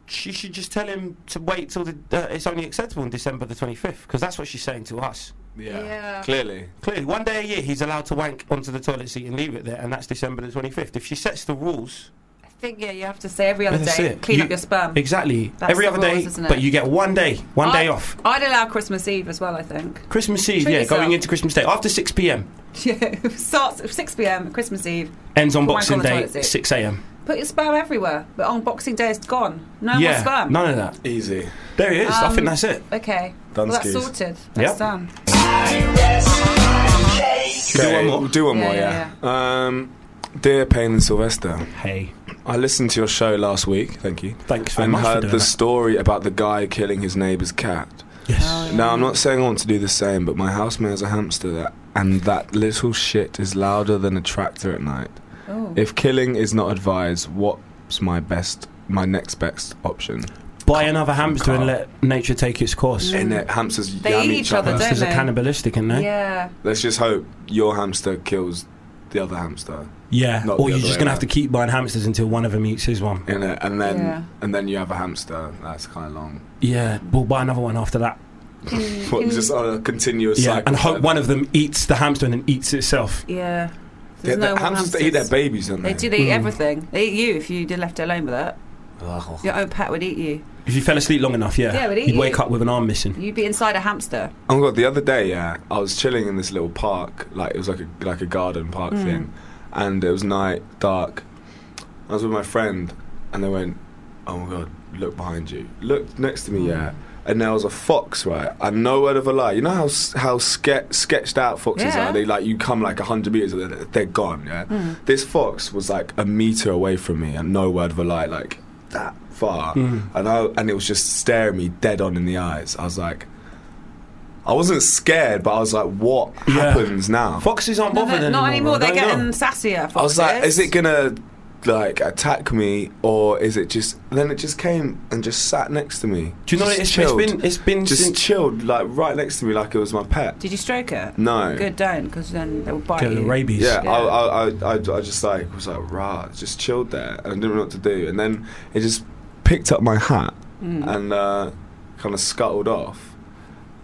Speaker 2: She should just tell him to wait till the, uh, it's only acceptable on December the 25th, because that's what she's saying to us.
Speaker 3: Yeah.
Speaker 4: Yeah.
Speaker 3: Clearly.
Speaker 2: Clearly, one day a year he's allowed to wank onto the toilet seat and leave it there, and that's December the 25th. If she sets the rules,
Speaker 4: I think yeah, you have to say every other
Speaker 2: that's
Speaker 4: day,
Speaker 2: it.
Speaker 4: clean
Speaker 2: You-
Speaker 4: up your sperm.
Speaker 2: Exactly.
Speaker 4: That's
Speaker 2: Every
Speaker 4: the
Speaker 2: other
Speaker 4: rules,
Speaker 2: day,
Speaker 4: isn't it?
Speaker 2: but you get one day, one day
Speaker 4: I'd-
Speaker 2: off.
Speaker 4: I'd allow Christmas Eve as well. I think.
Speaker 2: Christmas Eve,
Speaker 4: Treat
Speaker 2: yeah,
Speaker 4: yourself.
Speaker 2: going into Christmas Day after 6 p.m.
Speaker 4: Yeah. Starts at 6 p.m. Christmas Eve.
Speaker 2: Ends on
Speaker 4: Wank on
Speaker 2: Boxing
Speaker 4: the
Speaker 2: Day,
Speaker 4: toilet seat.
Speaker 2: 6 a.m.
Speaker 4: Put your sperm everywhere, but on Boxing Day it's gone. No more
Speaker 2: yeah,
Speaker 4: sperm.
Speaker 2: none of that.
Speaker 3: Easy.
Speaker 2: There it is. I think
Speaker 4: Um,
Speaker 2: that's it.
Speaker 4: Okay.
Speaker 3: Done
Speaker 4: well, that's
Speaker 3: skis.
Speaker 4: sorted. That's
Speaker 2: Yep.
Speaker 4: done.
Speaker 3: Do one more. Do one
Speaker 4: Yeah,
Speaker 3: more.
Speaker 4: yeah,
Speaker 3: Yeah. Um, dear Payne and Sylvester,
Speaker 2: Hey,
Speaker 3: I listened to your show last week. Thank you.
Speaker 2: thanks very
Speaker 3: And
Speaker 2: much for
Speaker 3: heard
Speaker 2: doing
Speaker 3: the
Speaker 2: that.
Speaker 3: story about the guy killing his neighbour's cat.
Speaker 2: Yes.
Speaker 4: Oh,
Speaker 3: Now I'm not saying I want to do the same, but my housemate has a hamster that, and that little shit is louder than a tractor at night.
Speaker 4: Oh.
Speaker 3: If killing is not advised, what's my best, my next best option?
Speaker 2: Buy another hamster and
Speaker 3: Carl.
Speaker 2: let nature take its course.
Speaker 3: And it, hamsters
Speaker 4: They
Speaker 3: yam
Speaker 4: eat
Speaker 3: each
Speaker 4: each
Speaker 3: other.
Speaker 4: other, don't
Speaker 2: Hamsters are
Speaker 4: they?
Speaker 2: cannibalistic, aren't they?
Speaker 4: Yeah.
Speaker 3: Let's just hope your hamster kills the other hamster,
Speaker 2: Yeah, Or
Speaker 3: Not the
Speaker 2: Oh, you're
Speaker 3: other
Speaker 2: just
Speaker 3: way
Speaker 2: going to have to
Speaker 3: around.
Speaker 2: keep buying hamsters until one of them eats his one.
Speaker 3: in it, and then
Speaker 4: Yeah.
Speaker 3: and then you have a hamster. That's kind of long.
Speaker 2: Yeah, we'll buy another one after that.
Speaker 3: What, just on a continuous
Speaker 2: Yeah,
Speaker 3: cycle.
Speaker 2: and hope
Speaker 3: like
Speaker 2: one of them eats the hamster and then eats itself.
Speaker 4: Yeah.
Speaker 3: that.
Speaker 4: There's
Speaker 3: Yeah,
Speaker 4: no
Speaker 3: the
Speaker 4: more
Speaker 3: hamsters, they eat their
Speaker 4: hamsters.
Speaker 3: babies, don't
Speaker 4: They
Speaker 3: they?
Speaker 4: do. They
Speaker 2: Hmm.
Speaker 4: eat everything. They eat you if you did left alone with that.
Speaker 3: Ugh.
Speaker 4: Your own pet would eat you.
Speaker 2: If you fell asleep long enough, yeah,
Speaker 4: Yeah, it would eat
Speaker 2: you'd wake
Speaker 4: you.
Speaker 2: up with an arm missing.
Speaker 4: You'd be inside a hamster.
Speaker 3: Oh my god! The other day, yeah, I was chilling in this little park, like it was like a like a garden park thing, and it was night, dark. I was with my friend, and they went, "Oh my god, look behind you! Look next to me, yeah." And there was a fox, right? And no word of a lie. You know how s- how ske- sketched out foxes
Speaker 4: Yeah.
Speaker 3: are. They like you come like hundred meters, and they're- they're gone. Yeah. This fox was like a meter away from me, and no word of a lie, like that far. And I and it was just staring me dead on in the eyes. I was like. I wasn't scared, but I was like, what
Speaker 2: Yeah.
Speaker 3: happens now?
Speaker 2: Foxes aren't
Speaker 4: No,
Speaker 2: bothered
Speaker 4: they're-
Speaker 2: anymore.
Speaker 4: not anymore.
Speaker 2: bro.
Speaker 4: They're
Speaker 2: Don't
Speaker 4: getting
Speaker 2: know.
Speaker 4: sassier. Foxes.
Speaker 3: I was like, is it gonna like attack me or is it just? Then it just came and just sat next to me.
Speaker 2: Do you know
Speaker 3: Just
Speaker 2: what it is? It's
Speaker 3: chilled.
Speaker 2: been- it's been
Speaker 3: just
Speaker 2: since-
Speaker 3: chilled like right next to me like it was my pet.
Speaker 4: Did you stroke it?
Speaker 3: No.
Speaker 4: Good, don't, because then they will bite
Speaker 2: Get
Speaker 4: you.
Speaker 2: the rabies.
Speaker 3: Yeah,
Speaker 4: Yeah.
Speaker 3: I, I, I, I, I just like was like rah, just chilled there and I didn't know what to do. And then it just picked up my hat
Speaker 4: Mm.
Speaker 3: and uh, kind of scuttled off.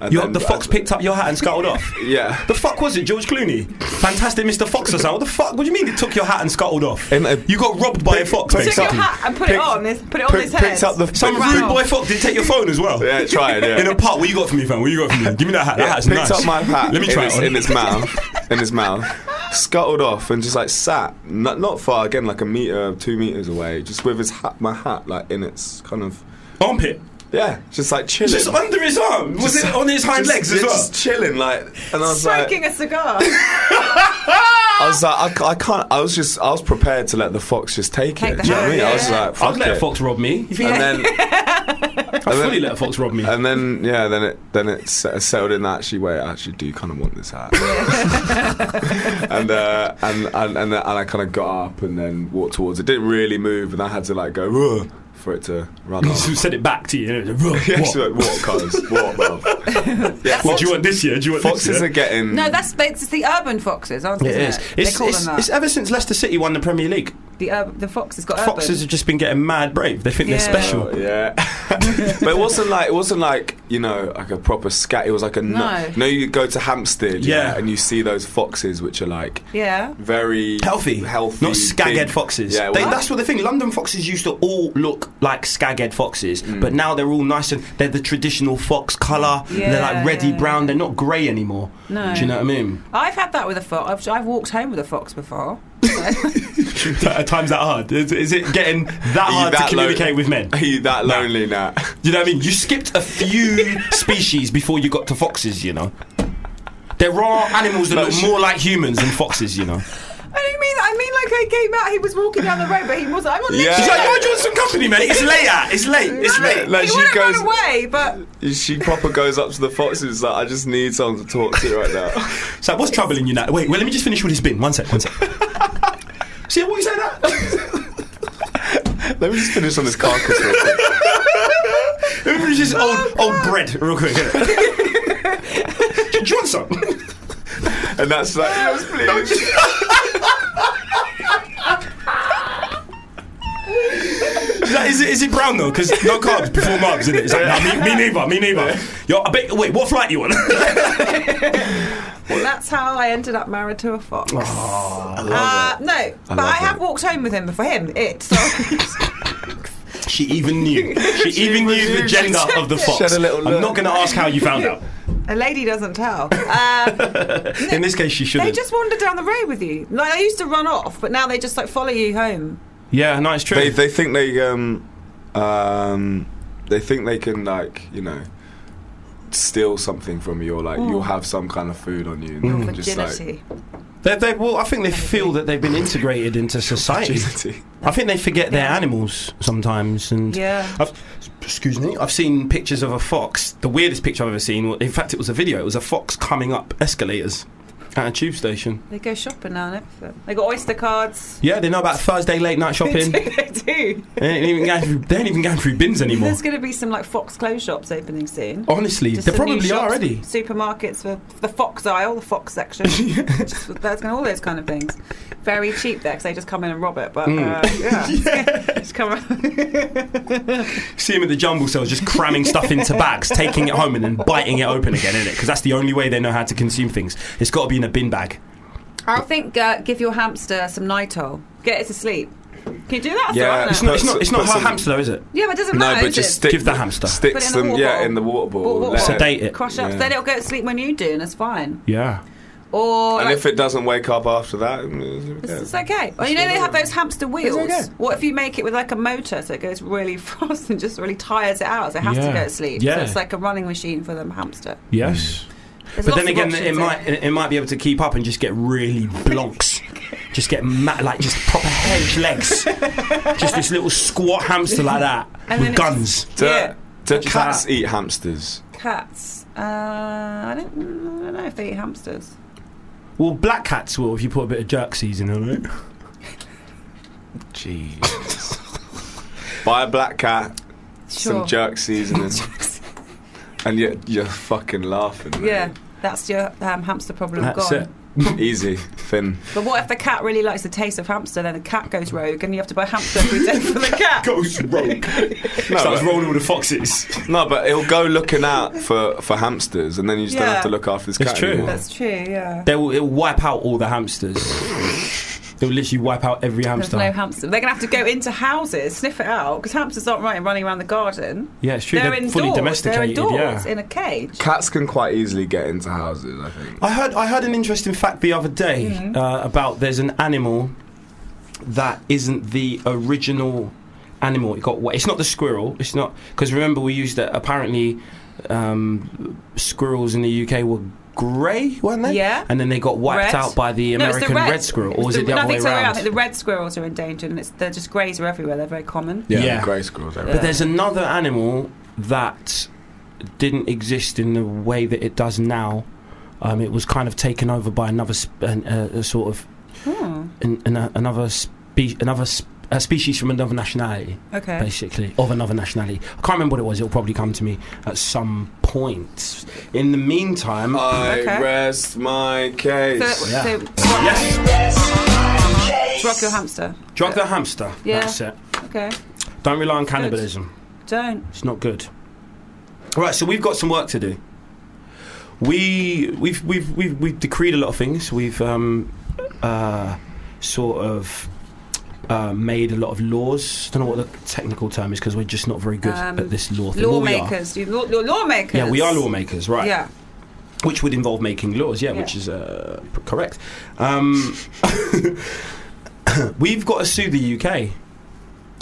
Speaker 3: And
Speaker 2: Your,
Speaker 3: then-
Speaker 2: the fox
Speaker 3: and-
Speaker 2: picked up your hat and scuttled off.
Speaker 3: Yeah.
Speaker 2: The fuck was it, George Clooney? Fantastic Mr. Fox or something? What the fuck? What do you mean it took your hat and scuttled off?
Speaker 3: And, uh,
Speaker 2: you got robbed by a
Speaker 3: pick-
Speaker 2: fox,
Speaker 3: pick
Speaker 4: Took your
Speaker 2: basically.
Speaker 3: something.
Speaker 4: hat and put it
Speaker 3: Picked-
Speaker 4: on. His, put it on
Speaker 3: pick-
Speaker 4: his head.
Speaker 3: picked up the
Speaker 2: Some
Speaker 4: Wow.
Speaker 2: rude boy fox did take your phone as well.
Speaker 3: Yeah, it tried. Yeah.
Speaker 2: In a park, what you got for me, fam? What you got for me? Give me that hat.
Speaker 3: Yeah,
Speaker 2: that hat's
Speaker 3: picked
Speaker 2: nice.
Speaker 3: up my hat
Speaker 2: Let me try
Speaker 3: in,
Speaker 2: it
Speaker 3: his,
Speaker 2: on.
Speaker 3: in his mouth, in his mouth, scuttled off and just like sat not, not far again, like a meter, two meters away, just with his hat, my hat, like in its kind of
Speaker 2: Armpit.
Speaker 3: yeah, just like chilling.
Speaker 2: Just under his arm. Was
Speaker 3: Just-
Speaker 2: it on his hind
Speaker 3: just-
Speaker 2: legs as
Speaker 3: yeah,
Speaker 2: well?
Speaker 3: Just chilling, like, and I was
Speaker 4: Smoking
Speaker 3: like,
Speaker 4: a cigar.
Speaker 3: I was like, I, ca- I can't. I was just, I was prepared to let the fox just take,
Speaker 4: Take
Speaker 3: it.
Speaker 4: the
Speaker 3: do you know what I
Speaker 4: hat,
Speaker 3: mean? I was
Speaker 4: yeah.
Speaker 3: like, fuck
Speaker 2: I'd let
Speaker 3: it.
Speaker 2: a fox rob me. You think
Speaker 3: and then,
Speaker 2: I'd fully let a fox rob me?
Speaker 3: and then, yeah, then it, then it se- settled in. that Actually, wait, I actually do kind of want this hat. and, uh, and and and then- and I kind of got up and then walked towards it. Didn't really move, and I had to like go "Ugh," for it to run off.
Speaker 2: Send it back to you. and it was like,
Speaker 3: Yeah,
Speaker 2: "Ruh,
Speaker 3: she
Speaker 2: What?
Speaker 3: went, what, cuz? What, bruv?" Yeah,
Speaker 2: What do you want this year? Do you want
Speaker 3: foxes
Speaker 2: this
Speaker 3: are
Speaker 2: year?
Speaker 3: getting.
Speaker 4: no, that's it's the urban foxes, aren't they?
Speaker 2: It is.
Speaker 4: They
Speaker 2: It's,
Speaker 4: call
Speaker 2: it's,
Speaker 4: them that.
Speaker 2: it's ever since Leicester City won the Premier League.
Speaker 4: The uh, the fox has got
Speaker 2: Foxes
Speaker 4: urban.
Speaker 2: have just been getting mad brave. They think
Speaker 4: Yeah.
Speaker 2: they're special.
Speaker 3: Oh, yeah, but it wasn't like it wasn't like you know like a proper scat. It was like a no.
Speaker 4: No.
Speaker 3: you know, you go to Hampstead,
Speaker 2: Yeah.
Speaker 3: and you see those foxes which are like
Speaker 4: Yeah.
Speaker 3: very
Speaker 2: Healthy,
Speaker 3: healthy,
Speaker 2: not
Speaker 3: big-
Speaker 2: skaghead foxes.
Speaker 3: Yeah,
Speaker 2: they,
Speaker 3: well-
Speaker 2: that's what the thing. London foxes used to all look like skaghead foxes, but now they're all nice and they're the traditional fox color. They're
Speaker 4: Yeah.
Speaker 2: like reddy brown. They're not grey anymore.
Speaker 4: No.
Speaker 2: Do you know what I mean?
Speaker 4: I've had that with a fox. I've, I've walked home with a fox before.
Speaker 2: At times that hard. Is, is it getting that
Speaker 3: Are you
Speaker 2: hard
Speaker 3: that
Speaker 2: to communicate
Speaker 3: lon-
Speaker 2: with men?
Speaker 3: Are you that lonely now?
Speaker 2: You know what I mean? You skipped a few species before you got to foxes. You know, there are animals that look more like humans than foxes. You know.
Speaker 4: I don't mean that. I mean like I came out. He was walking down the road, but he wasn't. I'm not
Speaker 3: Yeah.
Speaker 2: She's
Speaker 4: literally.
Speaker 2: like, "Oh, do you want some company, mate? It's late. ah. It's late. It's
Speaker 4: No,
Speaker 2: late.
Speaker 3: Like,
Speaker 4: he
Speaker 3: she
Speaker 4: wouldn't
Speaker 3: goes-
Speaker 4: run away, but
Speaker 3: she proper goes up to the foxes like, I just need someone to talk to right now.
Speaker 2: It's like, what's troubling you now? Wait, well, let me just finish with this bin. One sec, one sec. See, what you say that?
Speaker 3: Let me just finish on this carcass real quick.
Speaker 2: Let me finish this old, old bread real quick. innit? Do you want some?
Speaker 3: And that's like, yes, please.
Speaker 2: Is, that, is, it, is it brown though? Because no carbs before marbs, isn't it? It's like, nah, me, me neither, me neither. Yo, I bet, wait, what flight you on?
Speaker 4: that's how I ended up married to a fox.
Speaker 3: I
Speaker 4: uh,
Speaker 3: love it.
Speaker 4: no, but
Speaker 3: love
Speaker 4: I have
Speaker 3: it.
Speaker 4: walked home with him. For him, it. Sorry.
Speaker 2: she even knew. She, even
Speaker 3: was-
Speaker 2: knew the
Speaker 3: she
Speaker 2: gender of the fox.
Speaker 3: Shed a little
Speaker 2: I'm
Speaker 3: look.
Speaker 2: not going to ask how you found out.
Speaker 4: a lady doesn't tell. Um,
Speaker 2: In this case, she
Speaker 4: they
Speaker 2: shouldn't.
Speaker 4: just wander down the road with you. Like I used to run off, but now they just like follow you home.
Speaker 2: yeah, no, it's true.
Speaker 3: They, they think they um um they think they can like you know steal something from you or like you'll
Speaker 4: Mm.
Speaker 3: have some kind of food on you. and
Speaker 4: Your
Speaker 3: they can Mm. just, like-
Speaker 4: virginity.
Speaker 2: They, they, well, I think they feel that they've been integrated into society.
Speaker 3: virginity.
Speaker 2: I think they forget they're animals sometimes, and
Speaker 4: Yeah.
Speaker 2: I've, excuse me, I've seen pictures of a fox. The weirdest picture I've ever seen. In fact, it was a video. It was a fox coming up escalators at a tube station.
Speaker 4: They go shopping now and everything. They got oyster cards.
Speaker 2: Yeah, they know about Thursday late night shopping. they,
Speaker 4: they do.
Speaker 2: ain't even going through, they ain't even going through bins anymore.
Speaker 4: There's going to be some like fox clothes shops opening soon.
Speaker 3: Oh,
Speaker 2: Honestly,
Speaker 4: Just
Speaker 2: they
Speaker 4: some new
Speaker 2: probably are
Speaker 4: shops,
Speaker 2: already.
Speaker 4: Supermarkets for the fox aisle, the fox section. Just with- that's gonna all those kind of things. Very cheap there because they just come in and rob it.
Speaker 3: Hmm.
Speaker 4: But uh, yeah, just come.
Speaker 2: See them at the jumble sales, just cramming stuff into bags, taking it home, and then biting it open again, innit? Because that's the only way they know how to consume things. It's got to be in a bin bag.
Speaker 4: I think uh, give your hamster some Nitol. Get it to sleep. Can you do that?
Speaker 3: Yeah,
Speaker 4: That's all
Speaker 3: it's
Speaker 4: right,
Speaker 2: It's
Speaker 4: isn't it?
Speaker 2: not. It's not. It's not
Speaker 3: Put
Speaker 2: her
Speaker 3: some-
Speaker 2: hamster, though, is it?
Speaker 4: yeah, but it doesn't
Speaker 3: No,
Speaker 4: matter.
Speaker 3: but
Speaker 4: does
Speaker 3: just
Speaker 4: it?
Speaker 3: stick
Speaker 2: Give the hamster.
Speaker 3: Sticks
Speaker 4: Put it in a
Speaker 3: them
Speaker 4: water
Speaker 3: yeah
Speaker 4: bottle.
Speaker 3: in the water
Speaker 4: Well,
Speaker 3: bottle.
Speaker 4: what-
Speaker 3: let
Speaker 4: what-
Speaker 2: Sedate it.
Speaker 4: Crush up.
Speaker 3: Yeah.
Speaker 4: Then it'll go to sleep when you do, and it's fine.
Speaker 2: Yeah.
Speaker 4: Or
Speaker 3: And
Speaker 4: like,
Speaker 3: if it doesn't wake up after that, mm, it's okay.
Speaker 4: It's okay. Well, you know they have those hamster wheels.
Speaker 3: okay.
Speaker 4: What if you make it with like a motor so it goes really fast and just really tires it out? So it has to
Speaker 2: Yeah.
Speaker 4: go to sleep. So
Speaker 2: Yeah.
Speaker 4: it's like a running machine for them hamster.
Speaker 2: Yes.
Speaker 4: There's
Speaker 2: But
Speaker 4: lots
Speaker 2: then
Speaker 4: of
Speaker 2: again,
Speaker 4: options
Speaker 2: it
Speaker 4: there.
Speaker 2: might it might be able to keep up and just get really blonks, just get ma- like just proper hedge legs, just this little squat hamster like that
Speaker 4: And then
Speaker 2: with
Speaker 4: it
Speaker 2: guns.
Speaker 4: just-
Speaker 3: Do,
Speaker 4: Yeah.
Speaker 3: do
Speaker 2: Just
Speaker 3: cats
Speaker 2: like-
Speaker 3: eat hamsters?
Speaker 4: Cats. Uh, I don't. I don't know if they eat hamsters.
Speaker 2: Well, black cats will if you put a bit of jerk seasoning on it.
Speaker 3: Jeez. Buy a black cat,
Speaker 4: Sure.
Speaker 3: some jerk seasoning, and you're, you're fucking laughing. man.
Speaker 4: yeah. That's your um, hamster problem
Speaker 2: That's
Speaker 4: gone.
Speaker 2: it.
Speaker 3: Easy, thin.
Speaker 4: But what if the cat really likes the taste of hamster? Then the cat goes rogue, and you have to buy hamster every day for the cat.
Speaker 2: Goes rogue.
Speaker 3: No,
Speaker 2: Starts
Speaker 3: but,
Speaker 2: rolling with the foxes.
Speaker 3: no, but he'll go looking out for, for hamsters, and then you just don't
Speaker 4: Yeah.
Speaker 3: have to look after this
Speaker 2: It's
Speaker 3: cat
Speaker 2: true.
Speaker 3: anymore.
Speaker 4: That's true. Yeah.
Speaker 2: They will it'll wipe out all the hamsters. They'll literally wipe out every
Speaker 4: There's
Speaker 2: hamster.
Speaker 4: no hamster. They're gonna have to go into houses, sniff it out, because hamsters aren't right running around the garden.
Speaker 2: yeah, it's true. They're, fully domesticated.
Speaker 4: They're
Speaker 2: yeah.
Speaker 4: indoors in a cage.
Speaker 3: Cats can quite easily get into houses, I think.
Speaker 2: I heard I heard an interesting fact the other day
Speaker 4: Mm-hmm.
Speaker 2: uh, about there's an animal that isn't the original animal. It got wa- it's not the squirrel. It's not because remember we used that apparently um, squirrels in the UK were grey, weren't they?
Speaker 4: Yeah.
Speaker 2: And then they got wiped
Speaker 4: Red.
Speaker 2: out by the
Speaker 4: No, it's
Speaker 2: American red, squirrel, or is
Speaker 4: the-
Speaker 2: it the
Speaker 4: no,
Speaker 2: other
Speaker 4: I
Speaker 2: way
Speaker 4: think so, yeah, I
Speaker 2: around?
Speaker 4: think the red squirrels are endangered, and it's they're just greys are everywhere. They're very common.
Speaker 2: Yeah.
Speaker 3: grey squirrels.
Speaker 2: But
Speaker 3: everywhere.
Speaker 2: there's another animal that didn't exist in the way that it does now. Um, it was kind of taken over by another sp- an, uh, a sort of
Speaker 4: Hmm.
Speaker 2: an, an, uh, another spe- another sp- a species from another nationality,
Speaker 4: Okay.
Speaker 2: basically, of another nationality. I can't remember what it was. It'll probably come to me at some point. In the meantime, uh,
Speaker 3: I
Speaker 4: Okay.
Speaker 3: rest my case.
Speaker 4: So, so
Speaker 2: yes.
Speaker 5: Yes.
Speaker 4: Drop your hamster.
Speaker 2: Drug the hamster.
Speaker 4: Yeah.
Speaker 2: That's it.
Speaker 4: Okay.
Speaker 2: Don't rely on cannibalism.
Speaker 4: Don't.
Speaker 2: It's not good. Right, so we've got some work to do. We we've we've we've, we've decreed a lot of things. We've um, uh, sort of uh, made a lot of laws. Don't know what the technical term is because we're just not very good
Speaker 4: Um,
Speaker 2: at this law thing. Well, we are.
Speaker 4: Lawmakers. You law, law, lawmakers.
Speaker 2: Yeah, we are lawmakers, right?
Speaker 4: Yeah.
Speaker 2: Which would involve making laws, yeah,
Speaker 4: Yeah.
Speaker 2: which is uh, p- correct. Um, we've got to sue the UK.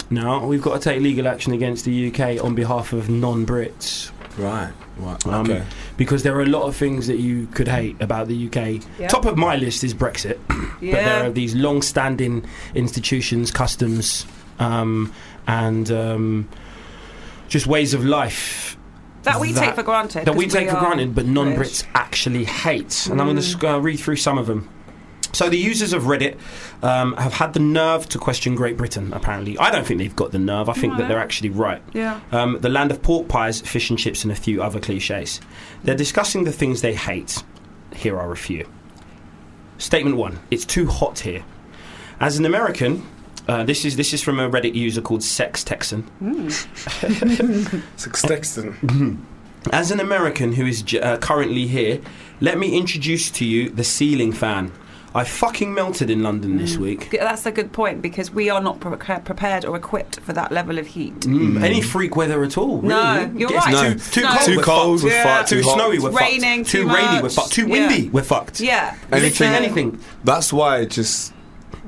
Speaker 2: Now we've got to take legal action against the UK on behalf of non-Brits.
Speaker 3: Right. What?
Speaker 2: Um,
Speaker 3: okay.
Speaker 2: because there are a lot of things that you could hate about the UK.
Speaker 4: Yeah.
Speaker 2: Top of my list is Brexit, but there
Speaker 4: Yeah.
Speaker 2: are these long-standing institutions, customs, um, and um, just ways of life
Speaker 4: that we
Speaker 2: that-
Speaker 4: take for granted.
Speaker 2: that we
Speaker 4: 'cause
Speaker 2: take for
Speaker 4: are Mm.
Speaker 2: granted, but non-Brits
Speaker 4: British.
Speaker 2: actually hate. And I'm going to uh, read through some of them. So the users of Reddit um, have had the nerve to question Great Britain. Apparently, I don't think they've got the nerve. I think
Speaker 4: No.
Speaker 2: that they're actually right.
Speaker 4: Yeah.
Speaker 2: Um, the land of pork pies, fish and chips, and a few other cliches. They're discussing the things they hate. Here are a few. Statement one: It's too hot here. As an American, uh, this is this is from a Reddit user called Sex Texan. As an American who is j- uh, currently here, let me introduce to you the ceiling fan. I fucking melted in London this week.
Speaker 4: G- That's a good point because we are not pre- prepared or equipped for that level of heat.
Speaker 2: Mm, Any freak weather at all?
Speaker 4: No,
Speaker 2: really.
Speaker 4: you're
Speaker 2: It's
Speaker 4: right.
Speaker 2: Too, too
Speaker 4: No. No.
Speaker 2: cold.
Speaker 4: Too
Speaker 2: we're
Speaker 3: cold,
Speaker 2: fucked.
Speaker 3: we're Yeah. fucked.
Speaker 2: Too,
Speaker 3: Too hot.
Speaker 2: snowy. We're
Speaker 4: It's
Speaker 2: fucked.
Speaker 4: raining
Speaker 2: Too,
Speaker 4: too
Speaker 2: rainy. We're
Speaker 4: much.
Speaker 2: fucked. Too windy.
Speaker 4: Yeah.
Speaker 2: We're fucked.
Speaker 4: Yeah.
Speaker 2: Anything.
Speaker 3: Anything-
Speaker 2: Anything.
Speaker 3: That's why just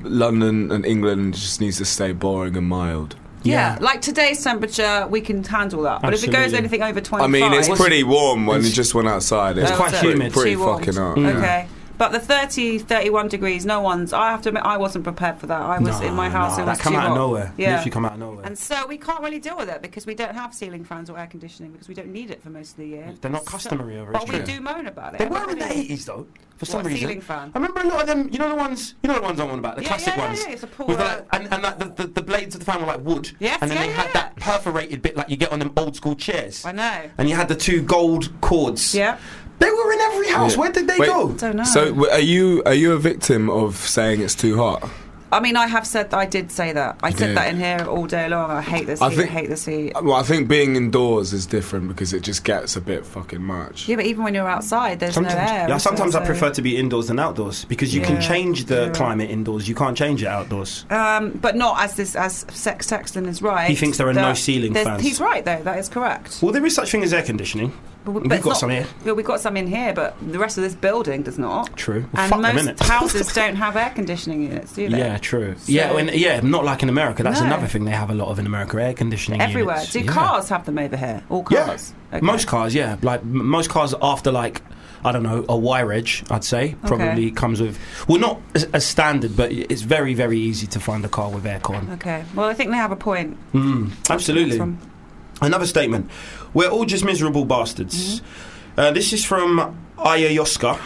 Speaker 3: London and England just needs to stay boring and mild.
Speaker 4: Yeah.
Speaker 2: Yeah.
Speaker 4: Like today's temperature, we can handle that. But if it goes
Speaker 2: Absolutely.
Speaker 4: anything over
Speaker 3: I
Speaker 4: uh, 25,
Speaker 3: mean, it's pretty warm when you just went outside. It's
Speaker 4: That
Speaker 2: quite
Speaker 4: was
Speaker 3: pretty,
Speaker 2: humid.
Speaker 3: Pretty
Speaker 4: Too warm.
Speaker 3: fucking hot.
Speaker 2: Mm.
Speaker 3: yeah.
Speaker 4: Okay. But the 30, 31 degrees, no one's. I have to admit, I wasn't prepared for that. I was in my house.
Speaker 2: Nah,
Speaker 4: it was
Speaker 2: that come
Speaker 4: too
Speaker 2: out
Speaker 4: hot.
Speaker 2: of nowhere.
Speaker 4: Yeah.
Speaker 2: Literally come out of nowhere.
Speaker 4: And so we can't really deal with it because we don't have ceiling fans or air conditioning because we don't need it for most of the year.
Speaker 2: They're not
Speaker 4: So-
Speaker 2: customary over
Speaker 4: But we
Speaker 2: here.
Speaker 4: do moan about it.
Speaker 2: They were in the eighties though. For some
Speaker 4: What,
Speaker 2: reason,
Speaker 4: ceiling fan?
Speaker 2: I remember a lot of them. You know the ones. You know the ones I'm on about. The
Speaker 4: Yeah,
Speaker 2: classic
Speaker 4: yeah, yeah,
Speaker 2: ones.
Speaker 4: yeah, it's a pool,
Speaker 2: with
Speaker 4: uh,
Speaker 2: like, and and like the, the, the blades of the fan were like wood.
Speaker 4: Yes,
Speaker 2: And then
Speaker 4: yeah,
Speaker 2: they
Speaker 4: yeah,
Speaker 2: had
Speaker 4: yeah.
Speaker 2: that perforated bit like you get on them old school chairs.
Speaker 4: I know.
Speaker 2: And you had the two gold cords.
Speaker 4: Yeah.
Speaker 2: They were in every house. Where did they
Speaker 3: Wait,
Speaker 2: go?
Speaker 4: Don't know.
Speaker 3: So w- are you are you a victim of saying it's too hot?
Speaker 4: I mean, I have said that I did say that. I said
Speaker 3: did.
Speaker 4: that in here all day long. I hate this
Speaker 3: I
Speaker 4: heat.
Speaker 3: think-
Speaker 4: I hate this heat.
Speaker 3: Well, I think being indoors is different because it just gets a bit fucking much.
Speaker 4: Yeah, but even when you're outside, there's
Speaker 2: Sometimes,
Speaker 4: no air.
Speaker 2: yeah, sometimes I
Speaker 4: so-
Speaker 2: prefer to be indoors than outdoors because you can
Speaker 4: Yeah.
Speaker 2: change the
Speaker 4: Yeah.
Speaker 2: climate indoors. You can't change it outdoors.
Speaker 4: Um, but not as this as Sex Sexton is right.
Speaker 2: He thinks there are no
Speaker 4: that
Speaker 2: ceiling
Speaker 4: there's-
Speaker 2: fans.
Speaker 4: He's right though. That is correct.
Speaker 2: Well, there is such thing as air conditioning.
Speaker 4: But
Speaker 2: We've
Speaker 4: it's
Speaker 2: got some here.
Speaker 4: Yeah, we've got some in here, but the rest of this building does not.
Speaker 2: True. Well,
Speaker 4: And
Speaker 2: fuck them,
Speaker 4: most
Speaker 2: innit?
Speaker 4: houses don't have air conditioning units, do they?
Speaker 2: true. yeah, when, yeah, not like in America. That's
Speaker 4: No.
Speaker 2: another thing they have a lot of in America: air conditioning
Speaker 4: Everywhere.
Speaker 2: units.
Speaker 4: Do
Speaker 2: Yeah.
Speaker 4: cars have them over here? All cars. Okay.
Speaker 2: Most cars, yeah. Like m- most cars, after like I don't know a wire edge, I'd say probably comes with well, not as, as standard, but it's very very easy to find a car with aircon.
Speaker 4: Okay. Well, I think they have a point.
Speaker 2: Mm, absolutely.
Speaker 4: From-
Speaker 2: Another statement: We're all just miserable bastards. Uh, this is from Ayayoska,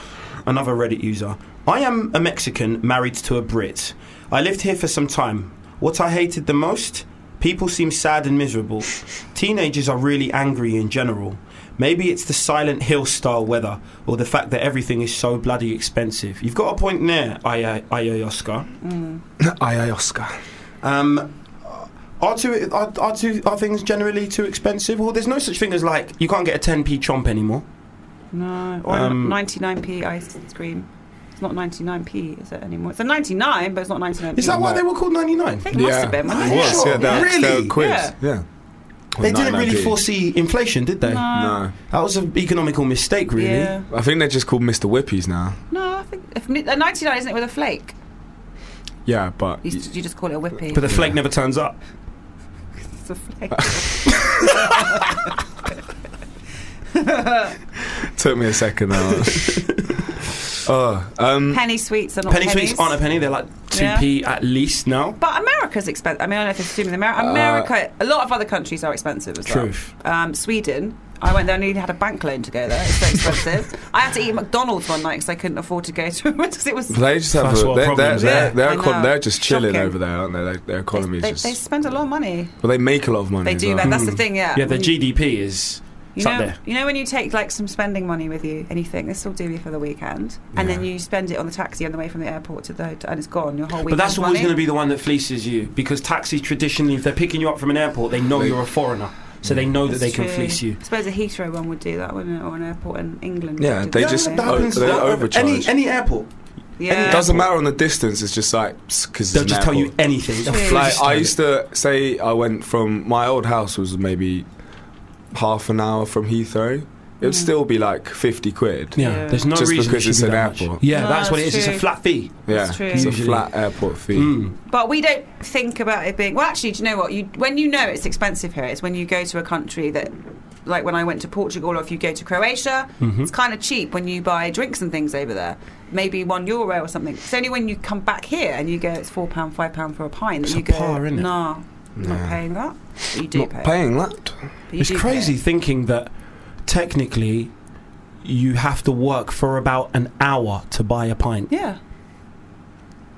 Speaker 2: another Reddit user. I am a Mexican married to a Brit. I lived here for some time. What I hated the most? People seem sad and miserable. Teenagers are really angry in general. Maybe it's the Silent Hill style weather, or the fact that everything is so bloody expensive. You've got a point there, Aya- Ayayoska.
Speaker 3: Ayahuasca.
Speaker 2: Um, are, too, are, are, too, are things generally too expensive? Well, there's no such thing as like you can't get a 10p chomp anymore.
Speaker 4: No. Or
Speaker 2: Um,
Speaker 4: 99p ice cream. It's not 99p, is it anymore? It's a 99, but it's not 99p.
Speaker 2: Is that why they were called 99?
Speaker 4: It must have been.
Speaker 3: Yeah,
Speaker 4: wasn't
Speaker 3: it
Speaker 4: it?
Speaker 3: was. Yeah, that,
Speaker 2: Really?
Speaker 3: that quiz.
Speaker 4: Yeah.
Speaker 3: Yeah.
Speaker 2: They didn't
Speaker 3: 99p.
Speaker 2: really foresee inflation, did they?
Speaker 3: No.
Speaker 2: That was an economical mistake, really.
Speaker 4: Yeah.
Speaker 3: I think they're just called Mr. Whippies now.
Speaker 4: No, I think if, a 99 isn't it with a flake?
Speaker 3: Yeah, but
Speaker 4: You, you just call it a whippy.
Speaker 2: But the flake never turns up.
Speaker 4: It's a flake.
Speaker 3: took me a second now. oh, um,
Speaker 4: Penny sweets are not
Speaker 2: Penny
Speaker 4: pennies.
Speaker 2: sweets aren't a penny, they're like 2p at least now.
Speaker 4: But America's expensive. I mean, I don't know if it's assuming America.
Speaker 3: Uh,
Speaker 4: America, a lot of other countries are expensive as
Speaker 2: Truth.
Speaker 4: well. Um, Sweden. I went there and nearly had a bank loan to go there. It's so expensive. I had to eat at McDonald's one night because I couldn't afford to go to because it was. They,
Speaker 3: they just have
Speaker 2: First
Speaker 3: a,
Speaker 2: world
Speaker 3: they're, they're,
Speaker 2: problems,
Speaker 3: they're,
Speaker 4: yeah. I
Speaker 3: they're,
Speaker 4: know.
Speaker 3: con- they're just chilling
Speaker 4: Shocking.
Speaker 3: over there, aren't they? Like, their economy
Speaker 4: they,
Speaker 3: is
Speaker 4: they
Speaker 3: just.
Speaker 4: spend a lot of money.
Speaker 3: Well, they make a lot of money.
Speaker 4: They
Speaker 3: as
Speaker 4: do.
Speaker 3: well.
Speaker 4: that. That's the thing. Yeah.
Speaker 2: Yeah, their
Speaker 4: Mm.
Speaker 2: GDP is
Speaker 4: You
Speaker 2: Sat
Speaker 4: know,
Speaker 2: there.
Speaker 4: you know when you take like some spending money with you and you think this will do me for the weekend, and then you spend it on the taxi on the way from the airport to the and it's gone your whole weekend.
Speaker 2: But that's always
Speaker 4: money.
Speaker 2: going to be the one that fleeces you because taxis traditionally, if they're picking you up from an airport, they know you're a foreigner, so they know that
Speaker 4: That's
Speaker 2: they can
Speaker 4: true.
Speaker 2: fleece you.
Speaker 4: I suppose a Heathrow one would do that, wouldn't it? Or an airport in England.
Speaker 3: Yeah,
Speaker 4: would do
Speaker 3: they
Speaker 4: that,
Speaker 3: just-
Speaker 4: wouldn't
Speaker 3: that happens- they that- overcharge.
Speaker 2: Any any airport,
Speaker 4: it? yeah.
Speaker 3: Doesn't matter on the distance. It's just like because
Speaker 2: they'll just tell you anything. They'll
Speaker 4: True.
Speaker 2: fleece
Speaker 3: Like
Speaker 2: you.
Speaker 3: I used to say, I went from my old house was maybe half an hour from Heathrow. It
Speaker 4: Mm.
Speaker 3: would still be like fifty quid.
Speaker 2: Yeah,
Speaker 4: Yeah.
Speaker 2: there's no
Speaker 3: Just
Speaker 2: reason it
Speaker 3: because
Speaker 2: should
Speaker 3: it's
Speaker 2: be
Speaker 3: an
Speaker 2: that much.
Speaker 3: airport.
Speaker 2: Yeah,
Speaker 4: No,
Speaker 2: that's what it
Speaker 4: that's
Speaker 2: is. It's a
Speaker 4: true.
Speaker 2: flat fee.
Speaker 3: yeah,
Speaker 4: That's true.
Speaker 3: it's a
Speaker 2: Usually. Mm.
Speaker 3: flat airport fee.
Speaker 4: But we don't think about it being. Well, actually, do you know what? You when you know it's expensive here, it's when you go to a country that, like when I went to Portugal, or if you go to Croatia,
Speaker 2: Mm-hmm.
Speaker 4: it's kind of cheap when you buy drinks and things over there. Maybe one euro or something. It's only when you come back here and you go, it's four pound, five pound for a pint that
Speaker 2: It's
Speaker 4: you
Speaker 2: a
Speaker 4: go,
Speaker 2: par, isn't it?
Speaker 4: nah, I'm not paying that. But you do
Speaker 3: Not
Speaker 4: pay.
Speaker 3: paying that.
Speaker 4: But you
Speaker 2: It's
Speaker 4: do pay
Speaker 2: crazy
Speaker 4: it.
Speaker 2: thinking that technically you have to work for about an hour to buy a pint.
Speaker 4: Yeah,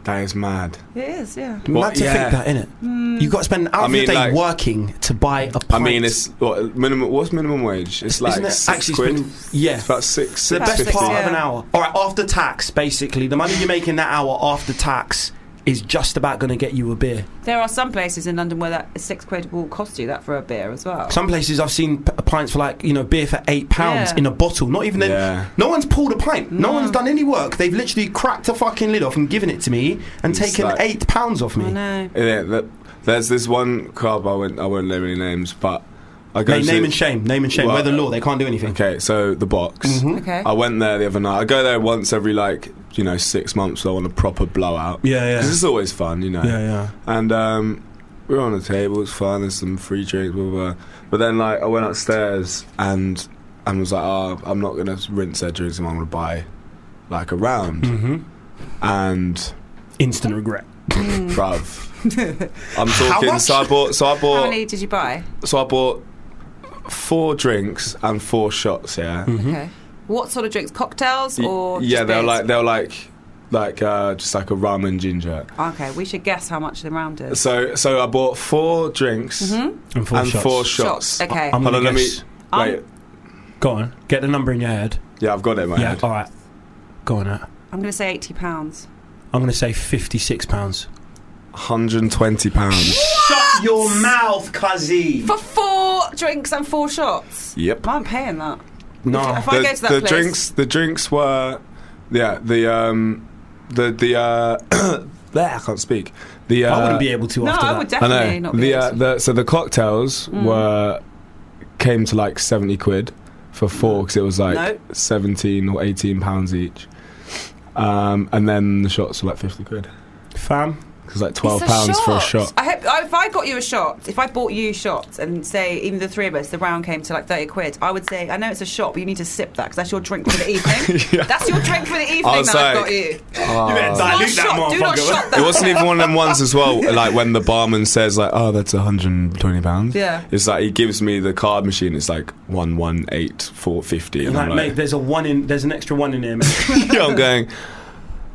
Speaker 3: That is mad.
Speaker 4: it is. Yeah.
Speaker 2: Mad to
Speaker 3: yeah. Hmm.
Speaker 2: think that, innit? You've got to spend an hour
Speaker 3: I
Speaker 2: of your
Speaker 3: mean,
Speaker 2: day
Speaker 3: like-
Speaker 2: working to buy a pint.
Speaker 3: I mean, it's what, minimum. What's minimum wage? It's like
Speaker 2: Isn't it-
Speaker 3: six
Speaker 2: actually, it's
Speaker 3: quid.
Speaker 2: been- yeah.
Speaker 3: it's about six.
Speaker 2: the
Speaker 3: six
Speaker 2: best
Speaker 3: fifty.
Speaker 2: part of an
Speaker 4: yeah.
Speaker 2: hour. All right, after tax, basically, the money you make in that hour after tax is just about going to get you a beer.
Speaker 4: There are some places in London where that six quid will cost you that for a beer as well.
Speaker 2: Some places I've seen p- pints for like you know beer for eight pounds
Speaker 4: Yeah.
Speaker 2: in a bottle. Not even
Speaker 3: Yeah.
Speaker 2: then. No one's pulled a pint. No. one's done any work. They've literally cracked a fucking lid off and given it to me and
Speaker 3: It's
Speaker 2: taken
Speaker 3: like-
Speaker 2: eight pounds off me.
Speaker 4: I know.
Speaker 3: Yeah, that, there's this one club. I won't. I won't name any names, but I go
Speaker 2: Mate,
Speaker 3: to-
Speaker 2: name and shame. Name and shame.
Speaker 3: Well- uh,
Speaker 2: We're the law. They can't do anything. Mm-hmm.
Speaker 3: Okay, so the box.
Speaker 4: Okay.
Speaker 3: I went there the other night. I go there once every like you know six months. So I want a proper blowout.
Speaker 6: Yeah, yeah.
Speaker 3: 'Cause it's always fun, you know.
Speaker 6: Yeah, yeah.
Speaker 3: And um, we were on a table. It was fun. There's some free drinks. Blah, blah. blah. But then like I went upstairs and and was like, oh, I'm not gonna rinse their drinks. I'm gonna buy like a round.
Speaker 2: Mm-hmm.
Speaker 3: And
Speaker 2: Instant regret.
Speaker 3: bruv. I'm talking.
Speaker 2: much?
Speaker 3: So I bought. So I
Speaker 4: Hmm. How
Speaker 3: bought.
Speaker 4: many did you buy?
Speaker 3: So I bought four drinks and four shots. Yeah.
Speaker 2: Hmm.
Speaker 4: Okay. What sort of drinks? Cocktails
Speaker 3: Mm-hmm. Y-
Speaker 4: or
Speaker 3: yeah,
Speaker 4: just
Speaker 3: they're
Speaker 4: beers?
Speaker 3: like they're like like uh, just like a rum and ginger.
Speaker 4: Okay, we should guess how much the round is.
Speaker 3: So so I bought four drinks
Speaker 6: And four
Speaker 3: and
Speaker 6: shots.
Speaker 3: four
Speaker 4: Mm-hmm. Shots.
Speaker 3: shots.
Speaker 4: Okay.
Speaker 2: I'm
Speaker 3: Hold
Speaker 2: gonna
Speaker 3: on, let me
Speaker 2: guess.
Speaker 4: Um,
Speaker 3: wait.
Speaker 2: Go on. Get the number in your head.
Speaker 3: Yeah, I've got it, in my
Speaker 2: yeah.
Speaker 3: head.
Speaker 2: All right. Go on. Now.
Speaker 4: I'm going to say eighty pounds.
Speaker 2: I'm gonna say fifty-six pounds.
Speaker 3: Hundred and twenty pounds.
Speaker 2: Shut your mouth, Kazi.
Speaker 4: For four drinks and four shots.
Speaker 3: yep.
Speaker 4: I'm paying that.
Speaker 2: No.
Speaker 4: If I
Speaker 3: the
Speaker 4: go to that
Speaker 3: the
Speaker 4: place,
Speaker 3: drinks the drinks were yeah the um the the uh there I can't speak the uh,
Speaker 2: I wouldn't be able to
Speaker 4: No,
Speaker 2: after
Speaker 4: I
Speaker 2: that.
Speaker 4: would
Speaker 3: I
Speaker 4: definitely
Speaker 3: know
Speaker 4: not. Mm. Be
Speaker 3: the,
Speaker 4: able
Speaker 3: uh,
Speaker 4: to.
Speaker 3: the so the cocktails were came to like seventy quid for four because it was like
Speaker 4: Mm. No.
Speaker 3: seventeen or eighteen pounds each, um, and then the shots were like fifty quid
Speaker 2: Fam.
Speaker 3: because like
Speaker 4: It's
Speaker 3: twelve pounds for a shot.
Speaker 4: I hope I- if I got you a shot, if I bought you shots, and say even the three of us, the round came to like thirty quid. I would say I know it's a shot, but you need to sip that because that's your drink for the evening. That's your drink for the evening
Speaker 3: I
Speaker 4: that
Speaker 3: was
Speaker 4: I've
Speaker 3: like-
Speaker 4: got you.
Speaker 3: Uh,
Speaker 2: you better
Speaker 4: Do not
Speaker 2: dilute that
Speaker 4: shot. Do not
Speaker 2: motherfucker.
Speaker 4: shot that.
Speaker 3: It wasn't even one of them ones as well. Like when the barman says like, "Oh, that's hundred and twenty pounds."
Speaker 4: Yeah.
Speaker 3: it's like he gives me the card machine. It's like one one eight four fifty, and
Speaker 2: Like,
Speaker 3: I'm
Speaker 2: mate,
Speaker 3: like,
Speaker 2: there's a one in. There's an extra one in here, mate.
Speaker 3: yeah, I'm going.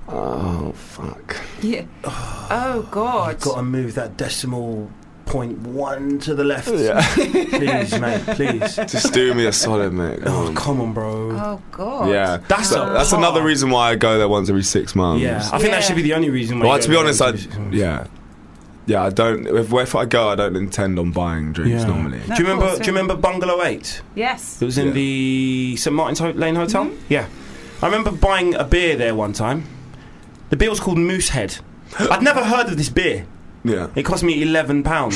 Speaker 3: Oh fuck!
Speaker 4: Yeah. Oh God.
Speaker 2: Got to move that decimal point one to the left.
Speaker 3: Yeah,
Speaker 2: Please, mate. Please.
Speaker 3: just do me a solid, mate. Come
Speaker 2: Oh,
Speaker 3: on.
Speaker 2: come on, bro.
Speaker 4: Oh God.
Speaker 3: Yeah,
Speaker 2: That's
Speaker 3: So
Speaker 2: a
Speaker 3: that's
Speaker 2: par.
Speaker 3: another reason why I go there once every six
Speaker 4: Oh.
Speaker 3: months.
Speaker 2: yeah, I think
Speaker 4: Yeah.
Speaker 2: that should be the only reason. Why
Speaker 3: Well,
Speaker 2: you
Speaker 3: to
Speaker 2: go
Speaker 3: be
Speaker 2: there
Speaker 3: honest, I
Speaker 2: once every six months.
Speaker 3: yeah, yeah. I don't. If, if I go, I don't intend on buying drinks
Speaker 6: Yeah.
Speaker 3: normally.
Speaker 4: No,
Speaker 2: do you
Speaker 4: of
Speaker 2: remember?
Speaker 4: course,
Speaker 2: do you
Speaker 4: yeah.
Speaker 2: remember Bungalow Eight?
Speaker 4: Yes.
Speaker 2: It was in
Speaker 3: Yeah.
Speaker 2: the St Martin's Ho- Lane Hotel.
Speaker 4: Mm-hmm.
Speaker 2: Yeah, I remember buying a beer there one time. The beer was called Moosehead. I'd never heard of this beer.
Speaker 3: Yeah,
Speaker 2: It cost me eleven pounds.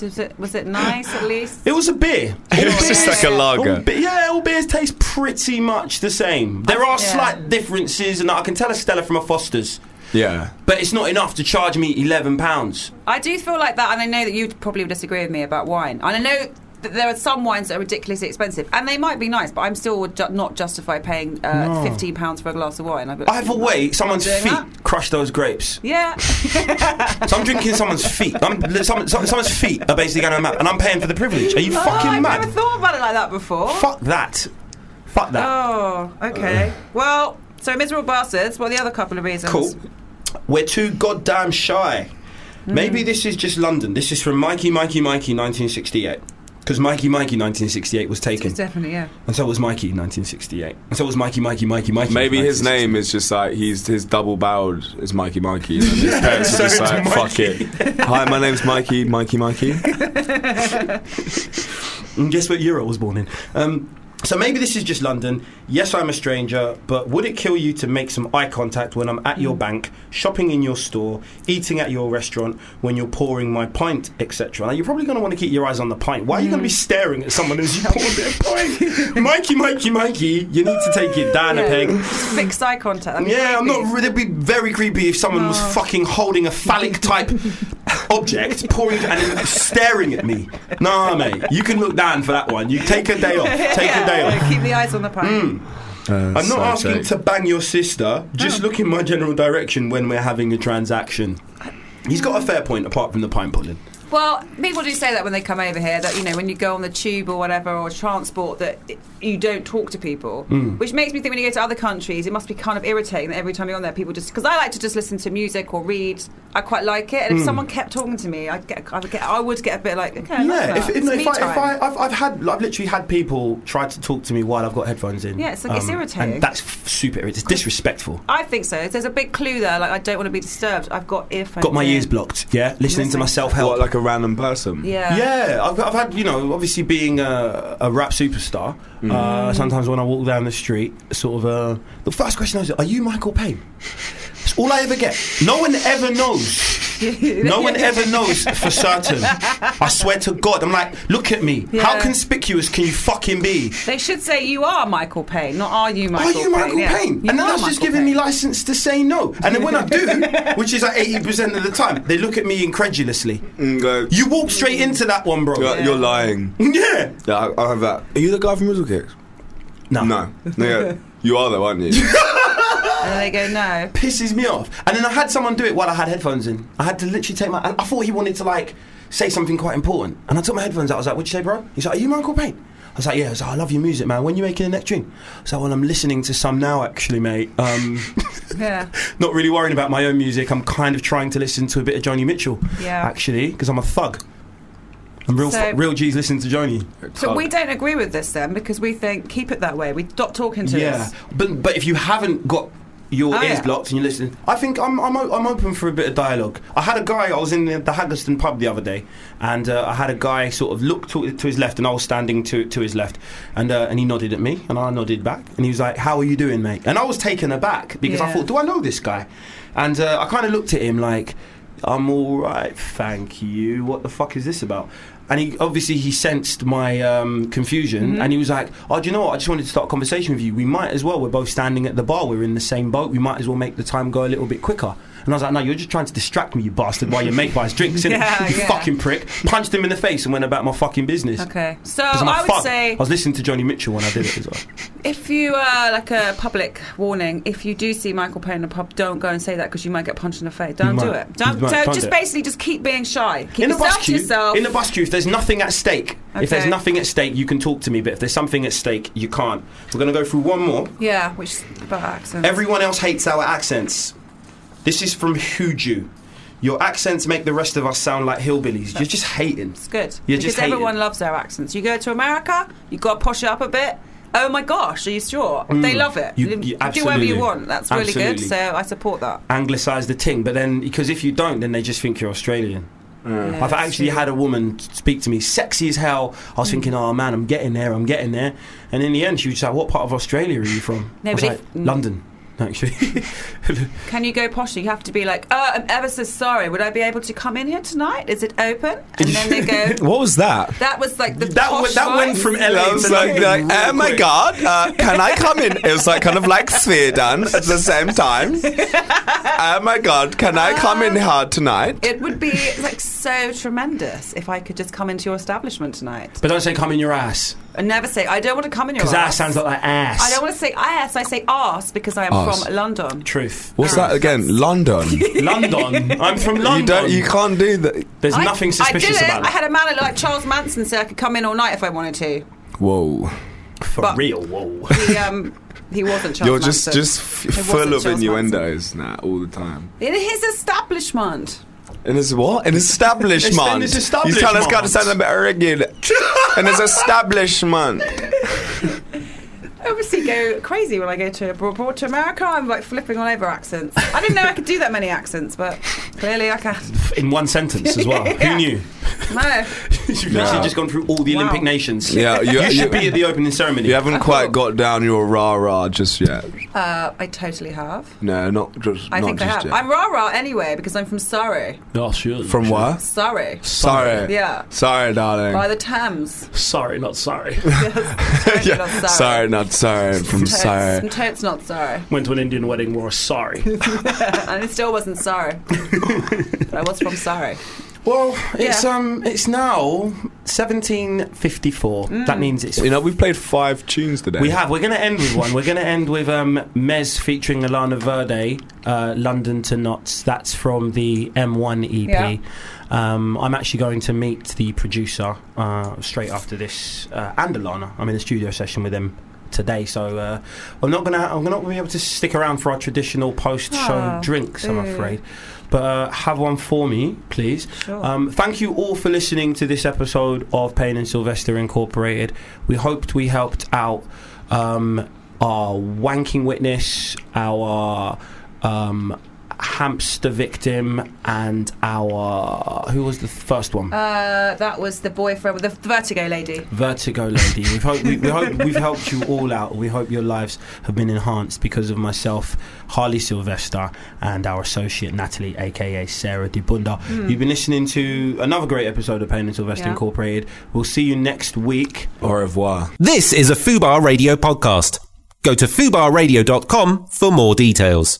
Speaker 4: Was it, was it nice at least?
Speaker 2: It was a beer.
Speaker 3: it was just like a
Speaker 2: All
Speaker 3: lager.
Speaker 2: be- yeah, all beers taste pretty much the same. There are
Speaker 4: Yeah.
Speaker 2: slight differences, and I can tell a Stella from a Foster's,
Speaker 3: Yeah,
Speaker 2: but it's not enough to charge me eleven pounds.
Speaker 4: I do feel like that, and I know that you probably would disagree with me about wine. And I know that there are some wines that are ridiculously expensive, and they might be nice, but I'm still would ju- not justify paying uh, fifteen pounds for a glass of wine. I'd be like,
Speaker 2: Either way, someone's
Speaker 4: doing
Speaker 2: feet
Speaker 4: that.
Speaker 2: crush those grapes.
Speaker 4: Yeah,
Speaker 2: So I'm drinking someone's feet. I'm, some, some- someone's feet are basically going on a map, and I'm paying for the privilege. Are you
Speaker 4: Oh,
Speaker 2: fucking
Speaker 4: I've
Speaker 2: mad?
Speaker 4: never thought about it like that before.
Speaker 2: Fuck that. Fuck that.
Speaker 4: Oh, okay.
Speaker 2: Uh.
Speaker 4: well, so miserable bastards. What are the other couple of reasons?
Speaker 2: cool. We're too goddamn
Speaker 4: Mm.
Speaker 2: shy. Maybe this is just London. This is from Mikey, Mikey, Mikey, 1968. Because Mikey Mikey 1968 was taken,
Speaker 4: It's definitely yeah.
Speaker 2: and so was Mikey 1968, and so was Mikey Mikey Mikey Mikey.
Speaker 3: Maybe his
Speaker 2: 1968.
Speaker 3: name is just like he's his double barreled is Mikey Mikey. And his parents are just
Speaker 2: so
Speaker 3: like,
Speaker 2: it's
Speaker 3: fuck it. Hi, my name's Mikey, Mikey Mikey.
Speaker 2: And Mm, guess what year I was born in? Um, so maybe this is just London. Yes, I'm a stranger, but would it kill you to make some eye contact when I'm at your bank, shopping in your store, eating at your restaurant, when you're pouring my pint, etc.? Now, you're probably going to want to keep your eyes on the pint. Why are you going to be staring at someone as you pour their pint? Mikey, Mikey, Mikey, you need to take it down a
Speaker 4: Yeah.
Speaker 2: peg.
Speaker 4: Just fixed eye contact. that'd be
Speaker 2: Yeah, I'm
Speaker 4: creepy. Oh.
Speaker 2: not. It'd be very creepy if someone was fucking holding a phallic type object, pouring and then staring at me. Nah, mate, you can look down for that one. You take a day off. Take
Speaker 4: yeah,
Speaker 2: a day off.
Speaker 4: yeah, Keep the eyes on the
Speaker 2: Mm.
Speaker 4: pint.
Speaker 2: I'm not asking to bang your sister. Just
Speaker 4: Oh.
Speaker 2: look in my general direction when we're having a transaction. He's got a fair point, apart from the pint pulling.
Speaker 4: Well, people do say that when they come over here, that you know, when you go on the tube or whatever or transport, that i- you don't talk to people,
Speaker 2: Hmm.
Speaker 4: which makes me think when you go to other countries, it must be kind of irritating that every time you're on there, people just because I like to just listen to music or read. I quite like it, and
Speaker 2: Hmm.
Speaker 4: if someone kept talking to me, I'd get, I would get, I would get a bit like, okay, I like
Speaker 2: yeah, if,
Speaker 4: that.
Speaker 2: if,
Speaker 4: it's
Speaker 2: no,
Speaker 4: me
Speaker 2: if, I,
Speaker 4: time.
Speaker 2: if I, I've, I've had, I've literally had people try to talk to me while I've got headphones in. Um,
Speaker 4: Yeah, it's like- it's irritating.
Speaker 2: And that's f- super irritating. It's disrespectful.
Speaker 4: I think so. There's a big clue there. Like, I don't want to be disturbed. I've got earphones.
Speaker 2: Got my
Speaker 4: in.
Speaker 2: ears blocked. Yeah, listening to
Speaker 4: Listening.
Speaker 2: myself help.
Speaker 3: What, like a random person?
Speaker 4: Yeah.
Speaker 2: Yeah, I've, I've had you know obviously being a, a rap superstar.
Speaker 4: Mm.
Speaker 2: Uh, sometimes when I walk down the street, sort of uh, the first question I was, "Are you Michael Payne?" It's all I ever get. No one ever knows. no one ever knows for certain. I swear to God, I'm like, look at me. How
Speaker 4: Yeah.
Speaker 2: conspicuous can you fucking be?
Speaker 4: They should say you are Michael Payne, not are you Michael?
Speaker 2: are you Michael
Speaker 4: Payne? Yeah.
Speaker 2: Payne?
Speaker 4: You
Speaker 2: and then
Speaker 4: are
Speaker 2: that's just
Speaker 4: Michael
Speaker 2: giving me
Speaker 4: Payne.
Speaker 2: license to say no. And then when I do, which is like 80% of the time, they look at me incredulously.
Speaker 3: And Mm, go,
Speaker 2: You walk straight into that one, bro.
Speaker 3: you're, you're lying.
Speaker 2: yeah.
Speaker 3: Yeah, I, I have that. Are you the guy from Rizzle Kicks?
Speaker 2: No.
Speaker 3: No. They go, you are though, aren't you?
Speaker 4: And they go no.
Speaker 2: pisses me off. And then I had someone do it while I had headphones in. I had to literally take my. And I thought he wanted to like say something quite important. And I took my headphones out. I was like, "What'd you say, bro?" He's like, "Are you Michael Payne?" I was like, "Yeah." I was like, "I love your music, man. When you making the next tune?" I was like, "Well, I'm listening to some now, actually, mate. Um,
Speaker 4: Yeah.
Speaker 2: not really worrying about my own music. I'm kind of trying to listen to a bit of Joni Mitchell,
Speaker 4: Yeah.
Speaker 2: actually, because I'm a thug." I'm real,
Speaker 4: So-
Speaker 2: fu- real G's listening to Joni.
Speaker 4: So
Speaker 2: uh,
Speaker 4: we don't agree with this then because we think keep it that way. We stop talking to
Speaker 2: Yeah,
Speaker 4: us.
Speaker 2: but but if you haven't got your
Speaker 4: Oh,
Speaker 2: ears
Speaker 4: yeah.
Speaker 2: blocked and you listen, I think I'm I'm, o- I'm open for a bit of dialogue. I had a guy I was in the, the Haggerston pub the other day, and uh, I had a guy sort of look to, to his left, and I was standing to to his left, and uh, and he nodded at me, and I nodded back, and he was like, "How are you doing, mate?" And I was taken aback because I
Speaker 4: Yeah.
Speaker 2: thought, "Do I know this guy?" And uh, I kind of looked at him like, "I'm all right, thank you. What the fuck is this about?" And he obviously he sensed my um, confusion,
Speaker 4: Mm-hmm.
Speaker 2: and he was like, "Oh, do you know what? I just wanted to start a conversation with you. We might as well. We're both standing at the bar. We're in the same boat. We might as well make the time go a little bit quicker." And I was like, "No, you're just trying to distract me, you bastard, while your mate buys drinks, innit?
Speaker 4: Yeah,
Speaker 2: you
Speaker 4: yeah.
Speaker 2: fucking prick!" Punched him in the face and went about my fucking business.
Speaker 4: Okay. So
Speaker 2: 'Cause I'm a
Speaker 4: I would
Speaker 2: thug.
Speaker 4: say
Speaker 2: I was listening to Johnny Mitchell when I did it as well.
Speaker 4: if you uh, like a public warning, if you do see Michael Payne in a pub, don't go and say that because you might get punched in the face. Don't
Speaker 2: might.
Speaker 4: do it.
Speaker 2: You
Speaker 4: Don't.
Speaker 2: might
Speaker 4: So
Speaker 2: find
Speaker 4: just
Speaker 2: it.
Speaker 4: basically just keep being shy.
Speaker 2: in
Speaker 4: Keep
Speaker 2: the
Speaker 4: yourself
Speaker 2: bus
Speaker 4: to
Speaker 2: queue,
Speaker 4: yourself.
Speaker 2: in the bus queue, if there's nothing at stake, if there's
Speaker 4: Okay.
Speaker 2: nothing at stake, you can talk to me. But if there's something at stake, you can't. We're gonna go through one more.
Speaker 4: yeah, which is about accents.
Speaker 2: Everyone else hates our accents. This is from Huju. Your accents make the rest of us sound like hillbillies. You're just hating.
Speaker 4: it's good
Speaker 2: You're
Speaker 4: because
Speaker 2: just hating.
Speaker 4: everyone loves their accents. You go to America, you got to posh it up a bit. Oh my gosh, are you sure? They love it.
Speaker 2: Mm. You- you-
Speaker 4: do whatever
Speaker 2: absolutely.
Speaker 4: you want. That's really
Speaker 2: Absolutely.
Speaker 4: good. So I support that.
Speaker 2: Anglicise the ting, but then because if you don't, then they just think you're Australian.
Speaker 4: Yeah,
Speaker 2: Mm. I've
Speaker 4: that's
Speaker 2: actually
Speaker 4: true. Mm.
Speaker 2: had a woman speak to me, sexy as hell. I was thinking, oh man, I'm getting there, I'm getting there. And in the end, she was like, what part of Australia are you from?
Speaker 4: No,
Speaker 2: I was
Speaker 4: but
Speaker 2: like,
Speaker 4: if- mm.
Speaker 2: London, actually.
Speaker 4: Can you go posher? You have to be like, oh, I'm ever so sorry. Would I be able to come in here tonight? Is it open? And then they go,
Speaker 3: What was that?
Speaker 4: that was like the
Speaker 2: That
Speaker 4: posh
Speaker 2: went- that went
Speaker 4: voice.
Speaker 2: from LA
Speaker 3: I was like, like, oh my god, uh, can I come in? It was like kind of like sphere done at the same time. oh my god, can I come in hard tonight?
Speaker 4: It would be like so tremendous if I could just come into your establishment tonight.
Speaker 2: but don't say come in your ass,
Speaker 4: I never say I don't want to come in your.
Speaker 2: because ass
Speaker 4: arse.
Speaker 2: sounds like ass.
Speaker 4: I don't want to say ass. I say arse because I am
Speaker 3: Arse.
Speaker 4: from London.
Speaker 2: Truth.
Speaker 3: What's that again? London. you
Speaker 2: London. I'm from London.
Speaker 3: don't. You can't do that.
Speaker 2: There's
Speaker 4: I-
Speaker 2: nothing
Speaker 4: I
Speaker 2: suspicious
Speaker 4: did it.
Speaker 2: about
Speaker 4: I
Speaker 2: that.
Speaker 4: had a man like Charles Manson say I could come in all night if I wanted to.
Speaker 3: Whoa.
Speaker 2: For
Speaker 4: but-
Speaker 2: real, whoa.
Speaker 4: He, um, he wasn't Charles
Speaker 3: You're just
Speaker 4: Manson.
Speaker 3: just f-
Speaker 4: It
Speaker 3: full
Speaker 4: wasn't
Speaker 3: of
Speaker 4: Charles
Speaker 3: innuendos now all the time.
Speaker 4: In his establishment.
Speaker 3: In his what? An establishment.
Speaker 2: an
Speaker 3: You tell us got to sound a bit rugged. An establishment.
Speaker 4: I obviously go crazy when I go to abroad to America. I'm like flipping all over accents. I didn't know I could do that many accents, but clearly I can.
Speaker 2: in one sentence as well.
Speaker 4: Yeah.
Speaker 2: Who knew?
Speaker 4: No,
Speaker 2: You've literally just gone through all the
Speaker 4: Wow.
Speaker 2: Olympic nations.
Speaker 3: Yeah, you,
Speaker 2: You should
Speaker 3: you-
Speaker 2: be at the opening ceremony.
Speaker 3: you haven't quite got down your rah rah just yet.
Speaker 4: uh, I totally have.
Speaker 3: No, not just.
Speaker 4: I
Speaker 3: not
Speaker 4: think I
Speaker 3: just
Speaker 4: have.
Speaker 3: yet.
Speaker 4: I'm rah rah anyway because I'm from Surrey.
Speaker 2: Oh, sure.
Speaker 3: From where?
Speaker 4: Surrey.
Speaker 3: Sorry.
Speaker 4: Yeah.
Speaker 3: Sorry, darling.
Speaker 4: By the Thames.
Speaker 2: Sorry, not sorry.
Speaker 4: Totally not Surrey.
Speaker 3: Sorry, not sorry. From
Speaker 4: Totes-
Speaker 3: sorry.
Speaker 4: Totes not Surrey.
Speaker 2: Went to an Indian wedding, wore a sorry.
Speaker 4: And it still wasn't Surrey. but I was from Surrey.
Speaker 2: Well, it's
Speaker 4: Yeah.
Speaker 2: um, it's now seventeen fifty four.
Speaker 4: Mm.
Speaker 2: That means it's.
Speaker 3: You know, we've played five tunes today.
Speaker 2: We have. We're going to end with one. We're going to end with um, Mez featuring Alana Verde, uh, "London to Knots." That's from the M1 EP.
Speaker 4: Yeah.
Speaker 2: Um, I'm actually going to meet the producer uh, straight after this, uh, and Alana. I'm in a studio session with them today, so uh, I'm not going to. I'm not going to be able to stick around for our traditional post-show
Speaker 4: Oh,
Speaker 2: drinks. I'm
Speaker 4: boo.
Speaker 2: afraid. But uh, have one for me, please.
Speaker 4: Sure.
Speaker 2: Um, thank you all for listening to this episode of Payne and Sylvester Incorporated. We hoped we helped out um, our wanking witness, our um, hamster victim, and our who was the first one?
Speaker 4: Uh, that was the boyfriend, the Vertigo lady.
Speaker 2: Vertigo lady. We've hope, we, we hope we've helped you all out. We hope your lives have been enhanced because of myself, Harley Sylvester, and our associate Natalie, aka Sarah Dubunda. You've been listening to another great episode of Payne and Sylvester
Speaker 4: Yeah.
Speaker 2: Incorporated. We'll see you next week.
Speaker 3: Au revoir.
Speaker 1: This is a Fubar Radio podcast. Go to fubarradio.com for more details.